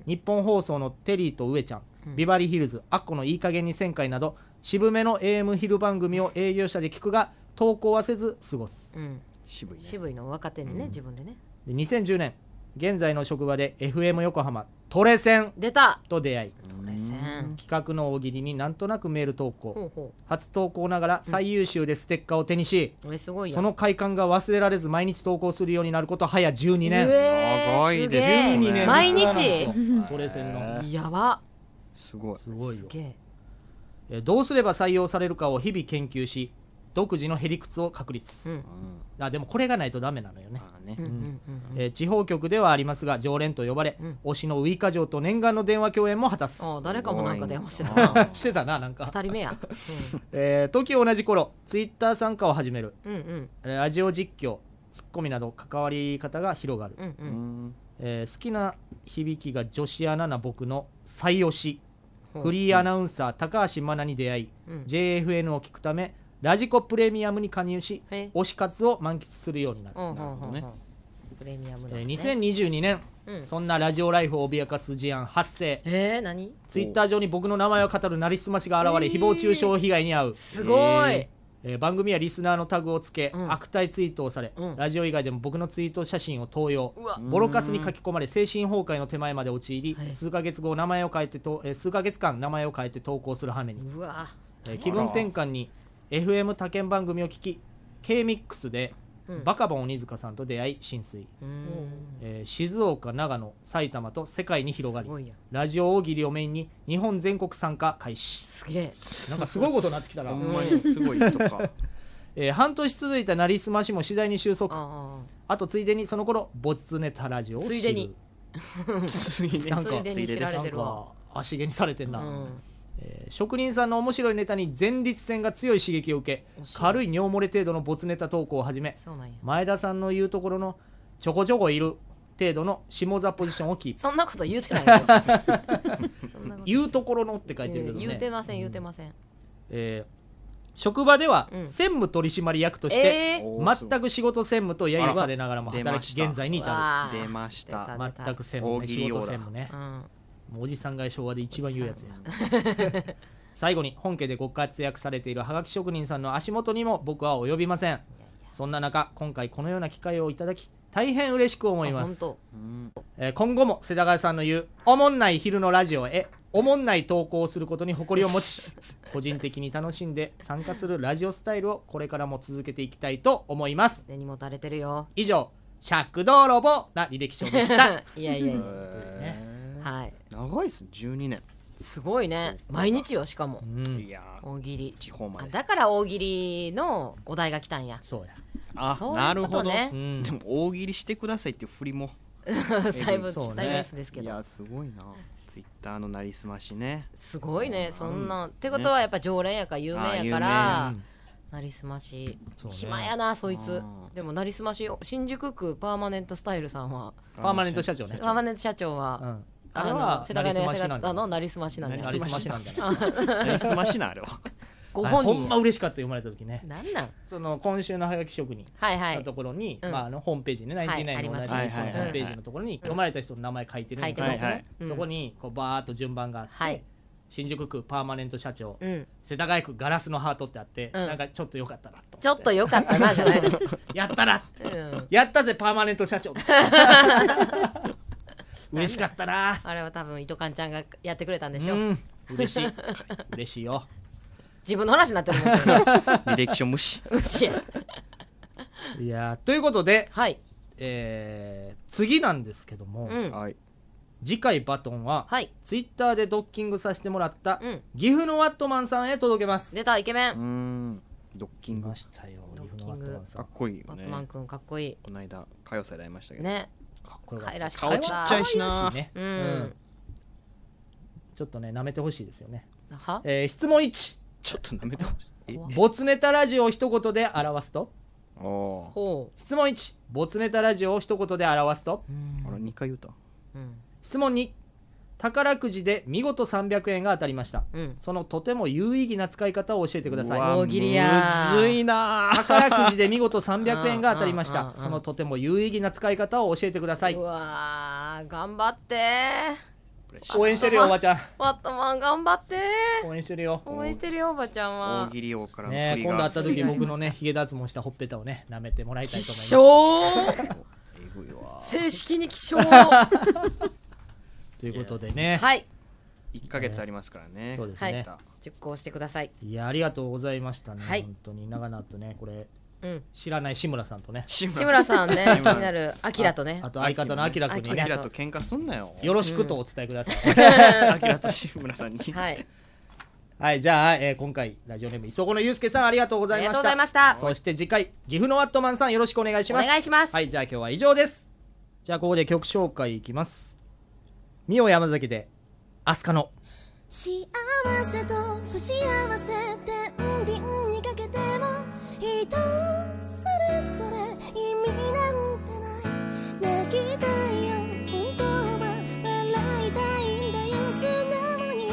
S1: 日本放送のテリーと上ちゃん、ビバリーヒルズアッコのいい加減に1000回など渋めの AM 昼番組を営業者で聞くが投稿はせず過ごす
S3: うん
S4: 渋い、
S3: 渋いの若手にね、自分でね
S1: で2010年現在の職場で FM 横浜トレセン
S3: 出た
S1: と出会い
S3: トレセン
S1: 企画の大喜利になんとなくメール投稿
S3: ほうほ
S1: 初投稿ながら最優秀でステッカーを手にし、
S3: うえすごいよ
S1: その快感が忘れられず毎日投稿するようになること早12年
S3: うえー長いですね
S1: 12年
S3: 毎日
S1: トレセンの
S3: やば
S4: すごい
S1: すごいよ
S3: すげえ
S1: えーどうすれば採用されるかを日々研究し独自のへりくつを確立、あでもこれがないとダメなのよね
S4: うんうん
S1: うんえー地方局ではありますが常連と呼ばれ、推しのウイカ嬢と念願の電話共演も果たす
S3: あ誰かもなんか電話してた
S1: な してたななんか
S3: 2人目 や、
S1: えー時を同じ頃ツイッター参加を始める
S3: うん、うんうん
S1: ラジオ実況ツッコミなど関わり方が広がる、
S3: うんうん
S1: えー好きな響きが女子アナな僕の最推し
S3: ほう
S1: フリーアナウンサー高橋真奈に出会い、
S3: うん
S1: JFN を聞くためラジコプレミアムに加入し推し活を満喫するようになる、
S3: うんうんうんうんプレミアムだ
S1: え
S3: ね
S1: ー2022年、
S3: うん
S1: そんなラジオライフを脅かす事案発生
S3: えー、何
S1: ツイッター上に僕の名前を語るなりすましが現れ、誹謗中傷被害に遭うす
S3: ごい
S1: えー番組やリスナーのタグをつけ、悪態ツイートをされ、ラジオ以外でも僕のツイート写真を投用
S3: わ
S1: ボロカスに書き込まれ精神崩壊の手前まで陥り、数ヶ月後名前を変えてと、えー数ヶ月間名前を変えて投稿する羽目に、
S3: うわ
S1: えー気分転換に FM 他県番組を聞き K ミックスで、
S3: うん
S1: バカボン鬼塚さんと出会い浸水、えー静岡長野埼玉と世界に広がりラジオ大喜利をメインに日本全国参加開始す
S3: げえ
S1: なんかすごいことになってきたな
S4: ほんまにすごい人か
S1: えー半年続いたなりすましも次第に収束
S3: あ
S1: とついでにその頃ボツネタラジオを知る
S3: ついでに
S1: ついで
S3: ついでに知られてるわ
S1: 足毛にされてんな、えー職人さんの面白いネタに前立腺が強い刺激を受け軽い尿漏れ程度の没ネタ投稿を始め
S3: そうなんや
S1: 前田さんの言うところのちょこちょこいる程度の下座ポジションをキープ
S3: そんなこと言うてないよ
S1: 言うところのって書いてるけどね、
S3: 言うてません言うてません、
S1: えー職場では専務取締役として、
S3: えー
S1: 全く仕事専務と揶揄されながらも
S4: あら
S1: 働き現在に至
S4: 出ま
S1: る
S4: した出ました出た出た
S1: 全く専務
S4: 大
S1: ね
S4: 喜
S1: 仕
S4: 利オーラ
S1: 事専務ね、もうおじさんが昭和で一番言うやつや最後に本家でご活躍されているはがき職人さんの足元にも僕は及びませんそんな中今回このような機会をいただき大変嬉しく思います
S3: あ本
S1: えー今後も世田谷さんの言う「おもんない昼のラジオ」へおもんない投稿をすることに誇りを持ち個人的に楽しんで参加するラジオスタイルをこれからも続けていきたいと思います
S3: にもたれてるよ
S1: 以上「尺泥棒」な履歴書でした
S3: いやいやいや
S1: うん
S3: 本当にねはい
S4: 長いっす12年
S3: すごいね毎日よしかも
S4: いや
S3: 大喜利
S4: 地方ま
S3: あ
S4: で
S3: だから大喜利のお題が来たんや
S1: そうや
S4: あ
S3: そういうこと
S4: なるほど、
S3: ね
S4: でも大喜利してくださいっていう振り も
S3: だいぶ
S4: えぐそうね
S3: だいぶ安ですけど
S4: いやすごいなツイッターのなりすましね
S3: すごいねそんな
S4: う
S3: ってことはやっぱ常連やから有名やから
S4: ね
S3: なりすまし
S4: そうね
S3: 暇やなそいつ
S4: あ
S3: でもなりすまし新宿区パーマネントスタイルさんは
S1: パーマネント社長ね
S3: パーマネント社長は、
S1: あ
S3: あ
S1: れは
S3: の世田谷の痩せ
S1: なりすましなんじ
S3: 方
S1: ゃない
S3: のなりすましなんだよ
S1: なりすましなんじ
S3: あ
S1: ゃない
S3: ご
S1: ご
S3: 本人
S1: 本人ほんま嬉しかった読まれた時ね
S3: なんなん
S1: その今週のハガキ職人
S3: はいはい
S1: のところに、
S3: うん
S1: まあ、あのホームページね、
S3: はい
S1: 99
S3: あり
S1: の
S3: ま
S1: 同
S3: す
S1: じ
S3: ね
S1: ホームページのところに読まれた人の名前書いてるんだけど
S3: 書いてますねうん
S1: そこにこうバーっと順番があって、新宿区パーマネント社長、
S3: うん
S1: 世田谷区ガラスのハートってあって、
S3: うん
S1: なんかちょっと良かったなと
S3: ちょっと良かったなじゃない
S1: やったな、
S3: うん
S1: やったぜパーマネント 社長嬉しかったな
S3: あれは多分糸カンちゃんがやってくれたんでしょ、
S1: うん嬉 しい嬉しいよ
S3: 自分の話になってるもん
S1: 履
S4: 歴書無視
S3: 無視
S1: いやーということで、
S3: はい
S1: えー次なんですけども、
S3: うん
S1: 次回バトンは、ツイッターでドッキングさせてもらった、
S3: うん
S1: 岐阜のワットマンさんへ届けます
S3: 出たイケメン
S4: んドッキング
S1: したよ
S4: ドッ
S3: キング
S4: かっこいいよね
S3: バットマン君かっこいい
S4: この間歌謡祭で会いましたけど
S3: ね
S4: かっ
S1: こよかった
S3: 可愛らしか
S4: 顔
S3: った
S4: ちっちゃいしな
S3: う
S1: うんんちょっとね舐めてほしいですよね
S3: は
S1: えー質問1
S4: ちょっと舐めてほし
S1: い没ネタラジオを一言で表すと
S4: お
S1: 質問1没ネタラジオを一言で表すと
S4: あら2回言うた
S1: 質問2宝くじで見事300円が当たりました、そのとても有意義な使い方を教えてください
S4: うんうわ大喜利やむずいな
S1: 宝くじで見事300円が当たりまし
S3: うんうん
S1: た
S3: うんうん
S1: そのとても有意義な使い方を教えてくださいう
S3: わー頑張って
S1: 応援してるよおばちゃん
S3: ワットマン頑張って
S1: 応援してるよ
S3: 応援してるよおばちゃんは
S4: 大喜利王からの振
S1: ね
S4: り
S1: え
S4: が
S1: 今度会った時
S3: がありました
S1: 僕のね ヒゲ脱毛したほっぺたをね舐めてもらいたいと思います
S3: 正式に起床
S1: ということでね
S3: はい
S4: 1ヶ月ありますからね、
S1: そうです
S3: は
S1: ね、
S3: い実行してください
S1: い、やありがとうございましたね、
S3: はい
S1: 本当に長々とねこれ、
S3: うん
S1: 知らない志村さんとね
S4: 志
S3: 村志村さんね志村気になるアキラとね
S1: ああと相方のアキラ君にね
S4: アキラと喧嘩すんなよ
S1: よろしくとお伝えください、
S4: アキラと志村さんに
S3: はい
S1: はい、じゃあ、えー今回ラジオネーム磯子のゆうすけさんありがとうございま
S3: あり
S1: した
S3: がとうございました
S1: そして次回岐阜のワットマンさんよろしくお願いします
S3: お願いします
S1: はいじゃあ今日は以上ですじゃあここで曲紹介いきますミオ山崎でアスカの
S11: 幸せと不幸せ天秤にかけても人それぞれ意味なんてない泣きたいよ本当は笑いたいんだよ素直に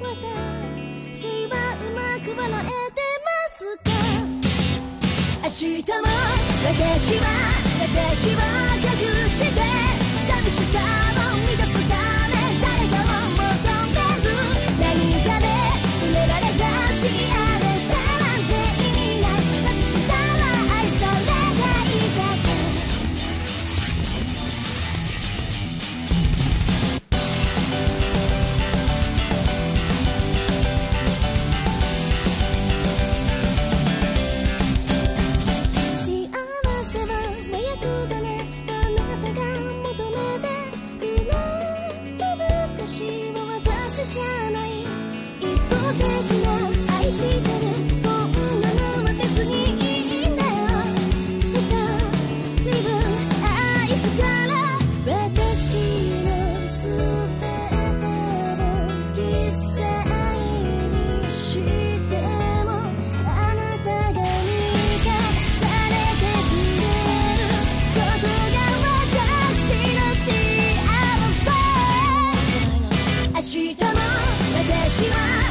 S11: 私はうまく笑えてますか明日も私は私は隠して寂しさを満たすため誰かを求める何かで埋められた幸せなんて意味ない私なら愛されないだけ幸せは麻薬だねあなたが求めてくれる昔は私じゃない一方的な愛してるそんなのは別にいいんだよ二人分愛すから私の全てを犠牲にしてもあなたが見返されてくれることが私の幸せ明日も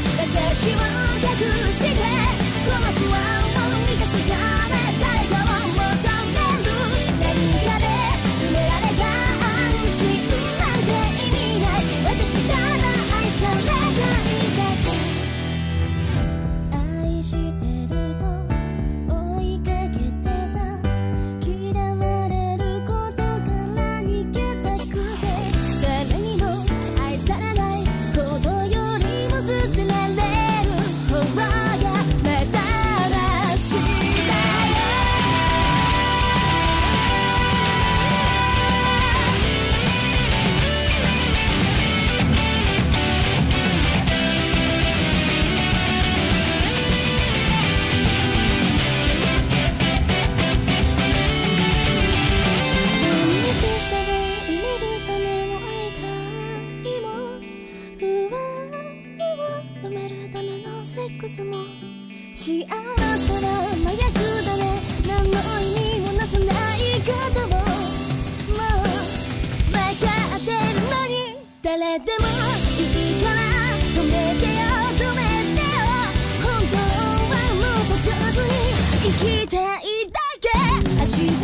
S11: 日も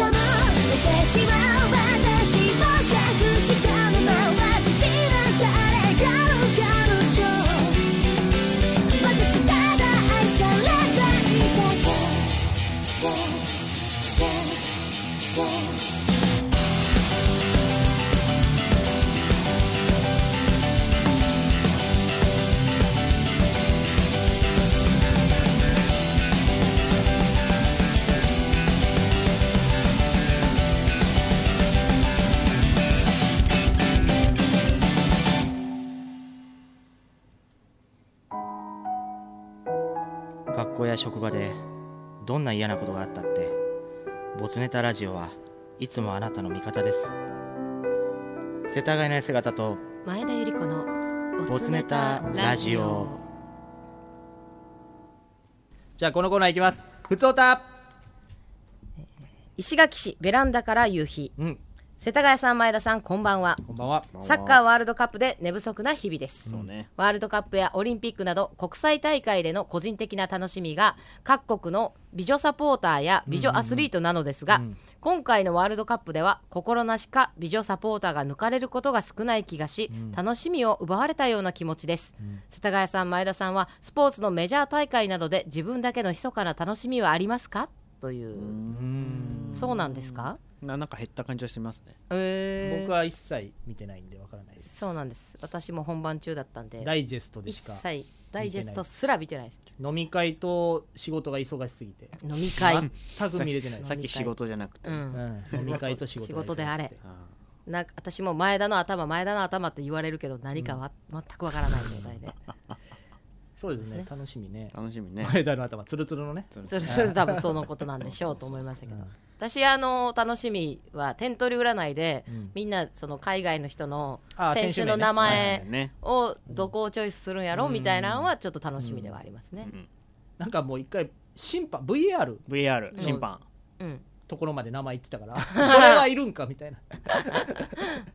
S11: 私は私を隠したまま私は誰かの彼女私ただ愛されたいだけででで
S17: 学校や職場でどんな嫌なことがあったってボツネタラジオはいつもあなたの味方です世田谷の姿と
S6: 前田ゆり子の
S17: ボツネタラジオ
S1: じゃあこのコーナーいきますふつおた
S3: 石垣市ベランダから夕日、
S1: うん
S3: 世田谷さん前田さんこんばんは
S1: こんばんは
S3: サッカーワールドカップで寝不足な日々です
S4: そうね
S3: ワールドカップやオリンピックなど国際大会での個人的な楽しみが各国の美女サポーターや美女アスリートなのですが、今回のワールドカップでは心なしか美女サポーターが抜かれることが少ない気がし、楽しみを奪われたような気持ちです、世田谷さん前田さんはスポーツのメジャー大会などで自分だけの密かな楽しみはありますかというそうなんですか
S4: ななんか減った感じはしますね
S3: えー
S1: 僕は一切見てないんでわからないです
S3: そうなんです私も本番中だったんで
S1: ダイジェストでしか
S3: 一切ダイジェストすら見てないです
S1: 飲み会と仕事が忙しすぎて
S3: 飲み会
S1: 全く見れてない
S4: さっき仕事じゃなくて
S3: うん
S1: うん飲み会と仕事
S3: 仕事であれなんか私も前田の頭前田の頭って言われるけど何かは全くわからない状 態で
S1: そうですね
S3: ですね
S1: 楽しみね
S4: 楽しみね
S1: 前田の頭ツルツルのねツ
S3: それそれ多分そのことなんでしょうと思いましたけど私あの楽しみは点取り占いで、
S1: うん
S3: みんなその海外の人の
S1: あー
S3: 選手の
S1: 選手名ね
S3: 名
S1: は
S3: 前
S1: いね
S3: をどこをチョイスするんやろ
S1: うん
S3: みたいなのはちょっと楽しみではありますね、
S1: なんかもう一回審判 VAR
S4: VAR
S1: の
S4: 審判
S3: うん
S1: ところまで名前言ってたか らそれはいるんかみたいな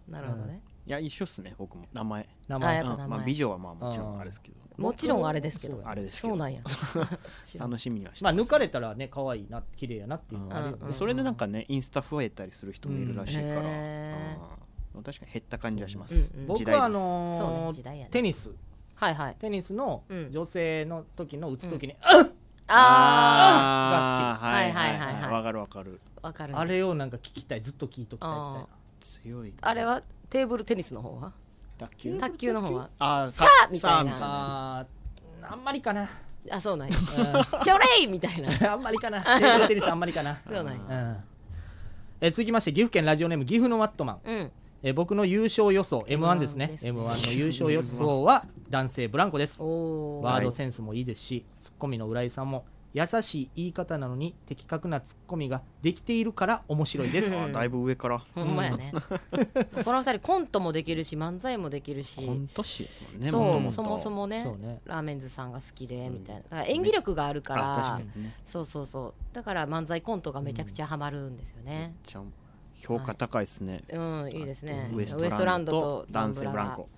S3: なるほどね、
S4: いや一緒っすね僕も名前
S1: 名前
S3: あやっぱ名前
S4: うんまあ美女はまあもちろんあれですけど
S3: もちろんあれですけど
S4: あれですけど
S3: そうなんや
S4: 楽しみにはして
S1: まあ抜かれたらね可愛いな綺麗やなっていうのはあるよ
S4: で
S1: ね
S4: それでなんかねインスタ増えたりする人もいるらしいから、
S1: うん
S4: うん確かに減った感じはします、時
S1: 僕
S4: 代です
S1: はあの
S4: そう
S1: ー
S4: ね
S1: テニス
S3: はいはい
S1: テニスの女性の時の打つ時
S3: う
S1: に、
S3: ん
S1: あっ
S4: あー
S1: が好きです
S4: はいはいはいはいはいはいわかるわかる
S3: わかる
S1: あれをなんか聞きたいずっと聞いときたいみたいな
S4: 強い
S3: あれはテーブルテニスの方は
S4: 卓
S1: 球
S3: 卓球の方は
S4: あ
S3: さあみたいな
S1: あーあんまりかな
S3: あそう なんやちょれいみたいな
S1: あんまりかなテーブルテニスあんまりかな
S3: そうなんや
S1: うんえー続きまして岐阜県ラジオネーム岐阜のワットマン、
S3: うん
S1: えー僕の優勝予想 M1 ですね M1 の優勝予想は男性ブランコですワードセンスもいいですしツッコミの浦井さんも優しい言い方なのに的確なツッコミができているから面白いです
S3: うんあだい
S4: ぶ上から
S3: ほんまやねこの二人コントもできるし漫才もできるし
S4: コント師やもんねもと
S3: そ
S4: も
S3: うそも
S4: と
S3: そもね
S4: そうね
S3: ラーメンズさんが好きでみたいなだから演技力があるか
S4: あ
S3: ら
S4: 確かにね
S3: そうそうそうだから漫才コントがめちゃくちゃハマるんですよね
S4: ちゃん評価高いですね、
S3: うんいいですね
S4: ウ
S3: ウ
S4: エ
S3: エ
S4: ストランドと
S3: ストランドとダン
S4: 男
S3: ブ
S4: 性
S3: ラ
S4: ブラン
S3: が
S4: コ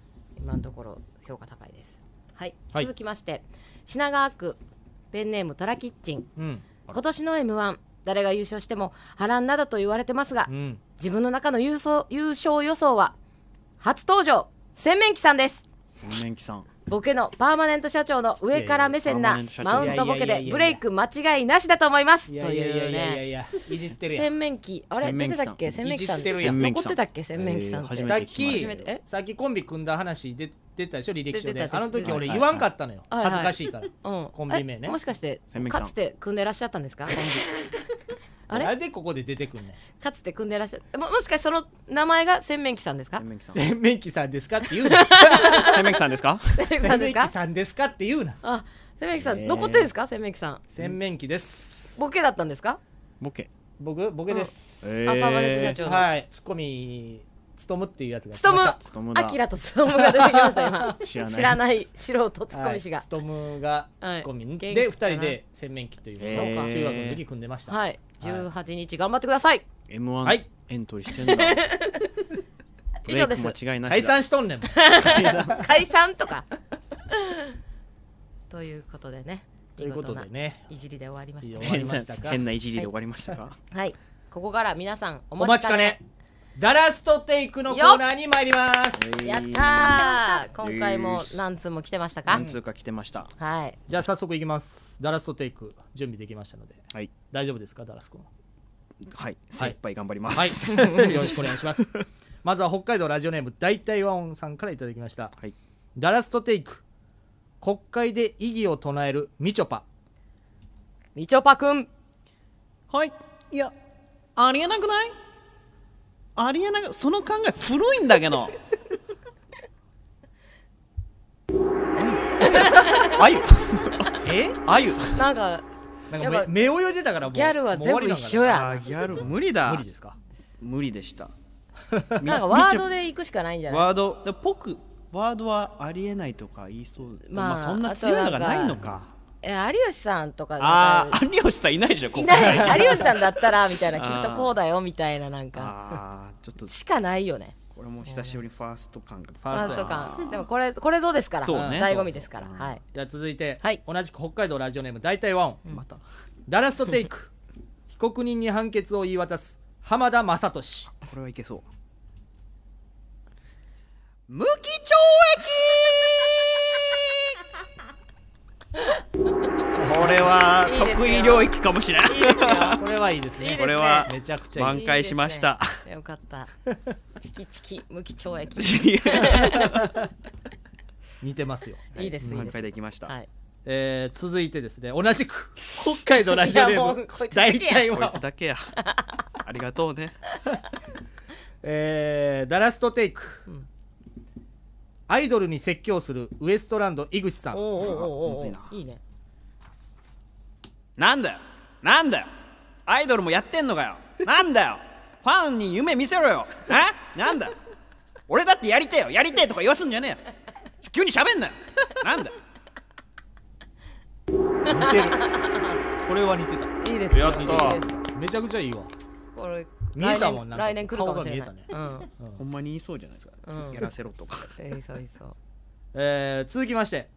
S3: 今のところ評価高いですはい
S4: はい
S3: 続きまして品川区ペンネームトラキッチン
S1: うん
S3: 今年の m 1誰が優勝しても波乱などと言われてますが、
S1: うん
S3: 自分の中の優勝優勝予想は初登場洗面器さんです
S4: 洗面器さん
S3: ボケのパーマネント社長の上から目線ない
S4: やいや
S3: マウントボケ
S4: いやいやいやい
S3: で
S4: や
S3: ブレイク間違いなしだと思います
S1: い
S3: と
S1: やいやい
S3: いう
S1: やいやいやい
S3: ね
S1: やいじってるやん
S3: 洗面器あれ出てたっけ洗面器さん
S1: いじってるやん
S3: 残ってたっけ洗面器さんって
S1: さっき
S3: 初めて
S1: さっきコンビ組んだ話出出たでしょ履歴書
S3: 出て
S1: で
S3: た
S1: あの時
S3: 出て
S1: 俺
S3: た
S1: 言わんかったのよ
S3: はいはい
S1: 恥ずかしいから
S3: うん
S1: コンビ名
S3: え
S1: ね
S3: もしかして
S1: 洗面器さ
S3: か
S1: ん
S3: つて組んでらっしゃったんですかコンビあれ
S1: なんでここで出てくんねん
S3: かつて組んでらっしゃったももしかしてその名前が洗面器さんですか洗
S4: 面器さん
S1: 洗面器さんですかって言うな
S4: 洗面器さんですか
S3: 洗面器さんですか
S1: さんですかって言うな
S3: あ洗面器さ
S1: え
S3: ん
S1: ー
S3: 残ってるんですか洗面器さん
S1: 洗面器です
S3: ボケだったんですか
S4: ボケ
S1: 僕ボケです
S3: うんあパーマネント社長の
S1: はいツッコミつとむっていうやつが
S3: つとむ
S1: つ
S3: あきらとつとむが出てきました今 知らない素人ツッコミ師が
S1: つとむがツッコミ
S3: はい
S1: で二人で洗面器という
S4: そうか
S1: 中学の時組んでました
S3: はい18日頑張ってください
S4: M1、エントリーしてんだブ
S3: 以
S4: レイ
S3: 上
S4: ク
S3: です
S4: 間違いなしだ
S1: 解散しとんねんもん
S3: 解散とか ということでね
S1: ということでね
S3: 見事ないじりで終わりました
S1: 終わりましたか
S4: 変ないじりで終わりましたか
S3: はいここから皆さんお
S1: お
S3: 待ち
S1: 待ち
S3: か
S1: か
S3: ね
S1: ねダラストテイクのコーナーに参ります
S3: やったー今回も何通も来てましたか
S1: 何通か来てました
S3: はい
S1: じゃあ早速いきますダラストテイク準備できましたので、大丈夫ですかダラス君
S4: はい精一杯頑張ります
S1: はい、 よろしくお願いしますまずは北海道ラジオネーム大体和音さんからいただきました、ダラストテイク国会で異議を唱えるみちょぱ
S3: みちょぱくん
S18: はいいやありえなくないありえなくその考え古いんだけ ど
S4: あゆ
S1: え
S4: あゆ
S3: なんか
S1: なん
S3: やっぱ
S1: か目泳いでたからもう
S3: ギャルは全部一緒や
S4: あギャル無理だ無理
S1: ですか
S4: 無理 でした
S3: なんかワードで行くしかないんじゃない
S4: ワードでぽくワードはありえないとか言いそうまあ、そんな強いのがないのか
S3: え有吉さんとか
S4: あ
S3: なんか
S4: あー有吉さんいないでしょここ
S3: いない有吉さんだったらみたいな
S4: あ
S3: き
S4: ー
S3: っとこうだよみたいななんか
S4: あーちょっと
S3: しかないよね
S4: これも久しぶりにファースト感が
S3: ファースト感でもこれこれぞですから
S1: そうね
S3: 醍醐味ですからはい
S1: じゃあ続いて、同じく北海道ラジオネーム大体ワオン、ダラストテイク被告人に判決を言い渡す浜田雅俊
S4: これはいけそう
S18: 無期
S4: これはい
S18: いですよ
S4: 得意領域かもしれない
S18: いいですよ
S1: これはいいですねいいですね
S4: これは
S1: めちゃくちゃいい
S4: 挽回しました
S3: よかったチキチキ無期懲役
S1: 似てますよ
S3: いいですいいです
S4: 挽回できました
S1: えー続いてですね同じく北海道ラジオネ
S3: いや
S1: ー
S3: もう
S1: ム
S3: こいつだけ
S1: 大
S3: や
S1: 体
S4: こい
S1: ワオ
S4: つ
S1: ン
S4: だけやありがとうね
S1: えーダラストテイク、アイドルに説教するウエストランド井口さん
S3: おおうおうおう
S1: むず
S3: お
S1: いう
S3: いいね
S4: なんだよなんだよアイドルもやってんのかよなんだよファンに夢見せろよえなんだ俺だってやりてえよやりてえとか言わすんじゃねえよ急に喋んなよなんだ
S1: 似てるこれは似てた
S3: いいですよ
S1: やった
S3: いいです
S1: めちゃくちゃいいわ
S3: これ
S1: 見えたもんなんか
S3: 来年来年来るかもしれない
S1: 顔が見え
S3: う
S1: た
S3: ん
S1: ね
S4: ほんまに言いそうじゃないですか、
S3: うん
S4: やらせろとか
S3: いそういそう
S1: えー続きまして、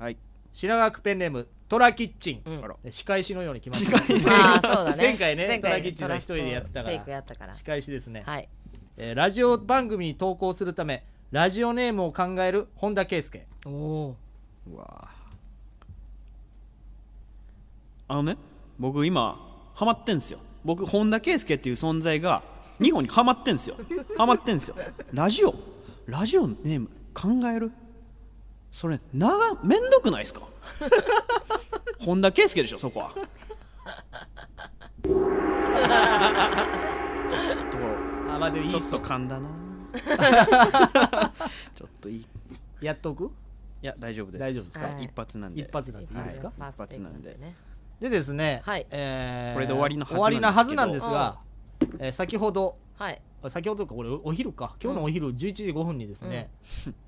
S4: はい、
S1: 品川区ペンネームトラキッチン、仕返しのように来ました
S3: あーそうだね
S1: 前回ね
S3: 前回ね
S1: トラキッチンが一人でやってたから
S3: トラストテイクやったから
S1: 仕返しですね、
S3: はい
S1: えーラジオ番組に投稿するためラジオネームを考える本田圭佑
S3: おお
S4: うわあのね僕今ハマってんすよ僕本田圭佑っていう存在が日本にハマってんすよハマってんすよラジオラジオネーム考えるそれ長めんどくないですか本田圭佑でしょそこは
S1: あまあでもいい
S4: ちょっと噛んだ なちょっといい
S1: やっとく
S4: いや大丈夫です
S1: 大丈夫ですかはい
S4: 一発なんで
S1: 一発なんでいいですか
S4: はい一発なんで
S1: でですね、えー
S4: これで終わりのはず
S1: 終わりなはずなんですが
S4: な、
S1: えー先ほど、
S3: はい、
S1: 先ほどかこれお昼か今日のお昼11時5分にですね、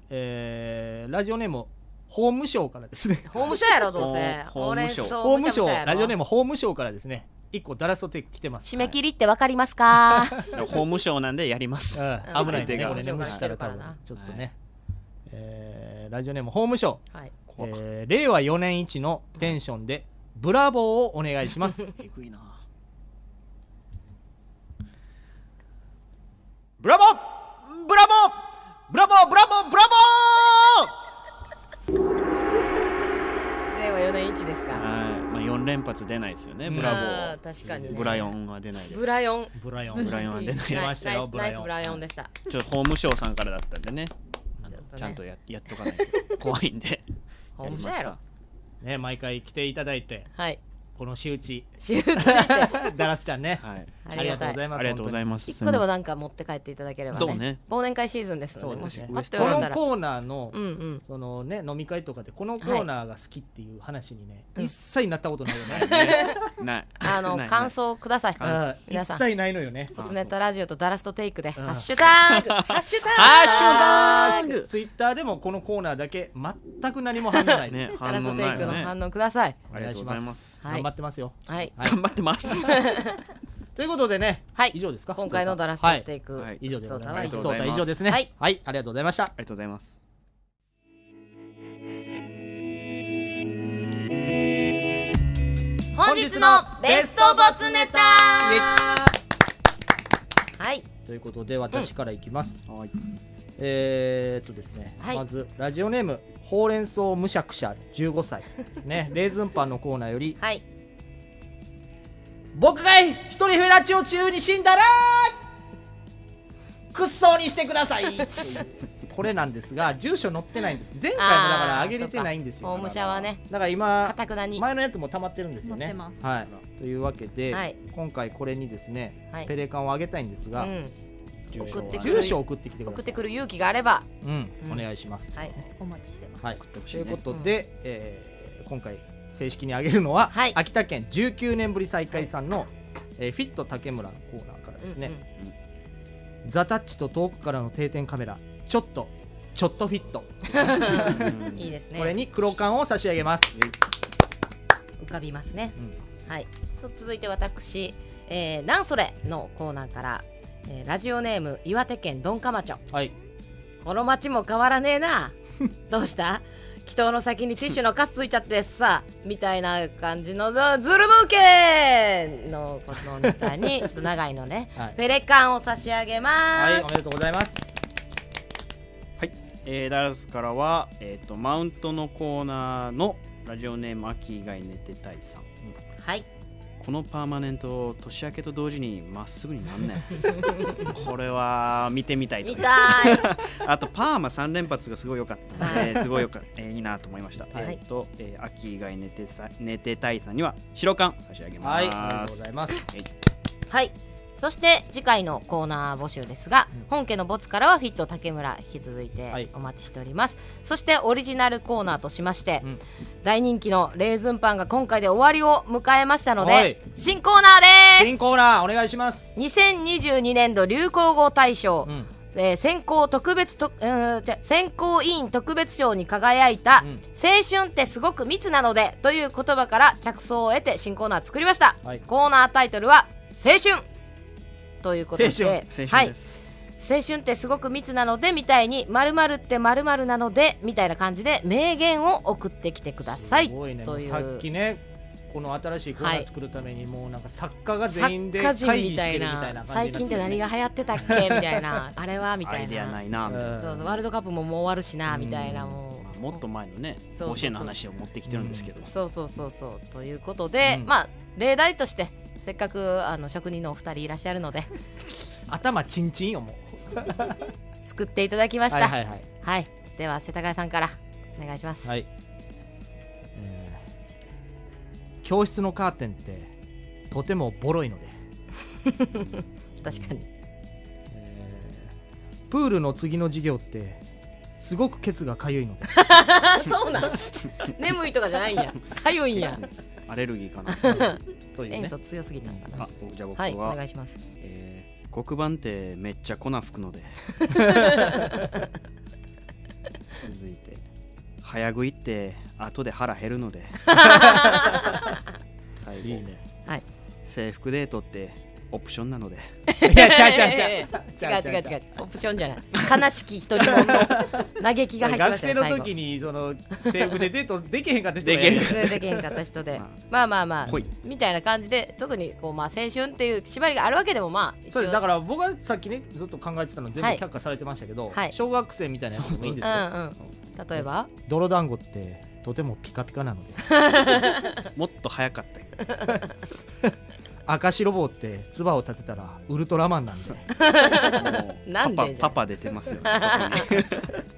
S1: えーラジオネーム法務省からですね
S3: 法務省やろどうせほ
S1: 法務省
S3: うれん草
S1: 法務
S3: む
S1: 省
S3: しゃむしゃやろ
S1: ラジオネーム法務省からですね一個ダラストテイク来てます
S3: 締め切りってわかりますか
S4: 法 務省なんでやります、
S1: うん危ないんでねこれね
S3: 法務省
S1: 無
S3: が
S1: 視したら
S3: 来てるか
S1: 多
S3: ら
S1: 分
S3: な
S1: ちょっとね、えーラジオネーム法務省、
S3: はい
S1: えー令和4年一のテンションでブラボーをお願いし ます
S4: えぐいなブラボーブラボーブラボーブラボーブラ
S3: 令和4年1です
S4: ボー
S3: か
S4: はい、まあ、4連発出ないですよね、ブラボ
S3: あー確かに
S4: ーブラヨンは出ないです
S3: ブラヨン
S1: ブラヨ
S4: ンブラヨンは出ない
S3: ナイスナイスナイスブラヨンでした
S4: ちょっと法務省さんからだったんでねあ
S3: ち
S4: の
S3: ょっとね
S4: ちゃんとややっとかないと怖いん で
S3: 法務省
S4: や
S3: や
S4: りま
S3: ろ
S1: したね毎回来ていただいて
S3: はい
S1: この仕打ち
S3: 仕打ちって
S1: ダラスちゃんね、
S3: ありがたい
S1: ありがとうございます
S4: ありがとうございます
S1: 本
S3: 一個でもなんか持って帰っていただければね
S1: そうね
S3: 忘年会シーズンですの
S1: 当
S3: で
S1: に
S3: もし
S1: そう
S3: パ
S1: で
S3: ッ
S1: す
S3: と選
S1: ねこ
S3: んだ
S1: の
S3: ら
S1: コーナーの,、
S3: うんうん
S1: そのね飲み会とかでこのコーナーが好きっていう話にね、一切なったことないよ ね
S4: ない
S3: あの感想をください
S1: 感想
S3: 皆さん
S1: 一切ないのよね
S3: ポツネタラジオとダラストテイクでハッシュタ
S1: ハ
S3: グハッシュタグ
S1: ッシュタグツイッターでもこのコーナーだけ全く何も反応ないです、
S4: ね
S3: ダラストテイクの反応ください
S1: お願いし
S4: ありがとう
S1: ま
S4: ござい
S1: す
S4: ます
S3: はい
S1: 頑張ってますよ
S3: はい
S4: 頑張ってます
S1: ということでね、以上ですか
S3: 今回のダラストテイク
S1: はい以上でございます
S3: 普通
S1: 普
S3: 歌
S1: 通
S3: は以上
S1: 歌以上ですね
S3: はい
S1: はい、ありがとうございましたあ
S4: りがとうございます
S3: 本日のベストボツネタはい
S1: ということで私からいきます、
S3: はい
S1: えー、っとですね、
S3: はい
S1: まずラジオネームほうれん草むしゃくしゃ15歳ですねレーズンパンのコーナーより、
S3: はい、
S1: 僕が一人フェラチオ中に死んだらくっそうにしてくだ さいこれなんですが住所載ってないんです前回もだから
S3: あー
S1: 上げれてないんですよ
S3: そうか法務者はね
S1: だから今
S3: かなに
S1: 前のやつも溜まってるんですよね
S3: 載ってます
S1: はい、というわけで、
S3: はい
S1: 今回これにですね、
S3: はい
S1: ペレカンをあげたいんですが、
S3: うん
S1: 住
S3: 送
S1: 所を
S3: ってくる
S1: 住所を送ってきてくだ
S3: 送っ
S1: さ
S3: て
S1: い
S3: くる勇気があれば
S1: うん、
S3: うん
S1: お願いします
S3: はいお待ちしてます
S1: はい、
S3: しいね
S1: ということで、えー今回正式に挙げるのは、秋田県19年ぶり再開さんの、えーフィット竹村のコーナーからですね、ザ・タッチと遠くからの定点カメラちょっとちょっとフィット
S3: いいですね
S1: これに黒缶を差し上げます
S3: 浮かびますね、はいそう続いて私、えー、なんそれのコーナーから、えーラジオネーム岩手県ドンカマチョ
S1: はい
S3: この町も変わらねえなどうした祈祷の先にティッシュのカスついちゃってさみたいな感じのどズルムーケンのこのネタにちょっと長いの ね、
S4: はい
S3: ペレカンを差し上げます、
S1: はいおめでとうございます
S4: はい、えー、ダラスからは、えー、とマウントのコーナーのラジオネーム秋以外寝てたいさん、
S3: はい
S4: このパーマネント年明けと同時にまっすぐになん ねんこれは見てみたい
S3: 見
S4: と
S3: たい
S4: あとパーマ3連発がすごい良かったので、
S3: はい
S4: すごいよかった、えーいいなと思いました、
S1: はい
S4: えっ、と、えー、秋以外寝てさ寝てたいさんには白缶差し上げます
S1: はいありがとうございます
S4: はい
S3: はい。そして次回のコーナー募集ですが、本家のボツからはフィット竹村引き続いてお待ちしております、そしてオリジナルコーナーとしまして、大人気のレーズンパンが今回で終わりを迎えましたので、
S1: はい
S3: 新コーナーです
S1: 新コーナーお願いします
S3: 2022年度流行語大賞、
S1: ん
S3: えー選考特別とうーんじゃ選考委員特別賞に輝いた、青春ってすごく密なのでという言葉から着想を得て新コーナー作りました、
S1: はい
S3: コーナータイトルは青春ということで
S4: 青春青春です
S3: はい、青春ってすごく密なのでみたいにまるまるってまるまるなのでみたいな感じで名言を送ってきてください
S1: すごいねも
S3: と
S1: う
S3: いう
S1: さっきねこの新しいコーナー作るために、もうなんか作家が全員で
S3: 作
S1: 会
S3: 家
S1: 議して
S3: 人
S1: る
S3: み
S1: み
S3: た
S1: た
S3: い
S1: いな
S3: な
S1: 感じ
S3: 最近って何が流行ってたっけみたい なあれはみたいな
S4: アイデアないなみたいな
S3: そうそうワールドカップももう終わるしなみたいなもう
S4: もっと前のね
S3: そうそうそう
S4: 甲子園の話を持ってきてるんですけど、
S3: そうそうそうそうということで、まあ例題としてせっかくあの職人のお二人いらっしゃるので
S1: 頭チンチンよもう
S3: 作っていただきました
S1: はいはいはい
S3: はいでは世田谷さんからお願いします
S1: はい、えー教室のカーテンってとてもボ ロいので
S3: 確かに、
S1: えープールの次の授業ってすごくケツがかゆい ので
S3: そうなん眠いとかじゃないんやかゆいん や
S4: アレルギーかな
S3: というね塩素強すぎたのかな
S4: あじゃあ僕は、
S3: はいお願いします
S4: えー黒板ってめっちゃ粉吹く ので続いて早食いって後で腹減 るので最後
S3: はい
S4: 制服デートってオプションなので
S3: いや違う違 う違う違う違う違うオプションじゃない悲しき一人もの嘆きが入ってま
S1: 学
S3: した
S1: 生
S3: よ最
S1: の
S3: 後
S1: 時にその制服でデートできへんかった人が
S4: できへん
S3: それでけんかった人 で、まあまあまあ
S1: ほい、
S3: みたいな感じで、特にこうまあ青春っていう縛りがあるわけでもまあ、、
S1: そうですだからら僕はさっきねずっと考えてたの全部
S3: はい
S1: 却下されてましたけど、
S3: はい
S1: 小学生みたいなやつでもいいんですよ
S3: うんうん、例えば、
S1: 泥団子ってとてもピカピカなので
S4: もっと早かったよ
S1: 赤白棒って唾を立てたらウルトラマンな んで
S3: なんでじゃん
S4: パパパパ出てますよね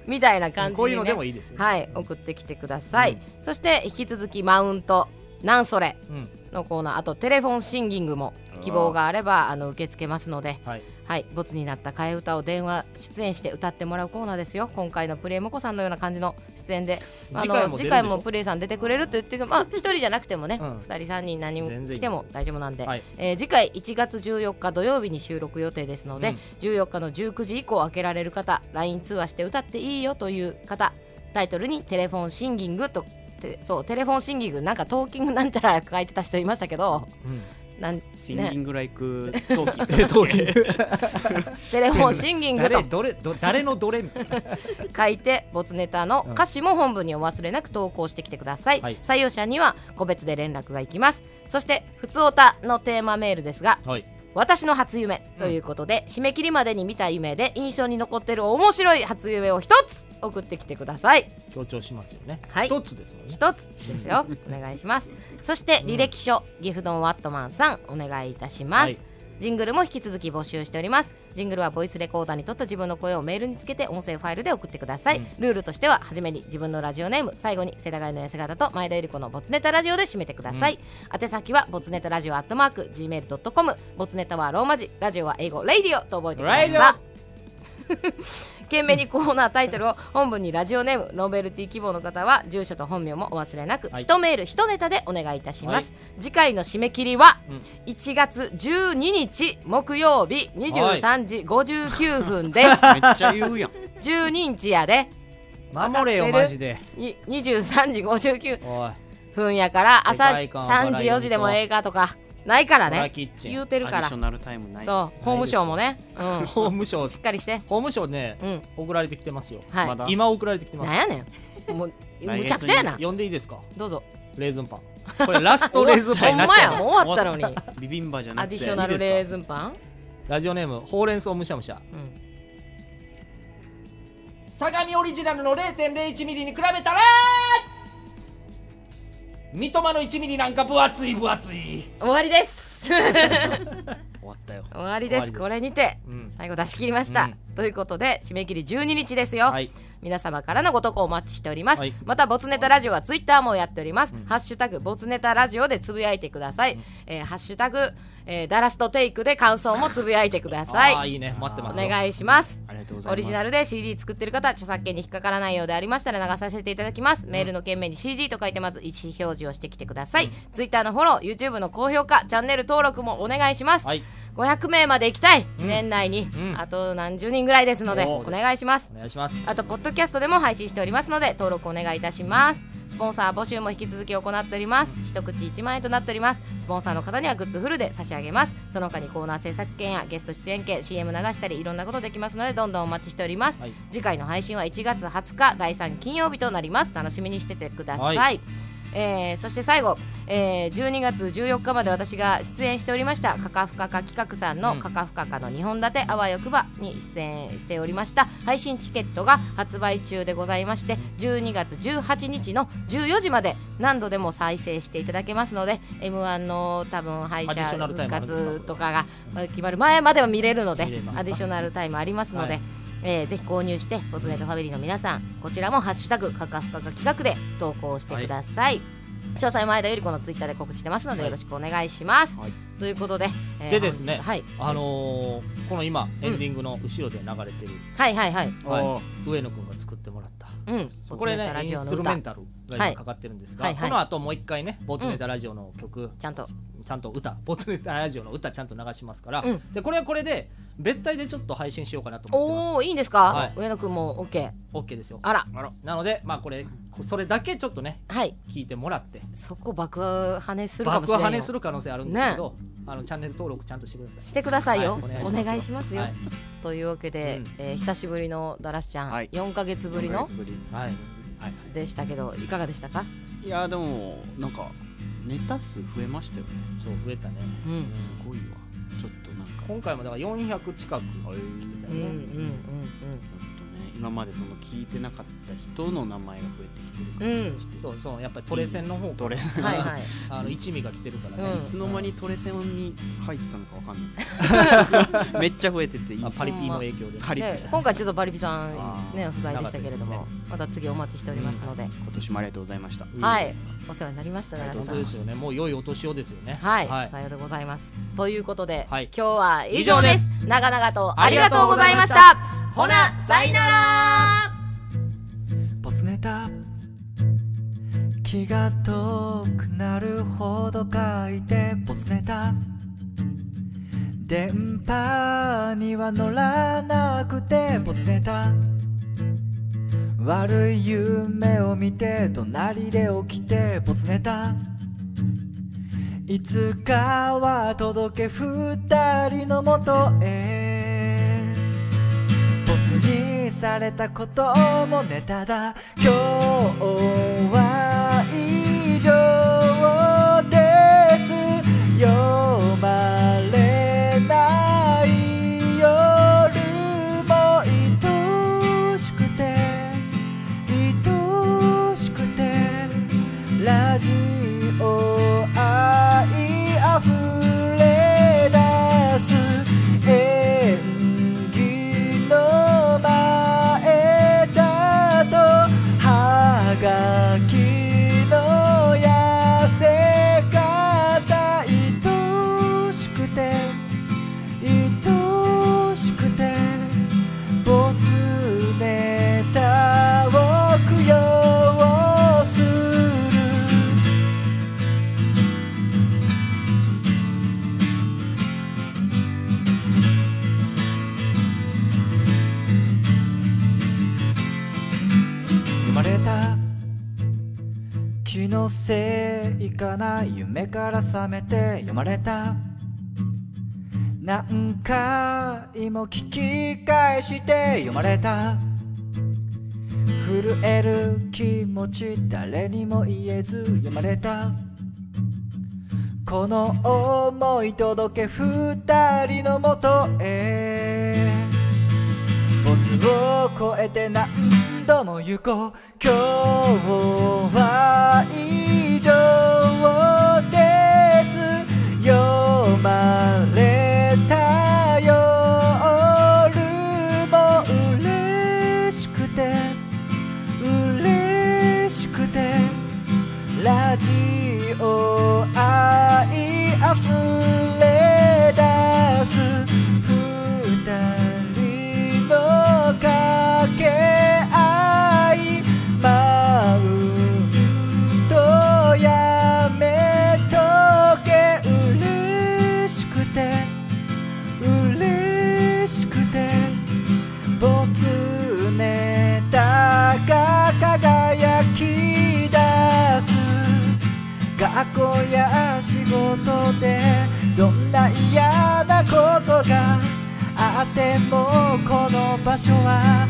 S3: みたいな感じ、ね、
S1: こういうのでもいいですよ
S3: はい、送ってきてください。そして引き続きマウント、なんそれ
S1: うん
S3: のコーナー、あとテレフォンシンギングも希望があればあの受け付けますので、
S1: はい、
S3: ボツになった替え歌を電話出演して歌ってもらうコーナーですよ。今回のプレイモコさんのような感じの出演で、あの
S1: 次回も出るでしょ
S3: 次回もプレイさん出てくれると言ってくる、まあ一人じゃなくてもね、二人三人何人来ても大丈夫なんで、えー次回1月14日土曜日に収録予定ですので、
S1: うん
S3: 14日の19時以降開けられる方、LINE 通話して歌っていいよという方、タイトルにテレフォンシンギングと。てそうテレフォンシンギングなんかトーキングなんちゃら書いてた人いましたけど、なん
S4: シンギングライクトーキ
S1: ー トーキ
S3: テレフォンシンギングと
S1: 誰どれど誰のどれみたいな
S3: 書いてボツネタの歌詞も本文にお忘れなく投稿してきてください、
S1: はい
S3: 採用者には個別で連絡がいきますそして「ふつおた」のテーマメールですが、
S1: はい
S3: 私の初夢ということで、締め切りまでに見た夢で印象に残ってる面白い初夢を一つ送ってきてください
S1: 強調しますよね
S3: はい
S1: 一つですもんね
S3: 一つですよお願いしますそして履歴書、ギフドンワットマンさんお願いいたします、
S1: はい
S3: ジングルも引き続き募集しておりますジングルはボイスレコーダーに撮った自分の声をメールにつけて音声ファイルで送ってください、ルールとしては初めに自分のラジオネーム最後に世田谷の痩せ方と前田由里子のボツネタラジオで締めてください、宛先はボツネタラジオアットマーク Gmail.com ボツネタはローマ字ラジオは英語レイディオと覚えてください
S1: レイディオ
S3: 懸命にコーナータイトルを本文にラジオネームノベルティ希望の方は住所と本名もお忘れなく、
S6: はい
S3: 一メール一ネタでお願いいたします、次回の締め切りは1月12日木曜日23時59分です、
S1: めっちゃ言うやん
S3: 12日やで
S1: 守れよ
S3: わかってる
S1: マジで
S3: い23時59
S1: おい
S3: 分やから朝
S1: 世界観は
S3: 3時4時でもええかとかないから
S1: ホラ
S3: ね
S1: ーキッチン
S3: 言うてるか
S1: アディ
S3: ら
S1: シ
S3: そ
S1: ョ
S3: う
S1: ナルタイムないっす
S3: 法務省も ね、うん、
S1: 法務省し
S3: っかりして
S1: 法務省ね、送られてきてますよ、
S3: はいまだ
S1: 今送られてきてます
S3: なんやね んもうむちゃくちゃやな
S1: 呼んでいいですか
S3: どうぞ
S1: レーズンパンこれラス トレーズンパンになっちゃいます
S3: ほんまやもう終わったのに
S1: ビビンバじゃ
S3: アディショナルレーズンパン
S1: ラジオネームほうれん草むしゃむしゃ相模オリジナルの0.01ミリに比べたら三笘の1ミリなんか分厚い分厚い
S3: 終わりです終
S1: わったよ
S3: わりです
S1: 終わりです
S3: これにて、
S1: うん
S3: 最後出し切りました、ということで締め切り12日ですよ、皆様からのご投稿お待ちしております、
S6: はい
S3: またボツネタラジオはツイッターもやっております、ハッシュタグボツネタラジオでつぶやいてください、えーハッシュタグ、えーダラストテイクで感想もつぶやいてください
S1: あーいいね待ってますよ
S3: お願いします
S1: ありがとうございます
S3: オリジナルで CD 作ってる方は著作権に引っかからないようでありましたら流させていただきます、メールの件名に CD と書いてまず意思表示をしてきてください、ツイッターのフォロー YouTube の高評価チャンネル登録もお願いします、500名まで行きたい、年内に、あと何十人ぐらいですのでお願いします
S1: お願いします
S3: あとポッドキャストでも配信しておりますので登録お願いいたしますスポンサー募集も引き続き行っております一口1万円となっておりますスポンサーの方にはグッズフルで差し上げますその他にコーナー制作権やゲスト出演権 CM 流したりいろんなことできますのでどんどんお待ちしております、次回の配信は1月20日第3金曜日となります楽しみにしててください、
S6: はい
S3: えーそして最後、えー12月14日まで私が出演しておりましたカカフカカ企画さん
S6: う
S3: の
S6: ん
S3: カカフカカの2本立てあわよくばに出演しておりました配信チケットが発売中でございまして12月18日の14時まで何度でも再生していただけますので m 1の多分敗
S6: アディショナ
S3: 者
S6: ルタイ
S3: 復
S6: ムあるんですか
S3: 活とかが決まる前までは見れるので
S6: 見れますか
S3: アディショナルタイムありますので、
S6: はい
S3: えーぜひ購入してボツネットファミリーの皆さんこちらも「ハッシュタグカカフカカ企画」で投稿してください、詳細前田由里子のツイッターで告知してますので
S1: はい
S3: よろしくお願いします、ということで、えー
S1: でですね、
S3: 本日はい、
S1: あのーこの今エンディングの後ろで流れてる、
S3: はいはいはい
S1: はい、上野くんが作ってもらった、
S3: うん
S1: そうこれね
S3: ボツネタラ
S1: イ
S3: ジ
S1: ン
S3: オの歌
S1: ストゥルメンタルが今かかってるんですが、
S3: はいはいはい
S1: この後もう一回ねボツネタラジオの曲、
S3: ちゃんと
S1: ちゃんと歌ボツネタラジオの歌ちゃんと流しますから、
S3: うん
S1: でこれはこれで別体でちょっと配信しようかなと思ってます
S3: おーいいんですか、
S1: はい
S3: 上野くんも OK
S1: オッケーですよ
S3: あら
S1: なのでまあこれこそれだけちょっとね、聞いてもらって
S3: そこ爆跳ねするかも
S1: 爆
S3: しれな
S1: 跳
S3: い
S1: ねする可能性あるんですけど、あのチャンネル登録ちゃんとしてください
S3: してくださいよ、
S1: は
S3: お願いしますよ、
S1: はい
S3: というわけで、えー久しぶりのだらしちゃん、
S4: はい
S3: 4か月ぶりの
S1: はい
S3: でしたけどいかがでしたか
S4: いやでもなんかネタ数増えましたよね
S1: そう増えたね、
S3: うん
S4: すごいわちょっとなんか
S1: 今回もだから400近く来てたよね、
S4: うんうんうん
S3: うん
S4: 今までその聞いてなかった人の名前が増えてきてるから、
S1: うん、そうそうやっぱりトレセンの方
S4: トレセン
S1: は いはいあの一味が来てるからね
S4: いつの間にトレセンに入ったのかわかんないです けど めっちゃ増えてていい
S1: あパリピの影響で
S4: パリピ
S3: で今回ちょっとバリピさんね
S4: あー
S3: 不在でしたけれども、
S4: なかっ
S3: ま
S4: た
S3: た次お待ちしておりますので、
S4: 今年もありがとうございました
S3: はいお世話になりましただらし
S1: 本
S3: ちゃ
S1: 当
S3: ん
S1: ですよねもう良いお年をですよね
S3: はい、
S1: は
S3: さようでございますということで、
S1: はい
S3: 今日は以上です長々とありがとうございました
S9: あ
S3: ほなさいなら
S9: ボツネタ気が遠くなるほど書いてボツネタ電波には乗らなくてボツネタ悪い夢を見て隣で起きてボツネタいつかは届け二人のもとへボツにされたこともネタだ今日は以上です読まれな
S5: 気のせいかな夢から覚めて読まれた何回も聞き返して読まれた震える気持ち誰にも言えず読まれたこの思い届け二人のもとへ没を越えて何度も行こう今日は以上です読まれた夜も嬉しくて嬉しくてラジオ愛あふれ出す二人の掛け合いマウントやめとけ嬉しくて嬉しくてボツネタが輝き出す学校や仕事でどんな嫌なことがあってもこの場所は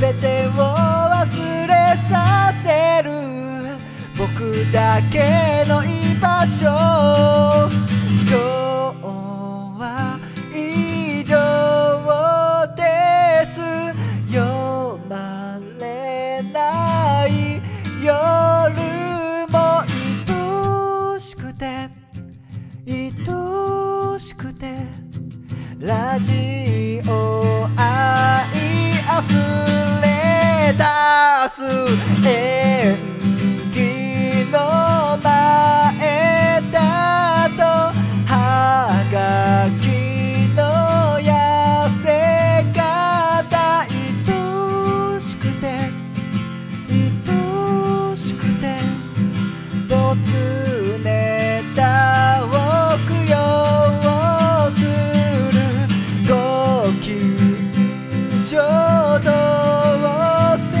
S5: 全てを忘れさせる僕だけの居場所今日は以上です読まれない夜も愛しくて愛しくてラジオ愛あふれ出す演技の前だとはがきの痩せ方愛しくて愛しくてボツネタを供養するご近所同世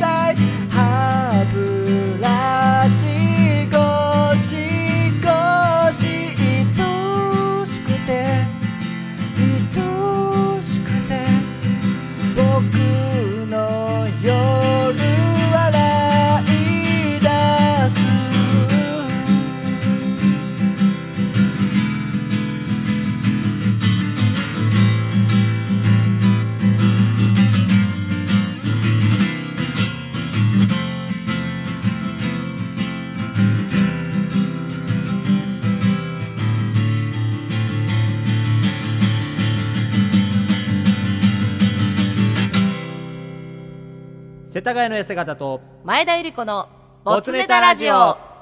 S5: 代歯ブラシゴシゴシ愛しくて愛しくて僕の夜笑い出す
S1: 世田谷の痩せ方と
S3: 前田ゆり子のボツネタラジオ